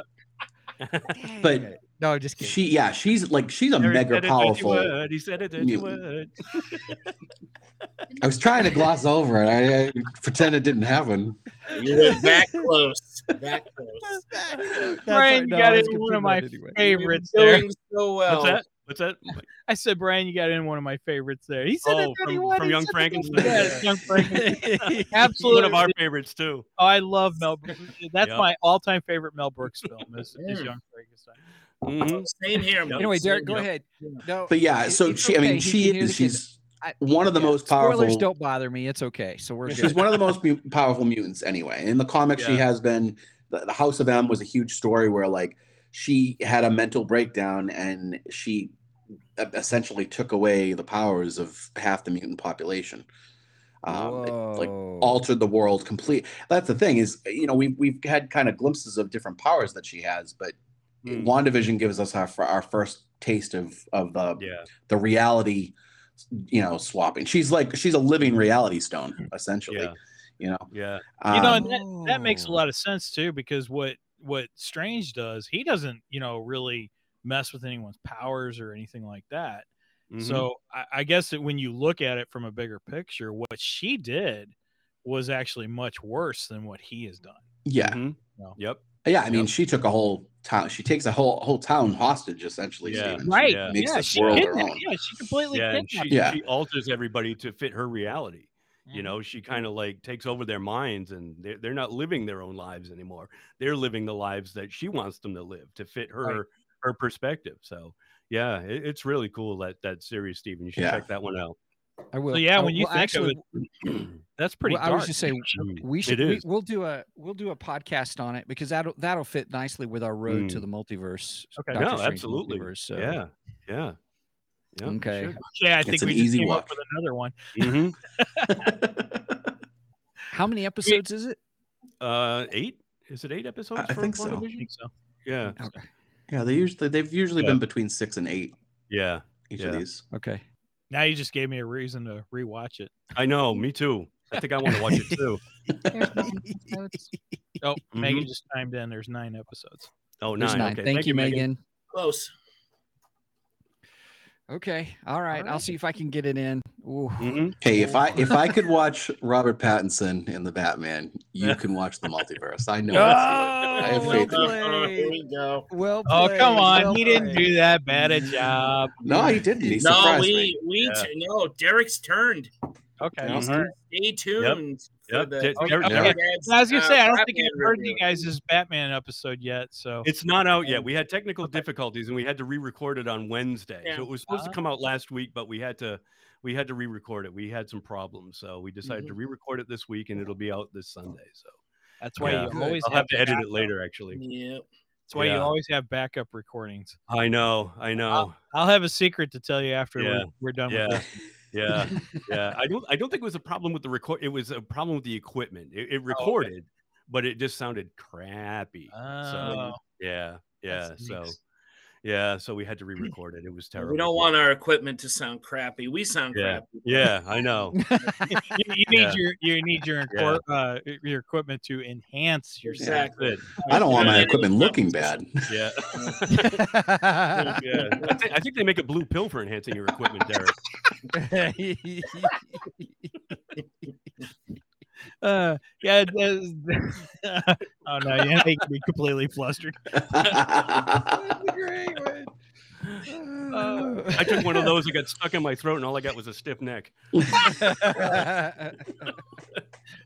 Speaker 3: dang
Speaker 1: But
Speaker 3: it. No, I'm just kidding.
Speaker 1: She, yeah, she's like she's a
Speaker 4: There, he
Speaker 1: mega
Speaker 4: said it, don't you
Speaker 1: powerful.
Speaker 4: worry. He said it. don't you
Speaker 1: Yeah.
Speaker 4: worry.
Speaker 1: I was trying to gloss over it. I, I pretend it didn't happen.
Speaker 5: You were that close. That close.
Speaker 3: That's
Speaker 2: Brian,
Speaker 3: right.
Speaker 2: you
Speaker 3: No,
Speaker 2: got
Speaker 3: I
Speaker 2: in
Speaker 3: was gonna
Speaker 2: one
Speaker 3: put
Speaker 2: of my
Speaker 3: mine anyway.
Speaker 2: favorites
Speaker 5: You're
Speaker 2: there.
Speaker 5: doing so well.
Speaker 4: What's that? What's that?
Speaker 2: I said, Brian, you got in one of my favorites there. He said
Speaker 4: Oh,
Speaker 2: that
Speaker 4: from-
Speaker 2: 31.
Speaker 4: from
Speaker 2: he
Speaker 4: Young
Speaker 2: said that
Speaker 4: Frankenstein.
Speaker 2: 31. Yes, Young Frankenstein. Absolutely.
Speaker 4: One of our favorites too.
Speaker 2: Oh, I love Mel Brooks. That's
Speaker 4: Yep.
Speaker 2: my all-time favorite Mel Brooks film is, is
Speaker 5: Mm.
Speaker 2: Young Frankenstein.
Speaker 4: Mhm.
Speaker 5: Same here. man.
Speaker 3: Anyway, Derek, go
Speaker 5: Same-
Speaker 3: ahead. No,
Speaker 1: But yeah,
Speaker 3: it-
Speaker 1: so
Speaker 3: it's
Speaker 1: she, I
Speaker 3: okay.
Speaker 1: mean,
Speaker 3: He
Speaker 1: she
Speaker 3: can hear the
Speaker 1: is.
Speaker 3: kids.
Speaker 1: She's
Speaker 3: I-
Speaker 1: one of the
Speaker 3: Yeah,
Speaker 1: most powerful.
Speaker 3: Spoilers don't bother me. It's okay. So we're
Speaker 1: She's
Speaker 3: good.
Speaker 1: one of the most mu- powerful mutants anyway. In the comics, she
Speaker 4: Yeah.
Speaker 1: has been. The, the House of M was a huge story where like she had a mental breakdown and she e- essentially took away the powers of half the mutant population. Um, it, like
Speaker 3: Whoa.
Speaker 1: altered the world complete. That's the thing is, you know, we've we've had kind of glimpses of different powers that she has, but
Speaker 4: Mm.
Speaker 1: WandaVision gives us our fir- our first taste of of the
Speaker 4: Yeah.
Speaker 1: the reality, you know, swapping. She's like she's a living reality stone essentially.
Speaker 4: Hmm. Yeah.
Speaker 1: You know,
Speaker 4: Yeah.
Speaker 2: you know,
Speaker 1: Um,
Speaker 2: and that, that makes a
Speaker 3: Oh.
Speaker 2: lot of sense too, because what what Strange does, he doesn't, you know, really mess with anyone's powers or anything like that.
Speaker 4: Mhm.
Speaker 2: So I, I guess that when you look at it from a bigger picture, what she did was actually much worse than what he has done.
Speaker 1: yeah,
Speaker 4: Mhm.
Speaker 2: No.
Speaker 4: Yep.
Speaker 1: yeah. I mean,
Speaker 4: Yep.
Speaker 1: she took a whole town. She takes a whole whole town hostage essentially.
Speaker 4: Yeah.
Speaker 1: Steven. She
Speaker 2: Right,
Speaker 1: makes this
Speaker 2: she
Speaker 1: world
Speaker 2: kidnapped.
Speaker 1: her own.
Speaker 2: Yeah, she completely
Speaker 4: Yeah. And she,
Speaker 2: kidnapped.
Speaker 1: Yeah.
Speaker 4: she alters everybody to fit her reality.
Speaker 3: Mm-hmm.
Speaker 4: You know, she kind of like takes over their minds and they're, they're not living their own lives anymore. They're living the lives that she wants them to live to fit her her perspective. So yeah, it, it's really cool that that series, Steven. You should
Speaker 1: Yeah.
Speaker 4: check that one out.
Speaker 3: I will.
Speaker 2: So yeah,
Speaker 3: I
Speaker 2: when you
Speaker 3: will
Speaker 2: think of
Speaker 3: actually,
Speaker 2: it, that's pretty.
Speaker 3: Well, I was
Speaker 2: dark.
Speaker 3: just saying,
Speaker 4: Mm.
Speaker 3: we
Speaker 4: It
Speaker 3: should we,
Speaker 4: is.
Speaker 3: we'll do a we'll do a podcast on it because that'll that'll fit nicely with our road to
Speaker 4: Mm.
Speaker 3: the multiverse.
Speaker 2: Okay.
Speaker 3: Doctor
Speaker 4: No,
Speaker 3: Strange
Speaker 4: absolutely.
Speaker 3: multiverse, so-
Speaker 4: Yeah. Yeah. Yeah, we
Speaker 3: uh Okay. Mm-hmm.
Speaker 4: should.
Speaker 2: yeah, I
Speaker 1: It's
Speaker 2: think
Speaker 1: an
Speaker 2: we just
Speaker 1: easy
Speaker 2: came up
Speaker 1: watch.
Speaker 2: with another one.
Speaker 4: Mhm.
Speaker 3: How many episodes is it?
Speaker 4: Uh, eight? Is it eight episodes?
Speaker 1: I
Speaker 4: for
Speaker 1: think so.
Speaker 2: I
Speaker 4: WandaVision?
Speaker 2: think so.
Speaker 4: Yeah.
Speaker 3: Okay.
Speaker 1: yeah, they usually they've usually
Speaker 4: Yeah.
Speaker 1: been between six and eight
Speaker 4: Yeah.
Speaker 1: each
Speaker 4: Yeah.
Speaker 1: of these.
Speaker 3: Okay.
Speaker 2: Now you just gave me a reason to rewatch it.
Speaker 4: I know. Me too. I think I want to watch it too.
Speaker 6: There's nine episodes.
Speaker 2: Oh, Megan
Speaker 4: Mhm.
Speaker 2: just chimed in. There's nine episodes.
Speaker 4: Oh,
Speaker 3: There's
Speaker 4: nine.
Speaker 3: nine.
Speaker 4: Okay.
Speaker 3: Thank, you, Megan.
Speaker 5: Close.
Speaker 3: Okay. All right. I'll
Speaker 2: right.
Speaker 3: see if I can get it in. Ooh.
Speaker 4: Mhm.
Speaker 1: Mm-hmm. Hey, if I if I could watch Robert Pattinson in the Batman, you
Speaker 4: Yeah.
Speaker 1: can watch the multiverse. Ah, I know.
Speaker 2: Oh,
Speaker 1: have
Speaker 3: well
Speaker 1: faith in you.
Speaker 5: Uh, here
Speaker 3: played.
Speaker 5: we go.
Speaker 3: Well
Speaker 2: Oh,
Speaker 3: played,
Speaker 2: come on.
Speaker 3: well
Speaker 2: he didn't
Speaker 3: played.
Speaker 2: do that bad
Speaker 4: Mm-hmm.
Speaker 2: a job.
Speaker 1: No, he didn't. He
Speaker 5: No,
Speaker 1: surprised me.
Speaker 5: we we
Speaker 4: Yeah.
Speaker 5: t- no. Derek's turned.
Speaker 2: Okay.
Speaker 1: Yeah.
Speaker 2: all right.
Speaker 5: Stay tuned. for
Speaker 4: Yep.
Speaker 5: the-
Speaker 4: Derek-
Speaker 5: for
Speaker 4: Derek-
Speaker 5: the
Speaker 1: Derek-
Speaker 5: Dad's,
Speaker 2: Oh, I was going to
Speaker 5: uh,
Speaker 2: say, I don't think
Speaker 5: Batman
Speaker 2: I've heard you
Speaker 5: review.
Speaker 2: guys' Batman episode yet. So,
Speaker 4: It's not out yet. We had technical difficulties and we had to re-record it on Wednesday.
Speaker 5: Yeah.
Speaker 4: So it was supposed to come out last week, but we had to we had to re-record it. We had some problems, so we decided to re-record it this week, and it'll be out this Sunday. So
Speaker 2: that's why
Speaker 4: Yeah.
Speaker 2: you always
Speaker 4: I'll have to edit
Speaker 2: backup-
Speaker 4: it later. Actually,
Speaker 5: Yep.
Speaker 2: That's why you
Speaker 4: Yeah.
Speaker 2: always have backup recordings.
Speaker 4: I know, I know.
Speaker 2: I'll have a secret to tell you after
Speaker 4: Yeah.
Speaker 2: we're, we're done with
Speaker 4: Yeah,
Speaker 2: this.
Speaker 4: yeah, yeah. I don't I don't think it was a problem with the record. It was a problem with the equipment. It, it recorded, but it just sounded crappy.
Speaker 2: Oh,
Speaker 4: Yeah, yeah.
Speaker 2: that
Speaker 4: So
Speaker 2: stinks.
Speaker 4: yeah, so we had to re-record it. It was terrible.
Speaker 5: We don't want our equipment to sound crappy. We sound
Speaker 4: Yeah.
Speaker 5: crappy.
Speaker 4: Yeah, I know.
Speaker 2: you, you need
Speaker 4: Yeah.
Speaker 2: your you need your
Speaker 4: Yeah.
Speaker 2: encor- uh, your equipment to enhance your sound.
Speaker 5: Exactly.
Speaker 4: Good.
Speaker 1: I don't want my
Speaker 5: Yeah.
Speaker 1: equipment looking bad.
Speaker 4: Yeah. yeah. I, thi- I think they make a blue pill for enhancing your equipment, Derek.
Speaker 2: Uh, yeah. it does- oh no, you make me completely flustered.
Speaker 4: I took one of those that got stuck in my throat, and all I got was a stiff neck.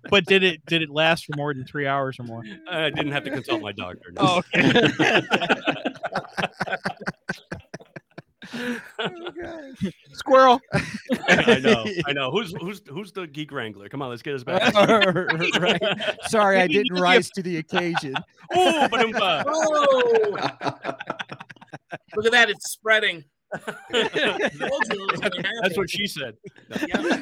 Speaker 2: But did it did it last for more than three hours or more?
Speaker 4: I didn't have to consult my doctor. no.
Speaker 2: Oh, okay. Squirrel.
Speaker 4: I know. I know. Who's who's who's the geek wrangler? Come on, let's get us back.
Speaker 3: right. Sorry, I
Speaker 2: Maybe you
Speaker 3: didn't
Speaker 2: need to
Speaker 3: rise to the occasion.
Speaker 4: Ooh, ba-dum-ba.
Speaker 5: Oh, look at that! It's spreading. Told you it was gonna
Speaker 4: That's
Speaker 5: happen.
Speaker 4: what she said.
Speaker 5: Yeah.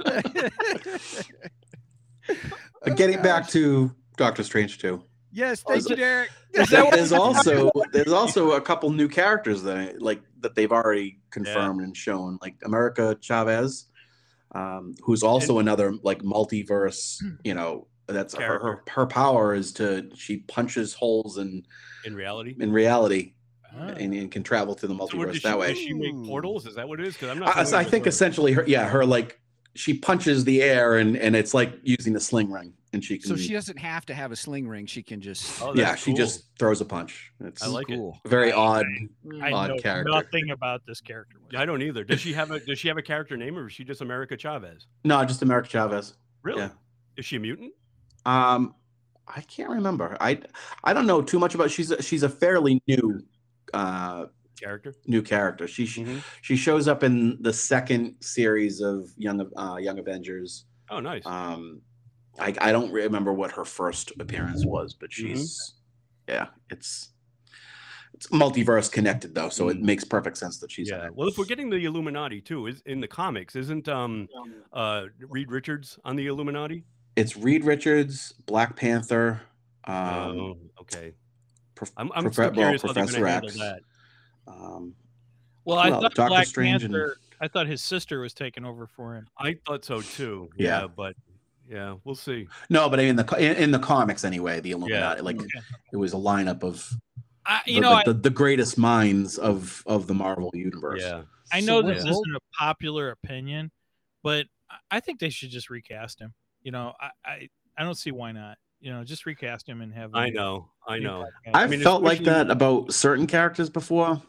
Speaker 1: But Uh, getting back to Doctor Strange too.
Speaker 3: Yes,
Speaker 1: thank
Speaker 3: thank
Speaker 1: you,
Speaker 3: you, Derek.
Speaker 1: There- There's also there's also a couple new characters that I- like that they've already confirmed and shown, like America Chavez, um, who's also another like multiverse. You know, that's her, her
Speaker 4: Hmm. Character.
Speaker 1: her power is to she punches holes in
Speaker 4: In reality,
Speaker 1: in reality.
Speaker 7: Ah.
Speaker 1: and, and can travel through the
Speaker 4: So what,
Speaker 1: multiverse
Speaker 4: does she,
Speaker 1: that way.
Speaker 4: does she make
Speaker 3: Ooh.
Speaker 4: portals? Is that what it is? Because I'm not.
Speaker 1: I, so I
Speaker 4: familiar
Speaker 1: think
Speaker 4: with her.
Speaker 1: essentially her yeah her like she punches the air and and it's like using a sling ring and she can
Speaker 3: So she doesn't have to have a sling ring. She can just.
Speaker 4: Oh, that's
Speaker 1: yeah she
Speaker 4: cool.
Speaker 1: just throws a punch. It's
Speaker 4: I like it.
Speaker 3: cool.
Speaker 1: very
Speaker 7: I-
Speaker 1: odd.
Speaker 5: Mm.
Speaker 7: I
Speaker 1: Odd
Speaker 7: know
Speaker 1: character.
Speaker 7: nothing about this character.
Speaker 4: I don't either. Does she have a Does she have a character name, or is she just America Chavez?
Speaker 1: No, just America Chavez.
Speaker 4: Really?
Speaker 1: Yeah.
Speaker 4: Is she a mutant?
Speaker 1: Um, I can't remember. I I don't know too much about. She's a, she's a fairly new uh
Speaker 4: Character?
Speaker 1: new character. She she, she shows up in the second series of Young uh, Young Avengers.
Speaker 4: Oh, nice.
Speaker 1: Um, I I don't remember what her first appearance was, but
Speaker 4: Mm-hmm.
Speaker 1: she's yeah, it's it's multiverse connected though, so it
Speaker 4: Mm.
Speaker 1: makes perfect sense that she's in
Speaker 4: yeah.
Speaker 1: it.
Speaker 4: Well, if we're getting the Illuminati too, is in the comics, isn't um
Speaker 5: Um,
Speaker 4: uh Reed Richards on the Illuminati?
Speaker 1: It's Reed Richards, Black Panther. Um,
Speaker 4: oh, okay.
Speaker 1: Prof-
Speaker 4: I'm, I'm
Speaker 1: Prof-
Speaker 4: still
Speaker 1: well,
Speaker 4: curious how they're going
Speaker 1: Professor
Speaker 4: to handle
Speaker 1: X.
Speaker 4: that.
Speaker 1: um,
Speaker 7: Well, I
Speaker 1: Well,
Speaker 7: thought
Speaker 1: Doctor
Speaker 7: Black
Speaker 1: Strange and-
Speaker 7: Panther. I thought his sister was taking over for him.
Speaker 4: I thought so too.
Speaker 1: Yeah.
Speaker 4: but yeah, we'll see.
Speaker 1: No, but I mean the co- in, in the comics anyway, the Illuminati. Like
Speaker 4: Mm,
Speaker 7: Okay.
Speaker 1: it was a lineup of
Speaker 7: I,
Speaker 1: the,
Speaker 7: you know, I,
Speaker 1: the, the greatest minds of of the Marvel universe.
Speaker 4: Yeah.
Speaker 7: I
Speaker 3: So
Speaker 7: know
Speaker 3: what-
Speaker 7: this isn't a popular opinion, but I- I think they should just recast him. You know, I I, I don't see why not. You know, just recast him and have. a
Speaker 4: I
Speaker 7: new-
Speaker 4: know. I
Speaker 7: new
Speaker 4: know.
Speaker 7: Black
Speaker 1: I've
Speaker 7: Panther.
Speaker 4: mean,
Speaker 1: felt like
Speaker 4: especially-
Speaker 1: that about certain characters before,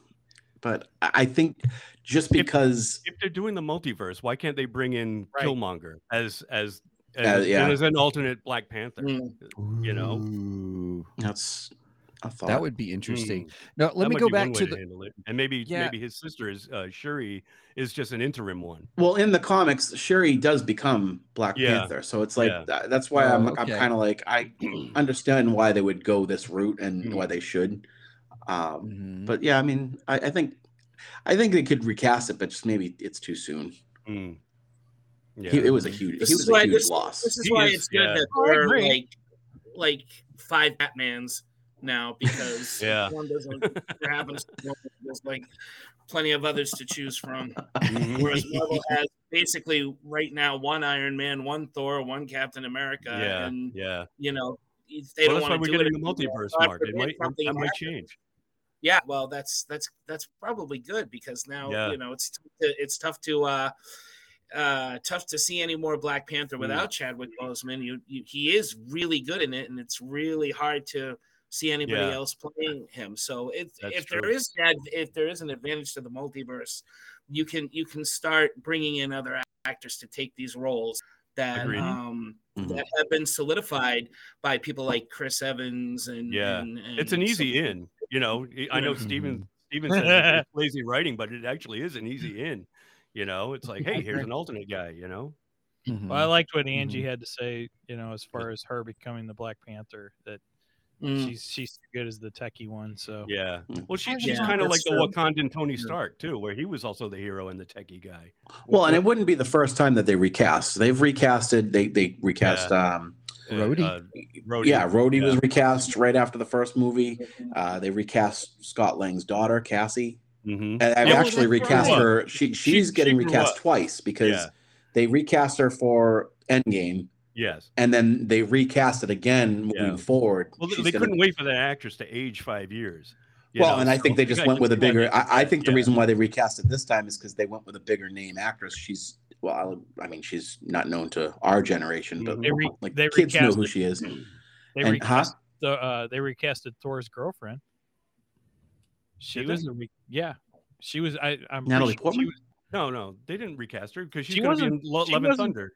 Speaker 1: but I I think just
Speaker 4: If-
Speaker 1: because
Speaker 4: If they're doing the multiverse, why can't they bring in
Speaker 7: Right.
Speaker 4: Killmonger as as
Speaker 1: Uh,
Speaker 4: as,
Speaker 1: yeah.
Speaker 4: as an alternate Black Panther?
Speaker 3: Hmm,
Speaker 5: Mm.
Speaker 4: You know.
Speaker 3: Ooh,
Speaker 1: that's a thought.
Speaker 3: that would be interesting. No, let
Speaker 4: Hmm, That
Speaker 3: me
Speaker 4: might
Speaker 3: go
Speaker 4: be one
Speaker 3: back to
Speaker 4: way
Speaker 3: the.
Speaker 4: handle it. and maybe
Speaker 3: Yeah.
Speaker 4: maybe his sister is uh, Shuri is just an interim one.
Speaker 1: well in the comics. Shuri does become Black
Speaker 4: Yeah.
Speaker 1: Panther, so it's like
Speaker 4: Yeah.
Speaker 1: that- that's why
Speaker 3: Oh,
Speaker 1: I'm I'm
Speaker 3: okay.
Speaker 1: kind of like I understand why they would go this route and
Speaker 4: Mm.
Speaker 1: why they should. Um,
Speaker 5: Mm-hmm.
Speaker 3: Mhm.
Speaker 1: but yeah, I mean, I, I think, I think they could recast it, but just maybe it's too soon.
Speaker 4: Mm. Yeah.
Speaker 1: He, it was a huge,
Speaker 5: Mm-hmm. This
Speaker 1: he
Speaker 5: is
Speaker 1: was a
Speaker 5: why
Speaker 1: huge
Speaker 5: this-
Speaker 1: loss.
Speaker 5: This is
Speaker 4: He
Speaker 5: why
Speaker 4: is-
Speaker 5: it's good
Speaker 4: yeah.
Speaker 5: that
Speaker 6: I
Speaker 5: there are
Speaker 6: agree.
Speaker 5: like like five Batmans now because
Speaker 4: Yeah.
Speaker 5: one doesn't there happens to be one, there's like plenty of others to choose from.
Speaker 4: Mm-hmm.
Speaker 5: Whereas Marvel has basically right now one Iron Man, one Thor, one Captain America,
Speaker 4: yeah.
Speaker 5: and
Speaker 4: Yeah.
Speaker 5: you know if they
Speaker 4: well,
Speaker 5: don't
Speaker 4: that's why
Speaker 5: want
Speaker 4: we're
Speaker 5: to do it
Speaker 4: getting the
Speaker 5: anymore,
Speaker 4: multiverse,
Speaker 5: God
Speaker 4: Mark. It
Speaker 5: forbid
Speaker 4: might
Speaker 5: something
Speaker 4: that might
Speaker 5: happens.
Speaker 4: change.
Speaker 5: Yeah, well, that's that's that's probably good because now
Speaker 4: Yeah.
Speaker 5: you know it's t- it's tough to uh uh tough to see any more Black
Speaker 4: Hmm.
Speaker 5: Panther without Chadwick Boseman. You, you he is really good in it, and it's really hard to see anybody
Speaker 4: Yeah.
Speaker 5: else playing him. So if
Speaker 4: That's
Speaker 5: if there
Speaker 4: true.
Speaker 5: is that if there is an advantage to the multiverse, you can you can start bringing in other actors to take these roles that
Speaker 4: Agreed. Mm-hmm.
Speaker 5: um
Speaker 1: Mhm.
Speaker 5: that have been solidified by people like Chris Evans and
Speaker 4: Yeah.
Speaker 5: and- and
Speaker 4: It's an easy
Speaker 5: some-
Speaker 4: in. You know, I know Steven Steven says it's lazy writing, but it actually is an easy in. You know, it's like, hey, here's an alternate guy. You know,
Speaker 3: Mhm.
Speaker 7: Well, I liked what Angie had to say. You know, as far as her becoming the Black Panther, that
Speaker 5: Mm.
Speaker 7: she's she's good as the techie one. So
Speaker 4: yeah.
Speaker 1: Mm.
Speaker 4: Well, she,
Speaker 6: Yeah,
Speaker 4: she's kind of like
Speaker 5: hmm. that's
Speaker 4: the
Speaker 5: true.
Speaker 4: Wakandan Tony
Speaker 5: Yeah.
Speaker 4: Stark too, where he was also the hero and the techie guy.
Speaker 1: Well, and it wouldn't be the first time that they recast. They've recasted. They they recast. Um,
Speaker 4: Uh,
Speaker 3: Rhodey?
Speaker 4: uh, Rhodey.
Speaker 1: yeah, Rhodey was
Speaker 4: Yeah.
Speaker 1: recast right after the first movie.
Speaker 5: Mm-hmm.
Speaker 1: Uh, they recast Scott Lang's daughter Cassie.
Speaker 4: Mhm.
Speaker 1: And I've
Speaker 4: Yeah, well,
Speaker 1: actually
Speaker 4: that's
Speaker 1: recast
Speaker 4: right.
Speaker 1: her. She she's
Speaker 4: she
Speaker 1: getting
Speaker 4: grew
Speaker 1: recast
Speaker 4: up.
Speaker 1: twice because
Speaker 4: Yeah.
Speaker 1: they recast her for Endgame,
Speaker 4: Yes.
Speaker 1: and then they recast it again moving
Speaker 4: Yeah.
Speaker 1: forward.
Speaker 4: Well, they-
Speaker 1: She's
Speaker 4: they
Speaker 1: gonna-
Speaker 4: couldn't wait for that actress to age five years. you
Speaker 1: Well,
Speaker 4: know,
Speaker 1: and I
Speaker 4: so
Speaker 1: think they just
Speaker 4: gotta
Speaker 1: went
Speaker 4: give
Speaker 1: with a
Speaker 4: them that
Speaker 1: bigger. I, I think the
Speaker 4: Yeah.
Speaker 1: reason why they recast it this time is because they went with a bigger name actress. She's well, I mean, she's not known to our generation, but
Speaker 4: Mhm.
Speaker 7: They re-
Speaker 1: like
Speaker 7: they
Speaker 1: kids know
Speaker 7: recast
Speaker 1: who
Speaker 7: it.
Speaker 1: she is.
Speaker 7: they
Speaker 1: and huh?
Speaker 7: recast the uh, they recasted Thor's girlfriend. She
Speaker 4: Did they?
Speaker 7: was the re- yeah. She was I I'm pretty
Speaker 1: Natalie
Speaker 7: sure
Speaker 1: Portman?
Speaker 7: She, was-
Speaker 4: No, no, they didn't recast her because she's
Speaker 7: She
Speaker 4: going to be in
Speaker 7: wasn't-
Speaker 4: Lo-
Speaker 7: she
Speaker 4: Love and
Speaker 7: wasn't-
Speaker 4: Thunder.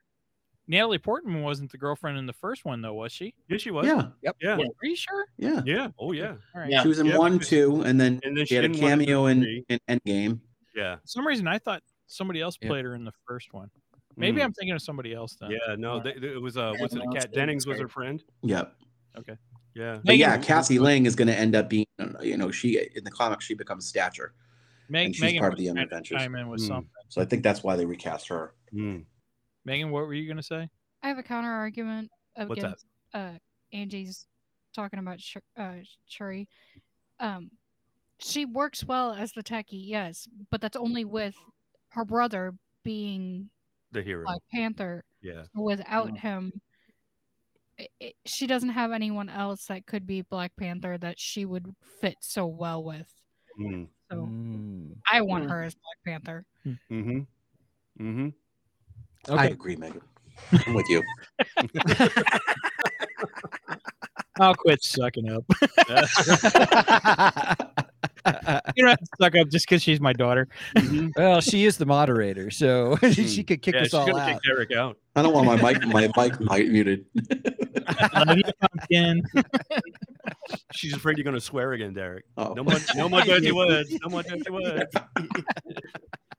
Speaker 7: Natalie Portman wasn't the girlfriend in the first one though, was she?
Speaker 4: Yes, she was.
Speaker 1: Yeah,
Speaker 4: yeah,
Speaker 7: Are you sure?
Speaker 1: yeah,
Speaker 4: yeah. Oh, yeah.
Speaker 7: All right.
Speaker 5: Yeah.
Speaker 1: She was in
Speaker 4: Yeah,
Speaker 1: one,
Speaker 4: because-
Speaker 1: two, and then
Speaker 4: and then
Speaker 1: she
Speaker 4: she
Speaker 1: had a
Speaker 4: didn't want to do
Speaker 1: cameo in,
Speaker 4: three.
Speaker 1: in Endgame.
Speaker 4: Yeah,
Speaker 7: For some reason I thought somebody else
Speaker 3: Yeah.
Speaker 7: played her in the first one. Maybe
Speaker 4: Mm.
Speaker 7: I'm thinking of somebody else then.
Speaker 4: yeah. No,
Speaker 7: All
Speaker 4: they, they- it was uh,
Speaker 5: Yeah,
Speaker 4: what's it?
Speaker 5: no, it's
Speaker 4: Kat
Speaker 5: good,
Speaker 4: Dennings
Speaker 5: it's
Speaker 4: was
Speaker 5: great.
Speaker 4: her friend.
Speaker 1: Yep.
Speaker 4: Yeah,
Speaker 1: But yeah,
Speaker 7: Megan-
Speaker 1: Cassie Lang is going to end up being, uh, you know, she in the comics she becomes Stature,
Speaker 7: Meg-
Speaker 1: and she's
Speaker 7: Megan
Speaker 1: part of
Speaker 7: was
Speaker 1: the Young
Speaker 7: trying to
Speaker 1: Adventures.
Speaker 7: chime in with
Speaker 4: Mm.
Speaker 7: something.
Speaker 1: So I think that's why they recast her.
Speaker 4: Mm.
Speaker 7: Megan, what were you gonna say?
Speaker 6: I have a counter argument
Speaker 4: What's
Speaker 6: against uh, Angie's talking about Sh- uh, Shuri. Um, she works well as the techie, yes, but that's only with her brother being
Speaker 4: the hero.
Speaker 6: Black Panther.
Speaker 4: Yeah,
Speaker 6: Without
Speaker 5: Mm.
Speaker 6: him, i i she doesn't have anyone else that could be Black Panther that she would fit so well with.
Speaker 4: Mm,
Speaker 6: So
Speaker 3: Mm-hmm.
Speaker 6: I want her as Black Panther.
Speaker 4: hmm hmm
Speaker 1: I
Speaker 2: Okay.
Speaker 1: agree, Megan. I'm with you.
Speaker 2: I'll quit sucking up.
Speaker 3: Oh. Mm.
Speaker 2: You don't have to suck up just because she's my daughter.
Speaker 3: well, she is the moderator, so she could kick
Speaker 4: Yeah,
Speaker 3: us
Speaker 4: she's
Speaker 3: all
Speaker 4: gonna
Speaker 3: out.
Speaker 4: kick Eric out.
Speaker 1: I don't want my mic my mic mic muted.
Speaker 2: Love you, pumpkin.
Speaker 4: She's afraid you're gonna swear again, Derek.
Speaker 1: Oh.
Speaker 4: No more, no more dirty words. No more dirty words.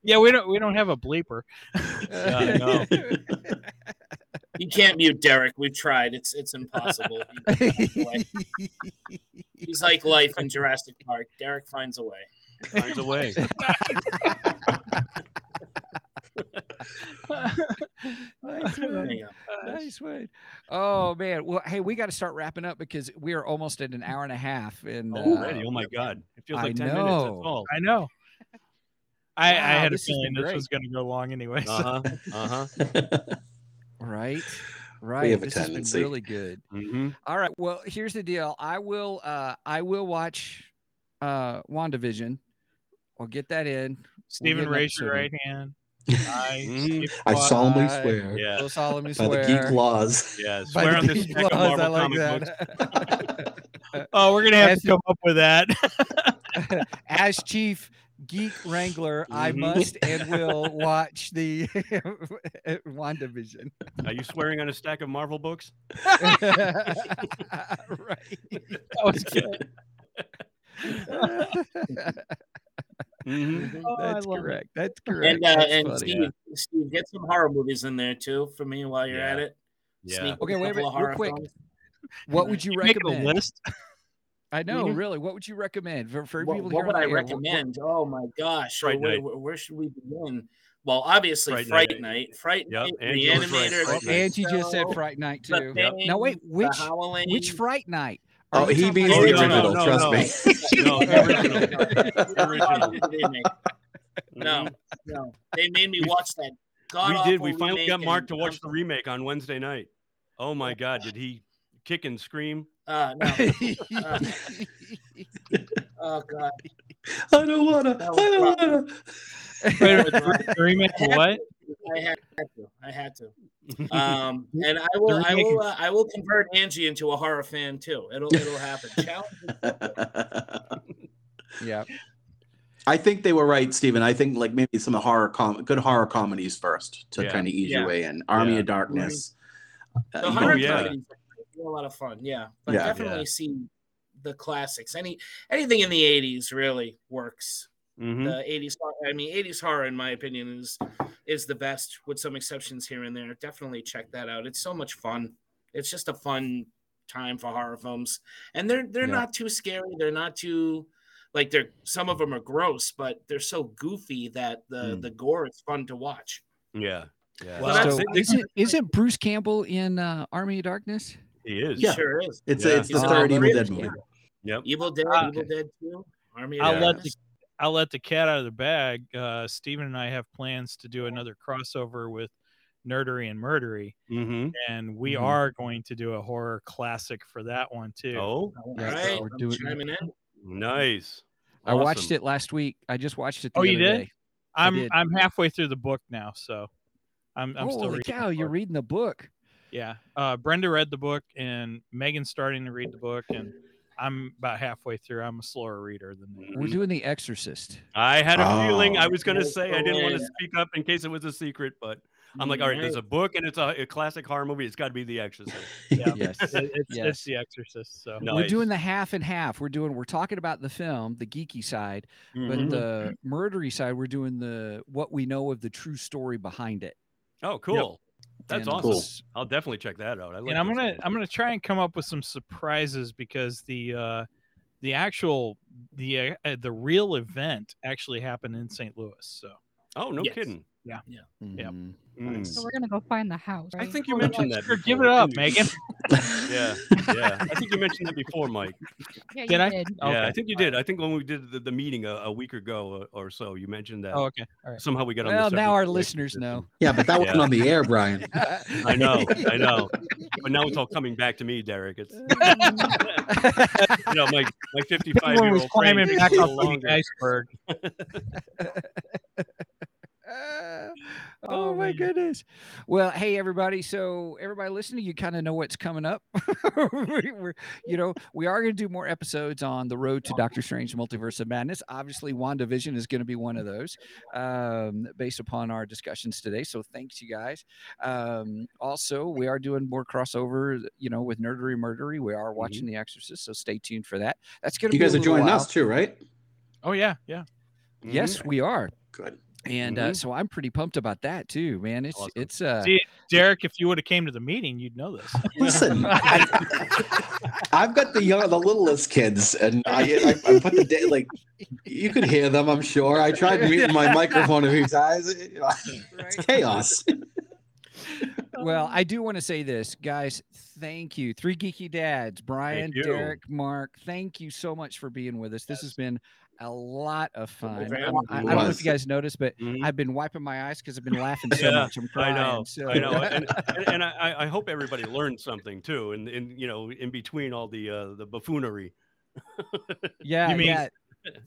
Speaker 2: Yeah, we don't we don't have a bleeper.
Speaker 4: I know.
Speaker 5: You can't mute Derek. We've tried. It's it's impossible. He's like life in Jurassic Park. Derek finds a way.
Speaker 4: Finds a way.
Speaker 3: nice
Speaker 5: There
Speaker 3: one.
Speaker 5: you go.
Speaker 3: Nice one. Oh man. Well, hey, we got to start wrapping up because we are almost at an hour and a half. And
Speaker 4: Already. Oh my god. It feels
Speaker 3: I
Speaker 4: like ten minutes. That's
Speaker 3: know.
Speaker 4: all.
Speaker 2: I know. I, I
Speaker 3: Wow,
Speaker 2: had a
Speaker 3: this has
Speaker 2: feeling
Speaker 3: been
Speaker 2: this was going to go long anyway. so-
Speaker 4: Uh-huh. Uh-huh.
Speaker 3: uh, right, right.
Speaker 1: have a
Speaker 3: this has
Speaker 1: tendency.
Speaker 3: been really good.
Speaker 4: Mm-hmm.
Speaker 3: All right. Well, here's the deal. I will. Uh, I will watch uh, Wandavision. I'll get that in.
Speaker 2: Stephen,
Speaker 3: an
Speaker 2: raise your
Speaker 3: episode
Speaker 2: right
Speaker 3: in.
Speaker 2: hand. I,
Speaker 4: Mhm.
Speaker 2: Steve
Speaker 1: I
Speaker 2: Claus-
Speaker 1: solemnly
Speaker 3: Bye.
Speaker 1: swear
Speaker 4: Yeah.
Speaker 3: Will solemnly
Speaker 1: by the
Speaker 3: swear.
Speaker 1: geek laws.
Speaker 4: Yeah.
Speaker 3: by
Speaker 4: Swear
Speaker 3: the
Speaker 4: on this
Speaker 3: geek
Speaker 4: stack of
Speaker 3: laws,
Speaker 4: Marvel
Speaker 3: I like
Speaker 4: comic books.
Speaker 3: that.
Speaker 2: Oh, we're going to have
Speaker 3: Yes.
Speaker 2: to come up with that.
Speaker 3: As chief geek wrangler, I
Speaker 4: Mhm.
Speaker 3: must and will watch the WandaVision.
Speaker 4: Are you swearing on a stack of Marvel books?
Speaker 3: right.
Speaker 2: that was good.
Speaker 4: Mm-hmm.
Speaker 2: Oh, I
Speaker 3: That's
Speaker 2: love it.
Speaker 3: correct. That's correct.
Speaker 5: And uh,
Speaker 3: That's
Speaker 5: and
Speaker 3: funny,
Speaker 5: Steve,
Speaker 3: yeah.
Speaker 5: Steve, get some horror movies in there too for me while you're
Speaker 4: Yeah.
Speaker 5: at it.
Speaker 4: Yeah.
Speaker 5: Sneak
Speaker 3: Okay,
Speaker 5: a
Speaker 3: wait a minute,
Speaker 5: couple of
Speaker 3: real
Speaker 5: horror
Speaker 3: quick.
Speaker 5: films.
Speaker 3: What would you
Speaker 2: You making a
Speaker 3: recommend?
Speaker 2: list?
Speaker 3: I know,
Speaker 5: Mhm.
Speaker 3: really. What would you recommend for, for
Speaker 5: What,
Speaker 3: people
Speaker 5: what
Speaker 3: here
Speaker 5: would
Speaker 3: on
Speaker 5: I
Speaker 3: the air? What- what-
Speaker 5: recommend? Oh my gosh,
Speaker 4: Fright
Speaker 5: where,
Speaker 4: Night.
Speaker 5: where, where should we begin? Well, obviously
Speaker 4: Fright
Speaker 5: Fright,
Speaker 4: Night.
Speaker 5: Night. Fright
Speaker 4: Yep,
Speaker 5: Night,
Speaker 4: Angie
Speaker 5: the
Speaker 4: was right,
Speaker 5: animator,
Speaker 4: Fright
Speaker 3: Oh,
Speaker 4: Night.
Speaker 3: Angie just said
Speaker 5: So,
Speaker 3: Fright Night
Speaker 5: the
Speaker 3: too.
Speaker 5: thing,
Speaker 3: Now wait,
Speaker 5: The
Speaker 3: which
Speaker 5: Howling.
Speaker 3: which Fright Night? Are
Speaker 1: Oh,
Speaker 3: we
Speaker 1: he
Speaker 3: talking
Speaker 1: means
Speaker 3: about-
Speaker 4: Oh,
Speaker 1: the
Speaker 4: no, no,
Speaker 1: original.
Speaker 4: no,
Speaker 1: trust
Speaker 4: no.
Speaker 1: me.
Speaker 4: No, the original.
Speaker 5: We're not talking about the remake.
Speaker 3: Mm-hmm.
Speaker 5: No,
Speaker 4: Mhm.
Speaker 5: no, they made me
Speaker 4: We-
Speaker 5: watch that. God
Speaker 4: We did. We
Speaker 5: awful
Speaker 4: finally got
Speaker 5: remake
Speaker 4: Mark
Speaker 5: and
Speaker 4: to
Speaker 5: I'm
Speaker 4: watch the remake on Wednesday night. Oh my god, did he kick and scream?
Speaker 5: Uh, no. Oh god.
Speaker 1: I don't wanna. I
Speaker 5: That was
Speaker 1: don't
Speaker 5: rough.
Speaker 1: wanna.
Speaker 2: Wait,
Speaker 5: I
Speaker 2: wait, the remake of what?
Speaker 5: had to. I had to. Um, and I
Speaker 2: The
Speaker 5: will. I
Speaker 2: remake
Speaker 5: will.
Speaker 2: is-
Speaker 5: Uh, I will convert Angie into a horror fan too. It'll. It'll happen. Challenge.
Speaker 3: yeah.
Speaker 1: I think they were right, Stephen. I think like maybe some horror com- good horror comedies first to
Speaker 4: Yeah.
Speaker 1: kind of ease
Speaker 5: Yeah.
Speaker 1: your way in. Army
Speaker 4: Yeah.
Speaker 1: of Darkness. Uh,
Speaker 5: The
Speaker 1: you
Speaker 5: horror
Speaker 1: know,
Speaker 4: Oh, yeah.
Speaker 5: comedies are a lot of fun. Yeah, but
Speaker 1: Yeah.
Speaker 5: definitely
Speaker 4: Yeah.
Speaker 5: see the classics. Any anything in the '80s really works.
Speaker 3: Mm-hmm.
Speaker 1: Mm-hmm.
Speaker 4: Mhm.
Speaker 5: The '80s. hor- I mean, '80s horror, in my opinion, is is the best, with some exceptions here and there. Definitely check that out. It's so much fun. It's just a fun time for horror films, and they're they're
Speaker 3: Yeah.
Speaker 5: not too scary. They're not too like they're some of them are gross, but they're so goofy that the
Speaker 1: Mm.
Speaker 5: the gore is fun to watch.
Speaker 4: Yeah. Yeah.
Speaker 5: Well,
Speaker 3: so
Speaker 5: that's-
Speaker 3: isn't isn't Bruce Campbell in uh, Army of Darkness?
Speaker 4: he is.
Speaker 5: It
Speaker 1: Yeah.
Speaker 5: sure is.
Speaker 1: It's
Speaker 4: Yeah.
Speaker 1: it's the
Speaker 5: He's
Speaker 1: third
Speaker 3: all
Speaker 1: Evil
Speaker 5: over
Speaker 1: Dead
Speaker 5: it.
Speaker 1: movie.
Speaker 4: Yep.
Speaker 5: Evil Dead,
Speaker 4: Uh,
Speaker 2: Ah,
Speaker 5: Evil Dead Two, Army. of
Speaker 2: I'll let
Speaker 5: Darkness.
Speaker 2: I'll let the cat out of the bag. Uh, Steven and I have plans to do another crossover with Nerdery and Murdery,
Speaker 4: Mm-hmm.
Speaker 2: and we
Speaker 3: Mhm.
Speaker 2: are going to do a horror classic for that one too.
Speaker 4: Oh,
Speaker 5: All
Speaker 3: Yeah,
Speaker 5: right,
Speaker 3: we're
Speaker 5: I'm
Speaker 3: doing-
Speaker 5: chiming in.
Speaker 4: nice.
Speaker 3: I watched
Speaker 4: Awesome.
Speaker 3: it last week. I just watched it. The
Speaker 2: Oh, you
Speaker 3: other
Speaker 2: did?
Speaker 3: day. I
Speaker 2: I'm
Speaker 3: did.
Speaker 2: I'm halfway through the book now, so I'm I'm still
Speaker 3: Holy
Speaker 2: reading. the
Speaker 3: cow! You're
Speaker 2: book.
Speaker 3: reading the book.
Speaker 2: yeah. Uh, Brenda read the book, and Megan's starting to read the book, and I'm about halfway through. I'm a slower reader than that.
Speaker 3: We're
Speaker 4: Mhm.
Speaker 3: doing The Exorcist.
Speaker 4: I had a feeling
Speaker 1: Oh.
Speaker 4: I was going to
Speaker 5: Yes,
Speaker 4: say I didn't want to
Speaker 5: yeah.
Speaker 4: speak up in case it was a secret, but I'm like, all right, there's a book and it's a, a classic horror movie. It's got to be The Exorcist.
Speaker 2: Yeah.
Speaker 3: Yes.
Speaker 2: It- it's,
Speaker 3: Yes.
Speaker 2: it's The Exorcist. So
Speaker 4: No.
Speaker 3: We're doing the
Speaker 4: Nice.
Speaker 3: half and half. We're doing. We're talking about the film, the geeky side,
Speaker 4: Mhm.
Speaker 2: Mm-hmm.
Speaker 3: but the murdery side. We're doing the what we know of the true story behind it.
Speaker 4: oh, cool. That's
Speaker 3: And
Speaker 4: awesome.
Speaker 1: Cool.
Speaker 3: s-
Speaker 4: I'll definitely check that out. I like
Speaker 2: and I'm
Speaker 4: this
Speaker 2: gonna
Speaker 4: idea.
Speaker 2: I'm gonna try and come up with some surprises because the uh, the actual the uh, uh, the real event actually happened in St. Louis. So
Speaker 4: Oh, no
Speaker 5: Yes.
Speaker 4: kidding.
Speaker 2: Yep.
Speaker 3: mhm.
Speaker 4: Mm.
Speaker 6: So we're gonna go find the house.
Speaker 4: I
Speaker 6: right?
Speaker 4: think you
Speaker 2: Oh,
Speaker 4: mentioned that.
Speaker 2: sure, give
Speaker 4: before,
Speaker 2: it up,
Speaker 4: didn't you?
Speaker 2: Megan.
Speaker 4: Yeah, yeah. I think you mentioned that before, Mike.
Speaker 6: Yeah,
Speaker 2: Did
Speaker 6: you
Speaker 2: I?
Speaker 6: Did.
Speaker 4: Yeah, I
Speaker 2: Okay.
Speaker 4: think you did. I think when we did the, the meeting a, a week ago uh, or, or so, you mentioned that
Speaker 2: Oh, okay. All right.
Speaker 4: somehow we got on.
Speaker 3: Well,
Speaker 4: the
Speaker 3: now our
Speaker 4: subject of
Speaker 3: listeners
Speaker 4: racism.
Speaker 3: know.
Speaker 1: Yeah, but that wasn't
Speaker 4: Yeah.
Speaker 1: on the air, Brian.
Speaker 4: I know, I know. But now it's all coming back to me, Derek. It's no, my my fifty
Speaker 7: That
Speaker 4: five
Speaker 7: one
Speaker 4: year
Speaker 7: was
Speaker 4: old
Speaker 7: climbing back up to
Speaker 4: longer.
Speaker 7: the iceberg.
Speaker 3: Uh, oh,
Speaker 7: Oh,
Speaker 3: my
Speaker 7: man.
Speaker 3: goodness. Well, hey everybody. So everybody listening, you kind of know what's coming up. We- We're, you know, we are going to do more episodes on the road to Doctor Strange Multiverse of Madness. Obviously, WandaVision is going to be one of those um, based upon our discussions today. So thanks you guys. Um, also, we are doing more crossover, you know, with Nerdery Murdery. We are watching The Exorcist, so stay tuned for that. That's going
Speaker 1: Mm-hmm.
Speaker 3: to
Speaker 1: You
Speaker 3: be a
Speaker 1: guys are
Speaker 3: little
Speaker 1: joining
Speaker 3: while.
Speaker 1: us Mm-hmm. too, right?
Speaker 7: Oh yeah, yeah.
Speaker 4: Mhm.
Speaker 3: Yes, we are.
Speaker 1: Good.
Speaker 3: And uh,
Speaker 4: Mhm.
Speaker 3: so I'm pretty pumped about that too, man. It's
Speaker 4: Awesome.
Speaker 3: it's uh
Speaker 7: See, Derek, if you would have came to the meeting, you'd know this.
Speaker 1: Listen, I, I've got the young, the littlest kids, and I, I, I put the day like you could hear them. I'm sure. I tried muting my microphone a few times. It- It's chaos.
Speaker 3: Well, I do want to say this, guys. Thank you, three geeky dads, Brian,
Speaker 4: you.
Speaker 3: Derek, Mark. Thank you so much for being with us. This has been a lot of fun.
Speaker 5: very
Speaker 3: I'm-
Speaker 5: much.
Speaker 3: I, I
Speaker 1: It
Speaker 3: don't know if
Speaker 1: was.
Speaker 3: you guys noticed, but
Speaker 4: Mhm.
Speaker 3: I've been wiping my eyes because I've been laughing so
Speaker 4: Yeah,
Speaker 3: much. I'm
Speaker 4: I
Speaker 3: crying.
Speaker 4: know,
Speaker 3: So.
Speaker 4: Mm-hmm. I know, and, and, and I, I hope everybody learned something too, and in you know, in between all the uh, the buffoonery,
Speaker 3: yeah,
Speaker 7: You mean-
Speaker 3: yeah,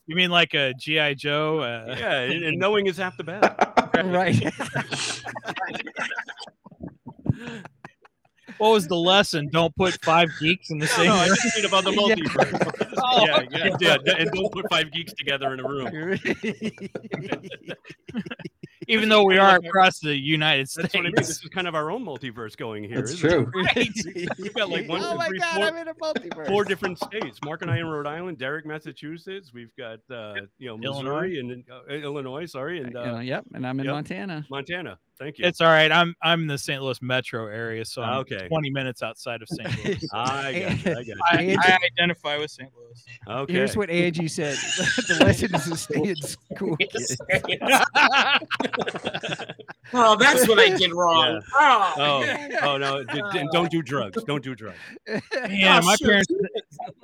Speaker 7: You mean like a GI Joe? Uh,
Speaker 4: yeah, and, and knowing is half the battle.
Speaker 3: right.
Speaker 7: What was the lesson? Don't put five geeks in the
Speaker 4: No,
Speaker 7: same.
Speaker 4: no, I just mean about the
Speaker 3: Yeah.
Speaker 4: multiverse.
Speaker 7: Oh,
Speaker 4: yeah, yeah, yeah, d- and don't put five geeks together in a room.
Speaker 7: Even though we are across the United States.
Speaker 4: That's what I mean. This is kind of our own multiverse going here.
Speaker 1: That's
Speaker 4: isn't
Speaker 1: true.
Speaker 4: We've got like one, two,
Speaker 3: oh my
Speaker 4: three,
Speaker 3: God!
Speaker 4: four-
Speaker 3: I'm in a multiverse.
Speaker 4: Four different states. Mark and I in Rhode Island. Derek, Massachusetts. We've got uh, you know Missouri and uh, Illinois. Sorry, and
Speaker 3: You know,
Speaker 4: uh,
Speaker 3: yep, and I'm in
Speaker 4: yep.
Speaker 3: Montana.
Speaker 4: Montana. Thank you.
Speaker 7: It's all right. I'm I'm in the St. Louis metro area, so I'm
Speaker 4: Okay.
Speaker 7: 20 minutes outside of St. Louis.
Speaker 4: I got you. I got you.
Speaker 7: I,
Speaker 3: Angie-
Speaker 7: I identify with St. Louis.
Speaker 4: Okay.
Speaker 3: Here's what Angie said: the lesson is to stay in school. kid.
Speaker 5: oh, that's what I did wrong. Oh,
Speaker 4: Oh, oh no! d- d- don't do drugs. Don't do drugs.
Speaker 7: Yeah,
Speaker 5: Oh,
Speaker 7: my
Speaker 5: shoot.
Speaker 7: parents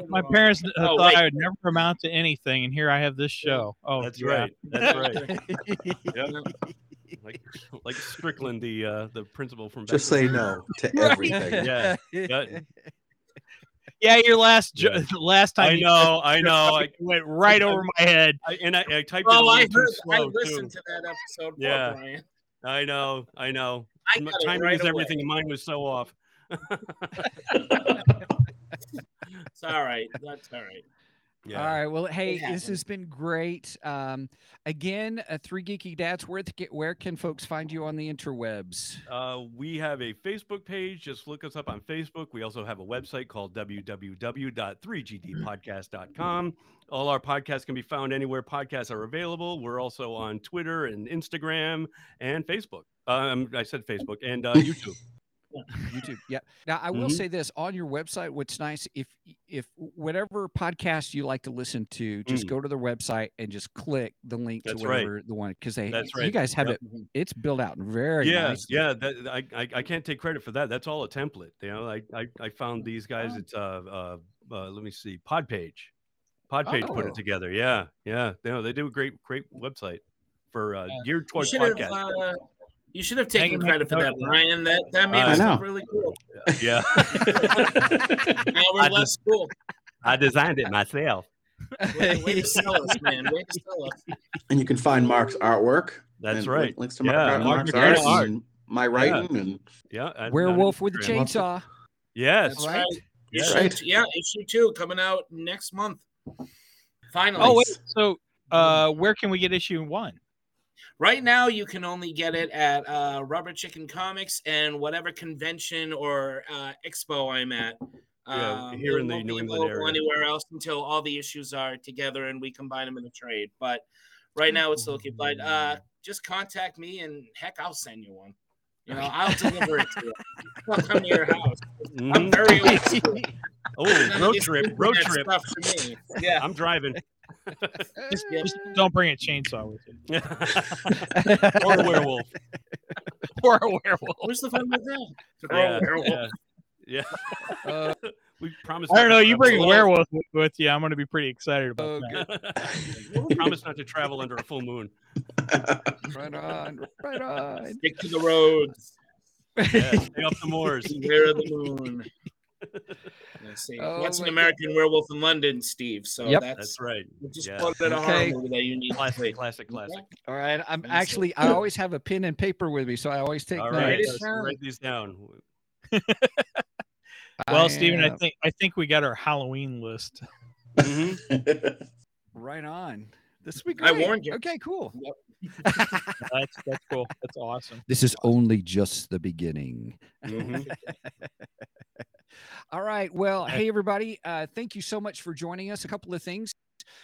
Speaker 7: my parents uh,
Speaker 5: Oh,
Speaker 7: thought
Speaker 5: wait.
Speaker 7: I would never amount to anything, and here I have this show. Oh,
Speaker 4: That's
Speaker 7: yeah.
Speaker 4: right. That's right. Yep.
Speaker 5: No.
Speaker 4: Like, like Strickland, the uh, the principal from.
Speaker 1: Just
Speaker 4: Bethel.
Speaker 1: say no to everything.
Speaker 4: Yeah. yeah.
Speaker 7: Yeah, your last jo-
Speaker 4: Yeah.
Speaker 7: last time.
Speaker 4: I
Speaker 7: you-
Speaker 4: know. I know. I,
Speaker 7: It went right over my head.
Speaker 4: I and I, I typed
Speaker 5: Oh, I
Speaker 4: it a little too
Speaker 5: heard. I
Speaker 4: slow too.
Speaker 5: listened to that episode. Poor
Speaker 4: Yeah.
Speaker 5: Brian.
Speaker 4: I know. I know.
Speaker 5: I
Speaker 4: M-
Speaker 5: got it
Speaker 4: Timing
Speaker 5: right
Speaker 4: is
Speaker 5: away.
Speaker 4: everything. Mine was so off.
Speaker 5: It's all right. That's all right.
Speaker 4: Yeah.
Speaker 3: All right. Well, hey, this
Speaker 5: happens.
Speaker 3: has been great. Um, again, uh, three geeky dads. Where th- get- where can folks find you on the interwebs?
Speaker 4: Uh, we have a Facebook page. Just look us up on Facebook. We also have a website called www.3gdpodcast.com. All our podcasts can be found anywhere podcasts are available. We're also on Twitter and Instagram and Facebook. Um, I said Facebook and uh, YouTube.
Speaker 3: YouTube. Yep. Now, I will
Speaker 4: Mhm.
Speaker 3: say this on your website. What's nice if if whatever podcast you like to listen to, just
Speaker 4: Mm.
Speaker 3: go to their website and just click the link
Speaker 4: That's
Speaker 3: to
Speaker 4: right.
Speaker 3: whatever the one because they
Speaker 4: That's
Speaker 3: you
Speaker 4: right.
Speaker 3: guys have
Speaker 4: Yep. Mm-hmm.
Speaker 3: it. It's built out very
Speaker 4: yeah,
Speaker 3: nicely.
Speaker 4: yeah. That, I, I I can't take credit for that. That's all a template. You know, I I, I found these guys.
Speaker 5: Oh.
Speaker 4: It's uh, uh uh let me see, Podpage. Podpage put
Speaker 3: Oh.
Speaker 4: it together. Yeah, yeah. You know, they do a great great website for uh, geared
Speaker 5: You
Speaker 4: towards
Speaker 5: should have.
Speaker 4: podcasts.
Speaker 5: Uh, you should have
Speaker 7: Hang
Speaker 5: taken
Speaker 7: on,
Speaker 5: credit for
Speaker 7: okay.
Speaker 5: that, Brian. That that made
Speaker 4: I
Speaker 5: us
Speaker 1: know.
Speaker 5: look really cool.
Speaker 4: yeah,
Speaker 5: Now
Speaker 4: I
Speaker 5: we're less cool.
Speaker 4: I designed it myself.
Speaker 5: Way, way to sell us, man. Way to sell us.
Speaker 1: And you can find Mark's artwork.
Speaker 4: That's
Speaker 1: and
Speaker 4: right.
Speaker 1: Links to
Speaker 4: Yeah,
Speaker 1: Mark,
Speaker 4: Mark
Speaker 1: Mark's
Speaker 4: McGrath's
Speaker 1: art,
Speaker 4: art.
Speaker 1: and my writing and
Speaker 4: Yeah, I-
Speaker 3: Werewolf with a
Speaker 4: Instagram.
Speaker 3: chainsaw.
Speaker 4: Yes,
Speaker 5: right.
Speaker 4: Yeah.
Speaker 5: Issue
Speaker 1: Right.
Speaker 5: t- yeah, issue two coming out next month. Finally.
Speaker 7: Oh wait, so uh, where can we get issue one?
Speaker 5: Right now, you can only get it at uh, Rubber Chicken Comics and whatever convention or uh, expo I'm at.
Speaker 4: Yeah,
Speaker 5: Um,
Speaker 4: here
Speaker 5: it
Speaker 4: in the
Speaker 5: won't be
Speaker 4: New England
Speaker 5: available
Speaker 4: area.
Speaker 5: Anywhere else until all the issues are together and we combine them in a trade. But right now, it's looking. But uh, just contact me and heck, I'll send you one. You know, I'll deliver it to you. I'll come to your house. I'm
Speaker 4: Mhm.
Speaker 5: very old school.
Speaker 4: oh
Speaker 5: None of
Speaker 4: road
Speaker 5: this
Speaker 4: trip,
Speaker 5: internet
Speaker 4: road trip.
Speaker 5: stuff to me. Yeah.
Speaker 4: I'm driving.
Speaker 7: Just,
Speaker 5: Yeah.
Speaker 7: just don't bring a chainsaw with you
Speaker 4: or a
Speaker 3: Or
Speaker 4: werewolf.
Speaker 7: or a werewolf.
Speaker 5: Where's the fun with that?
Speaker 4: Yeah,
Speaker 5: Oh,
Speaker 4: yeah. yeah.
Speaker 3: Uh,
Speaker 4: We promise.
Speaker 7: I don't
Speaker 4: not
Speaker 7: know.
Speaker 4: to
Speaker 7: You bring a
Speaker 4: travel-
Speaker 7: werewolf with you, I'm going to be pretty excited about
Speaker 3: Oh,
Speaker 7: that.
Speaker 4: promise not to travel under a full moon.
Speaker 3: right on. Right on.
Speaker 5: Stick to the roads.
Speaker 4: Yeah, stay off the moors.
Speaker 5: Beware of the moon. Let's see.
Speaker 3: Oh
Speaker 5: that's an
Speaker 3: my
Speaker 5: American Werewolf in London, Steve. So
Speaker 3: Yep.
Speaker 5: that's,
Speaker 4: That's right.
Speaker 5: just
Speaker 4: yeah.
Speaker 5: quote that
Speaker 3: Okay.
Speaker 5: horror movie that you need. to see.
Speaker 4: Classic, classic, classic.
Speaker 3: All right. I'm
Speaker 5: Let me see.
Speaker 3: actually I always have a pen and paper with me, so I always take
Speaker 4: All
Speaker 3: notes.
Speaker 4: right.
Speaker 5: Nice.
Speaker 4: let's
Speaker 8: Sure.
Speaker 4: Write these down.
Speaker 3: I
Speaker 2: Well, Steven, I
Speaker 3: am-
Speaker 2: think I think we got our Halloween list.
Speaker 4: Mhm.
Speaker 3: right on. This will be
Speaker 5: I
Speaker 3: great.
Speaker 5: warned you.
Speaker 3: Okay, cool.
Speaker 2: That's that's cool. That's awesome.
Speaker 3: This is only just the beginning.
Speaker 4: Mhm.
Speaker 3: All right. Well, hey, everybody. Uh, thank you so much for joining us. A couple of things.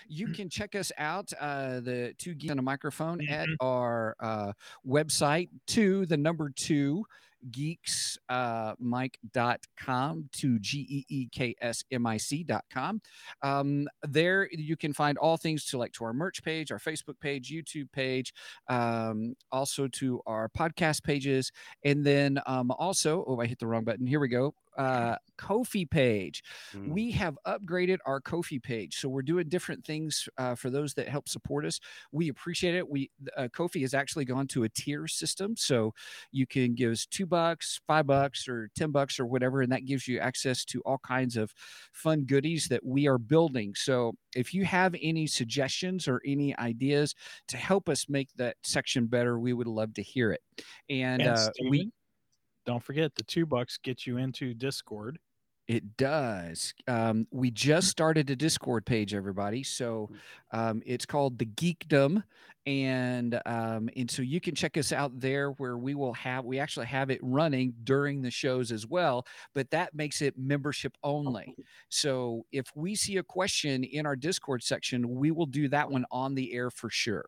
Speaker 3: You can check us out, uh, the two geeks on a microphone at our uh, website, two, the number two, geeks uh, mike.com to E g-e-e-k-s-m-i-c.com um, there you can find all things to like to our merch page our facebook page youtube page um, also to our podcast pages and then um, also oh i hit the wrong button here we go uh, Kofi page.
Speaker 4: Mhm.
Speaker 3: We have upgraded our Kofi page, so we're doing different things uh, for those that help support us. We appreciate it. We uh, Kofi has actually gone to a tier system, so you can give us two bucks, five bucks, or ten bucks, or whatever, and that gives you access to all kinds of fun goodies that we are building. So if you have any suggestions or any ideas to help us make that section better, we would love to hear it. And,
Speaker 2: And
Speaker 3: uh, we
Speaker 2: Steven, don't forget the two bucks get you into Discord.
Speaker 3: It does. Um, we just started a Discord page, everybody. So um, it's called the Geekdom, and um, and so you can check us out there, where we will have we actually have it running during the shows as well. But that makes it membership only. So if we see a question in our Discord section, we will do that one on the air for sure,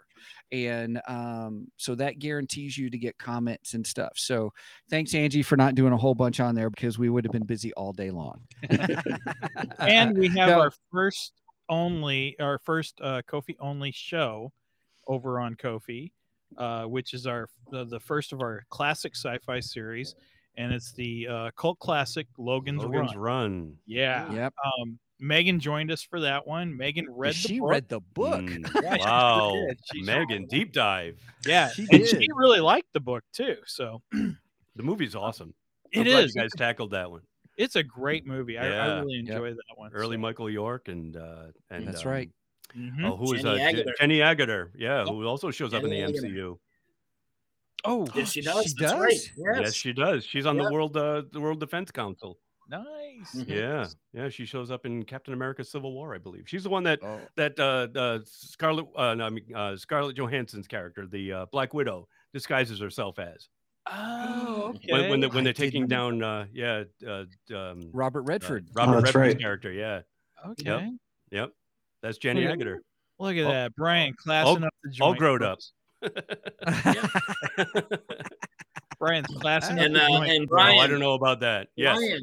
Speaker 3: and um, so that guarantees you to get comments and stuff. So thanks angie for not doing a whole bunch on there because we would have been busy all day long
Speaker 2: and we have
Speaker 3: No.
Speaker 2: our first only our first uh kofi only show over on kofi uh which is our the, the first of our classic sci-fi series and it's the uh cult classic logan's,
Speaker 4: Logan's
Speaker 2: run,
Speaker 4: Run.
Speaker 2: yeah
Speaker 3: yep
Speaker 2: um megan joined us for that one megan read the
Speaker 3: she
Speaker 2: book.
Speaker 3: read the book
Speaker 4: Mm,
Speaker 2: Yeah, she sure
Speaker 4: Wow.
Speaker 2: did. She sure
Speaker 4: Megan,
Speaker 2: did.
Speaker 4: deep dive.
Speaker 2: yeah
Speaker 3: She
Speaker 2: and she
Speaker 3: did.
Speaker 2: really liked the book too so
Speaker 4: The movie's awesome. I'm
Speaker 2: it
Speaker 4: glad
Speaker 2: is
Speaker 4: You guys tackled that one.
Speaker 2: it's a great movie I, I
Speaker 4: Yeah.
Speaker 2: really
Speaker 3: Yep.
Speaker 2: enjoy that one
Speaker 4: Early
Speaker 2: so.
Speaker 4: Michael York and uh and
Speaker 3: That's
Speaker 4: um,
Speaker 3: right.
Speaker 2: Mhm.
Speaker 4: Oh, who is
Speaker 5: Hmm? Jenny
Speaker 4: uh, Je-
Speaker 5: Agutter.
Speaker 4: Jenny Agutter? Yeah, who also shows up in the
Speaker 5: Jenny Agutter.
Speaker 4: MCU.
Speaker 2: oh
Speaker 5: Yes, she does.
Speaker 3: She
Speaker 5: That's
Speaker 3: does?
Speaker 5: right.
Speaker 4: Yes.
Speaker 5: Yes.
Speaker 4: she does. She's on the
Speaker 5: Yep.
Speaker 4: world uh, the World Defense Council.
Speaker 2: nice
Speaker 5: Mhm.
Speaker 4: Mm-hmm. Yeah, yeah. She shows up in Captain America: Civil War, I believe. She's the one that
Speaker 3: oh
Speaker 4: that uh, uh, Scarlet uh, no, I mean, uh, Scarlett Johansson's character, the uh, Black Widow, disguises herself as
Speaker 2: oh
Speaker 5: Mm.
Speaker 2: okay.
Speaker 4: when when, they, when
Speaker 3: I
Speaker 4: they're
Speaker 3: didn't
Speaker 4: taking down uh, yeah uh, um, uh,
Speaker 3: robert redford
Speaker 4: Robert
Speaker 1: that's
Speaker 4: Redford's
Speaker 1: right.
Speaker 4: character. Yeah,
Speaker 2: Okay.
Speaker 4: yep. That's Jenny
Speaker 5: Hmm.
Speaker 2: Yeah.
Speaker 4: Agutter.
Speaker 2: Look at
Speaker 4: All-
Speaker 2: that. Brian classing
Speaker 4: all-
Speaker 2: up the
Speaker 4: all
Speaker 2: joint.
Speaker 4: grown up.
Speaker 2: Brian's classing
Speaker 5: And,
Speaker 2: up
Speaker 5: uh,
Speaker 2: the joint.
Speaker 5: and
Speaker 4: Oh,
Speaker 5: Brian,
Speaker 4: I don't know about that. Yes,
Speaker 5: Brian,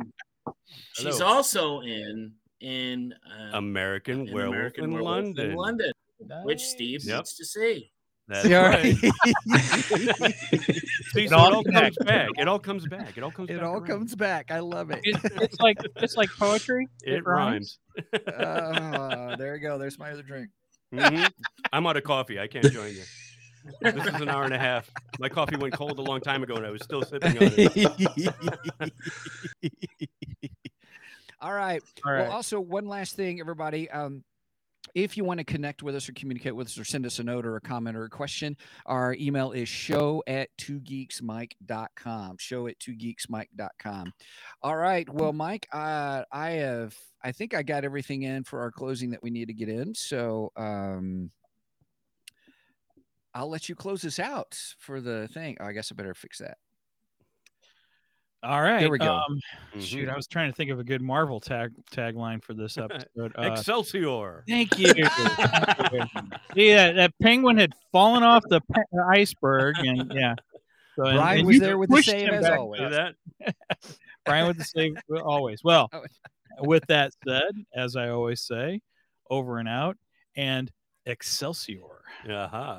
Speaker 5: she's
Speaker 4: Hello.
Speaker 5: also in in uh,
Speaker 4: American
Speaker 5: in
Speaker 4: Werewolf in
Speaker 5: Werewolf
Speaker 4: London.
Speaker 5: in London, which
Speaker 2: Nice.
Speaker 5: Steve
Speaker 4: Yep.
Speaker 5: needs to see.
Speaker 4: That's
Speaker 3: Yeah,
Speaker 4: right.
Speaker 3: right.
Speaker 4: See,
Speaker 2: It
Speaker 4: so
Speaker 2: all
Speaker 4: it all comes
Speaker 2: connects.
Speaker 4: back. It all comes back. It all comes.
Speaker 3: it
Speaker 4: back
Speaker 3: all
Speaker 4: around.
Speaker 3: comes back i love it
Speaker 2: It- it's like it's like poetry.
Speaker 4: It rhymes.
Speaker 3: oh, there you go there's my other drink
Speaker 4: Mhm. I'm out of coffee. I can't join you. This is an hour and a half. My coffee went cold a long time ago, and I was still sipping on it.
Speaker 3: all right
Speaker 2: All right.
Speaker 3: Well, also one last thing, everybody. Um, if you want to connect with us or communicate with us or send us a note or a comment or a question, our email is show at two geeksmike.com. Show at two geeksmike.com. All right. Well, Mike, uh, I have I think I got everything in for our closing that we need to get in. So um I'll let you close this out for the thing. Oh, I guess I better fix that.
Speaker 2: all right.
Speaker 3: we go.
Speaker 2: Um,
Speaker 4: Mm-hmm.
Speaker 5: Mm-hmm.
Speaker 2: Shoot, I was trying to think of a good Marvel tag tagline for this episode. Uh,
Speaker 4: Excelsior.
Speaker 2: Thank you. yeah, that penguin had fallen off the pe- iceberg, and yeah. So, and-
Speaker 3: Brian
Speaker 2: and
Speaker 3: was
Speaker 2: you
Speaker 3: there with the
Speaker 2: pushed
Speaker 3: save
Speaker 2: him
Speaker 3: as
Speaker 2: back
Speaker 3: always.
Speaker 4: See that?
Speaker 2: Brian with the save always. Well,
Speaker 3: Always. Oh.
Speaker 2: with that said, as I always say, over and out and Excelsior.
Speaker 4: Uh huh.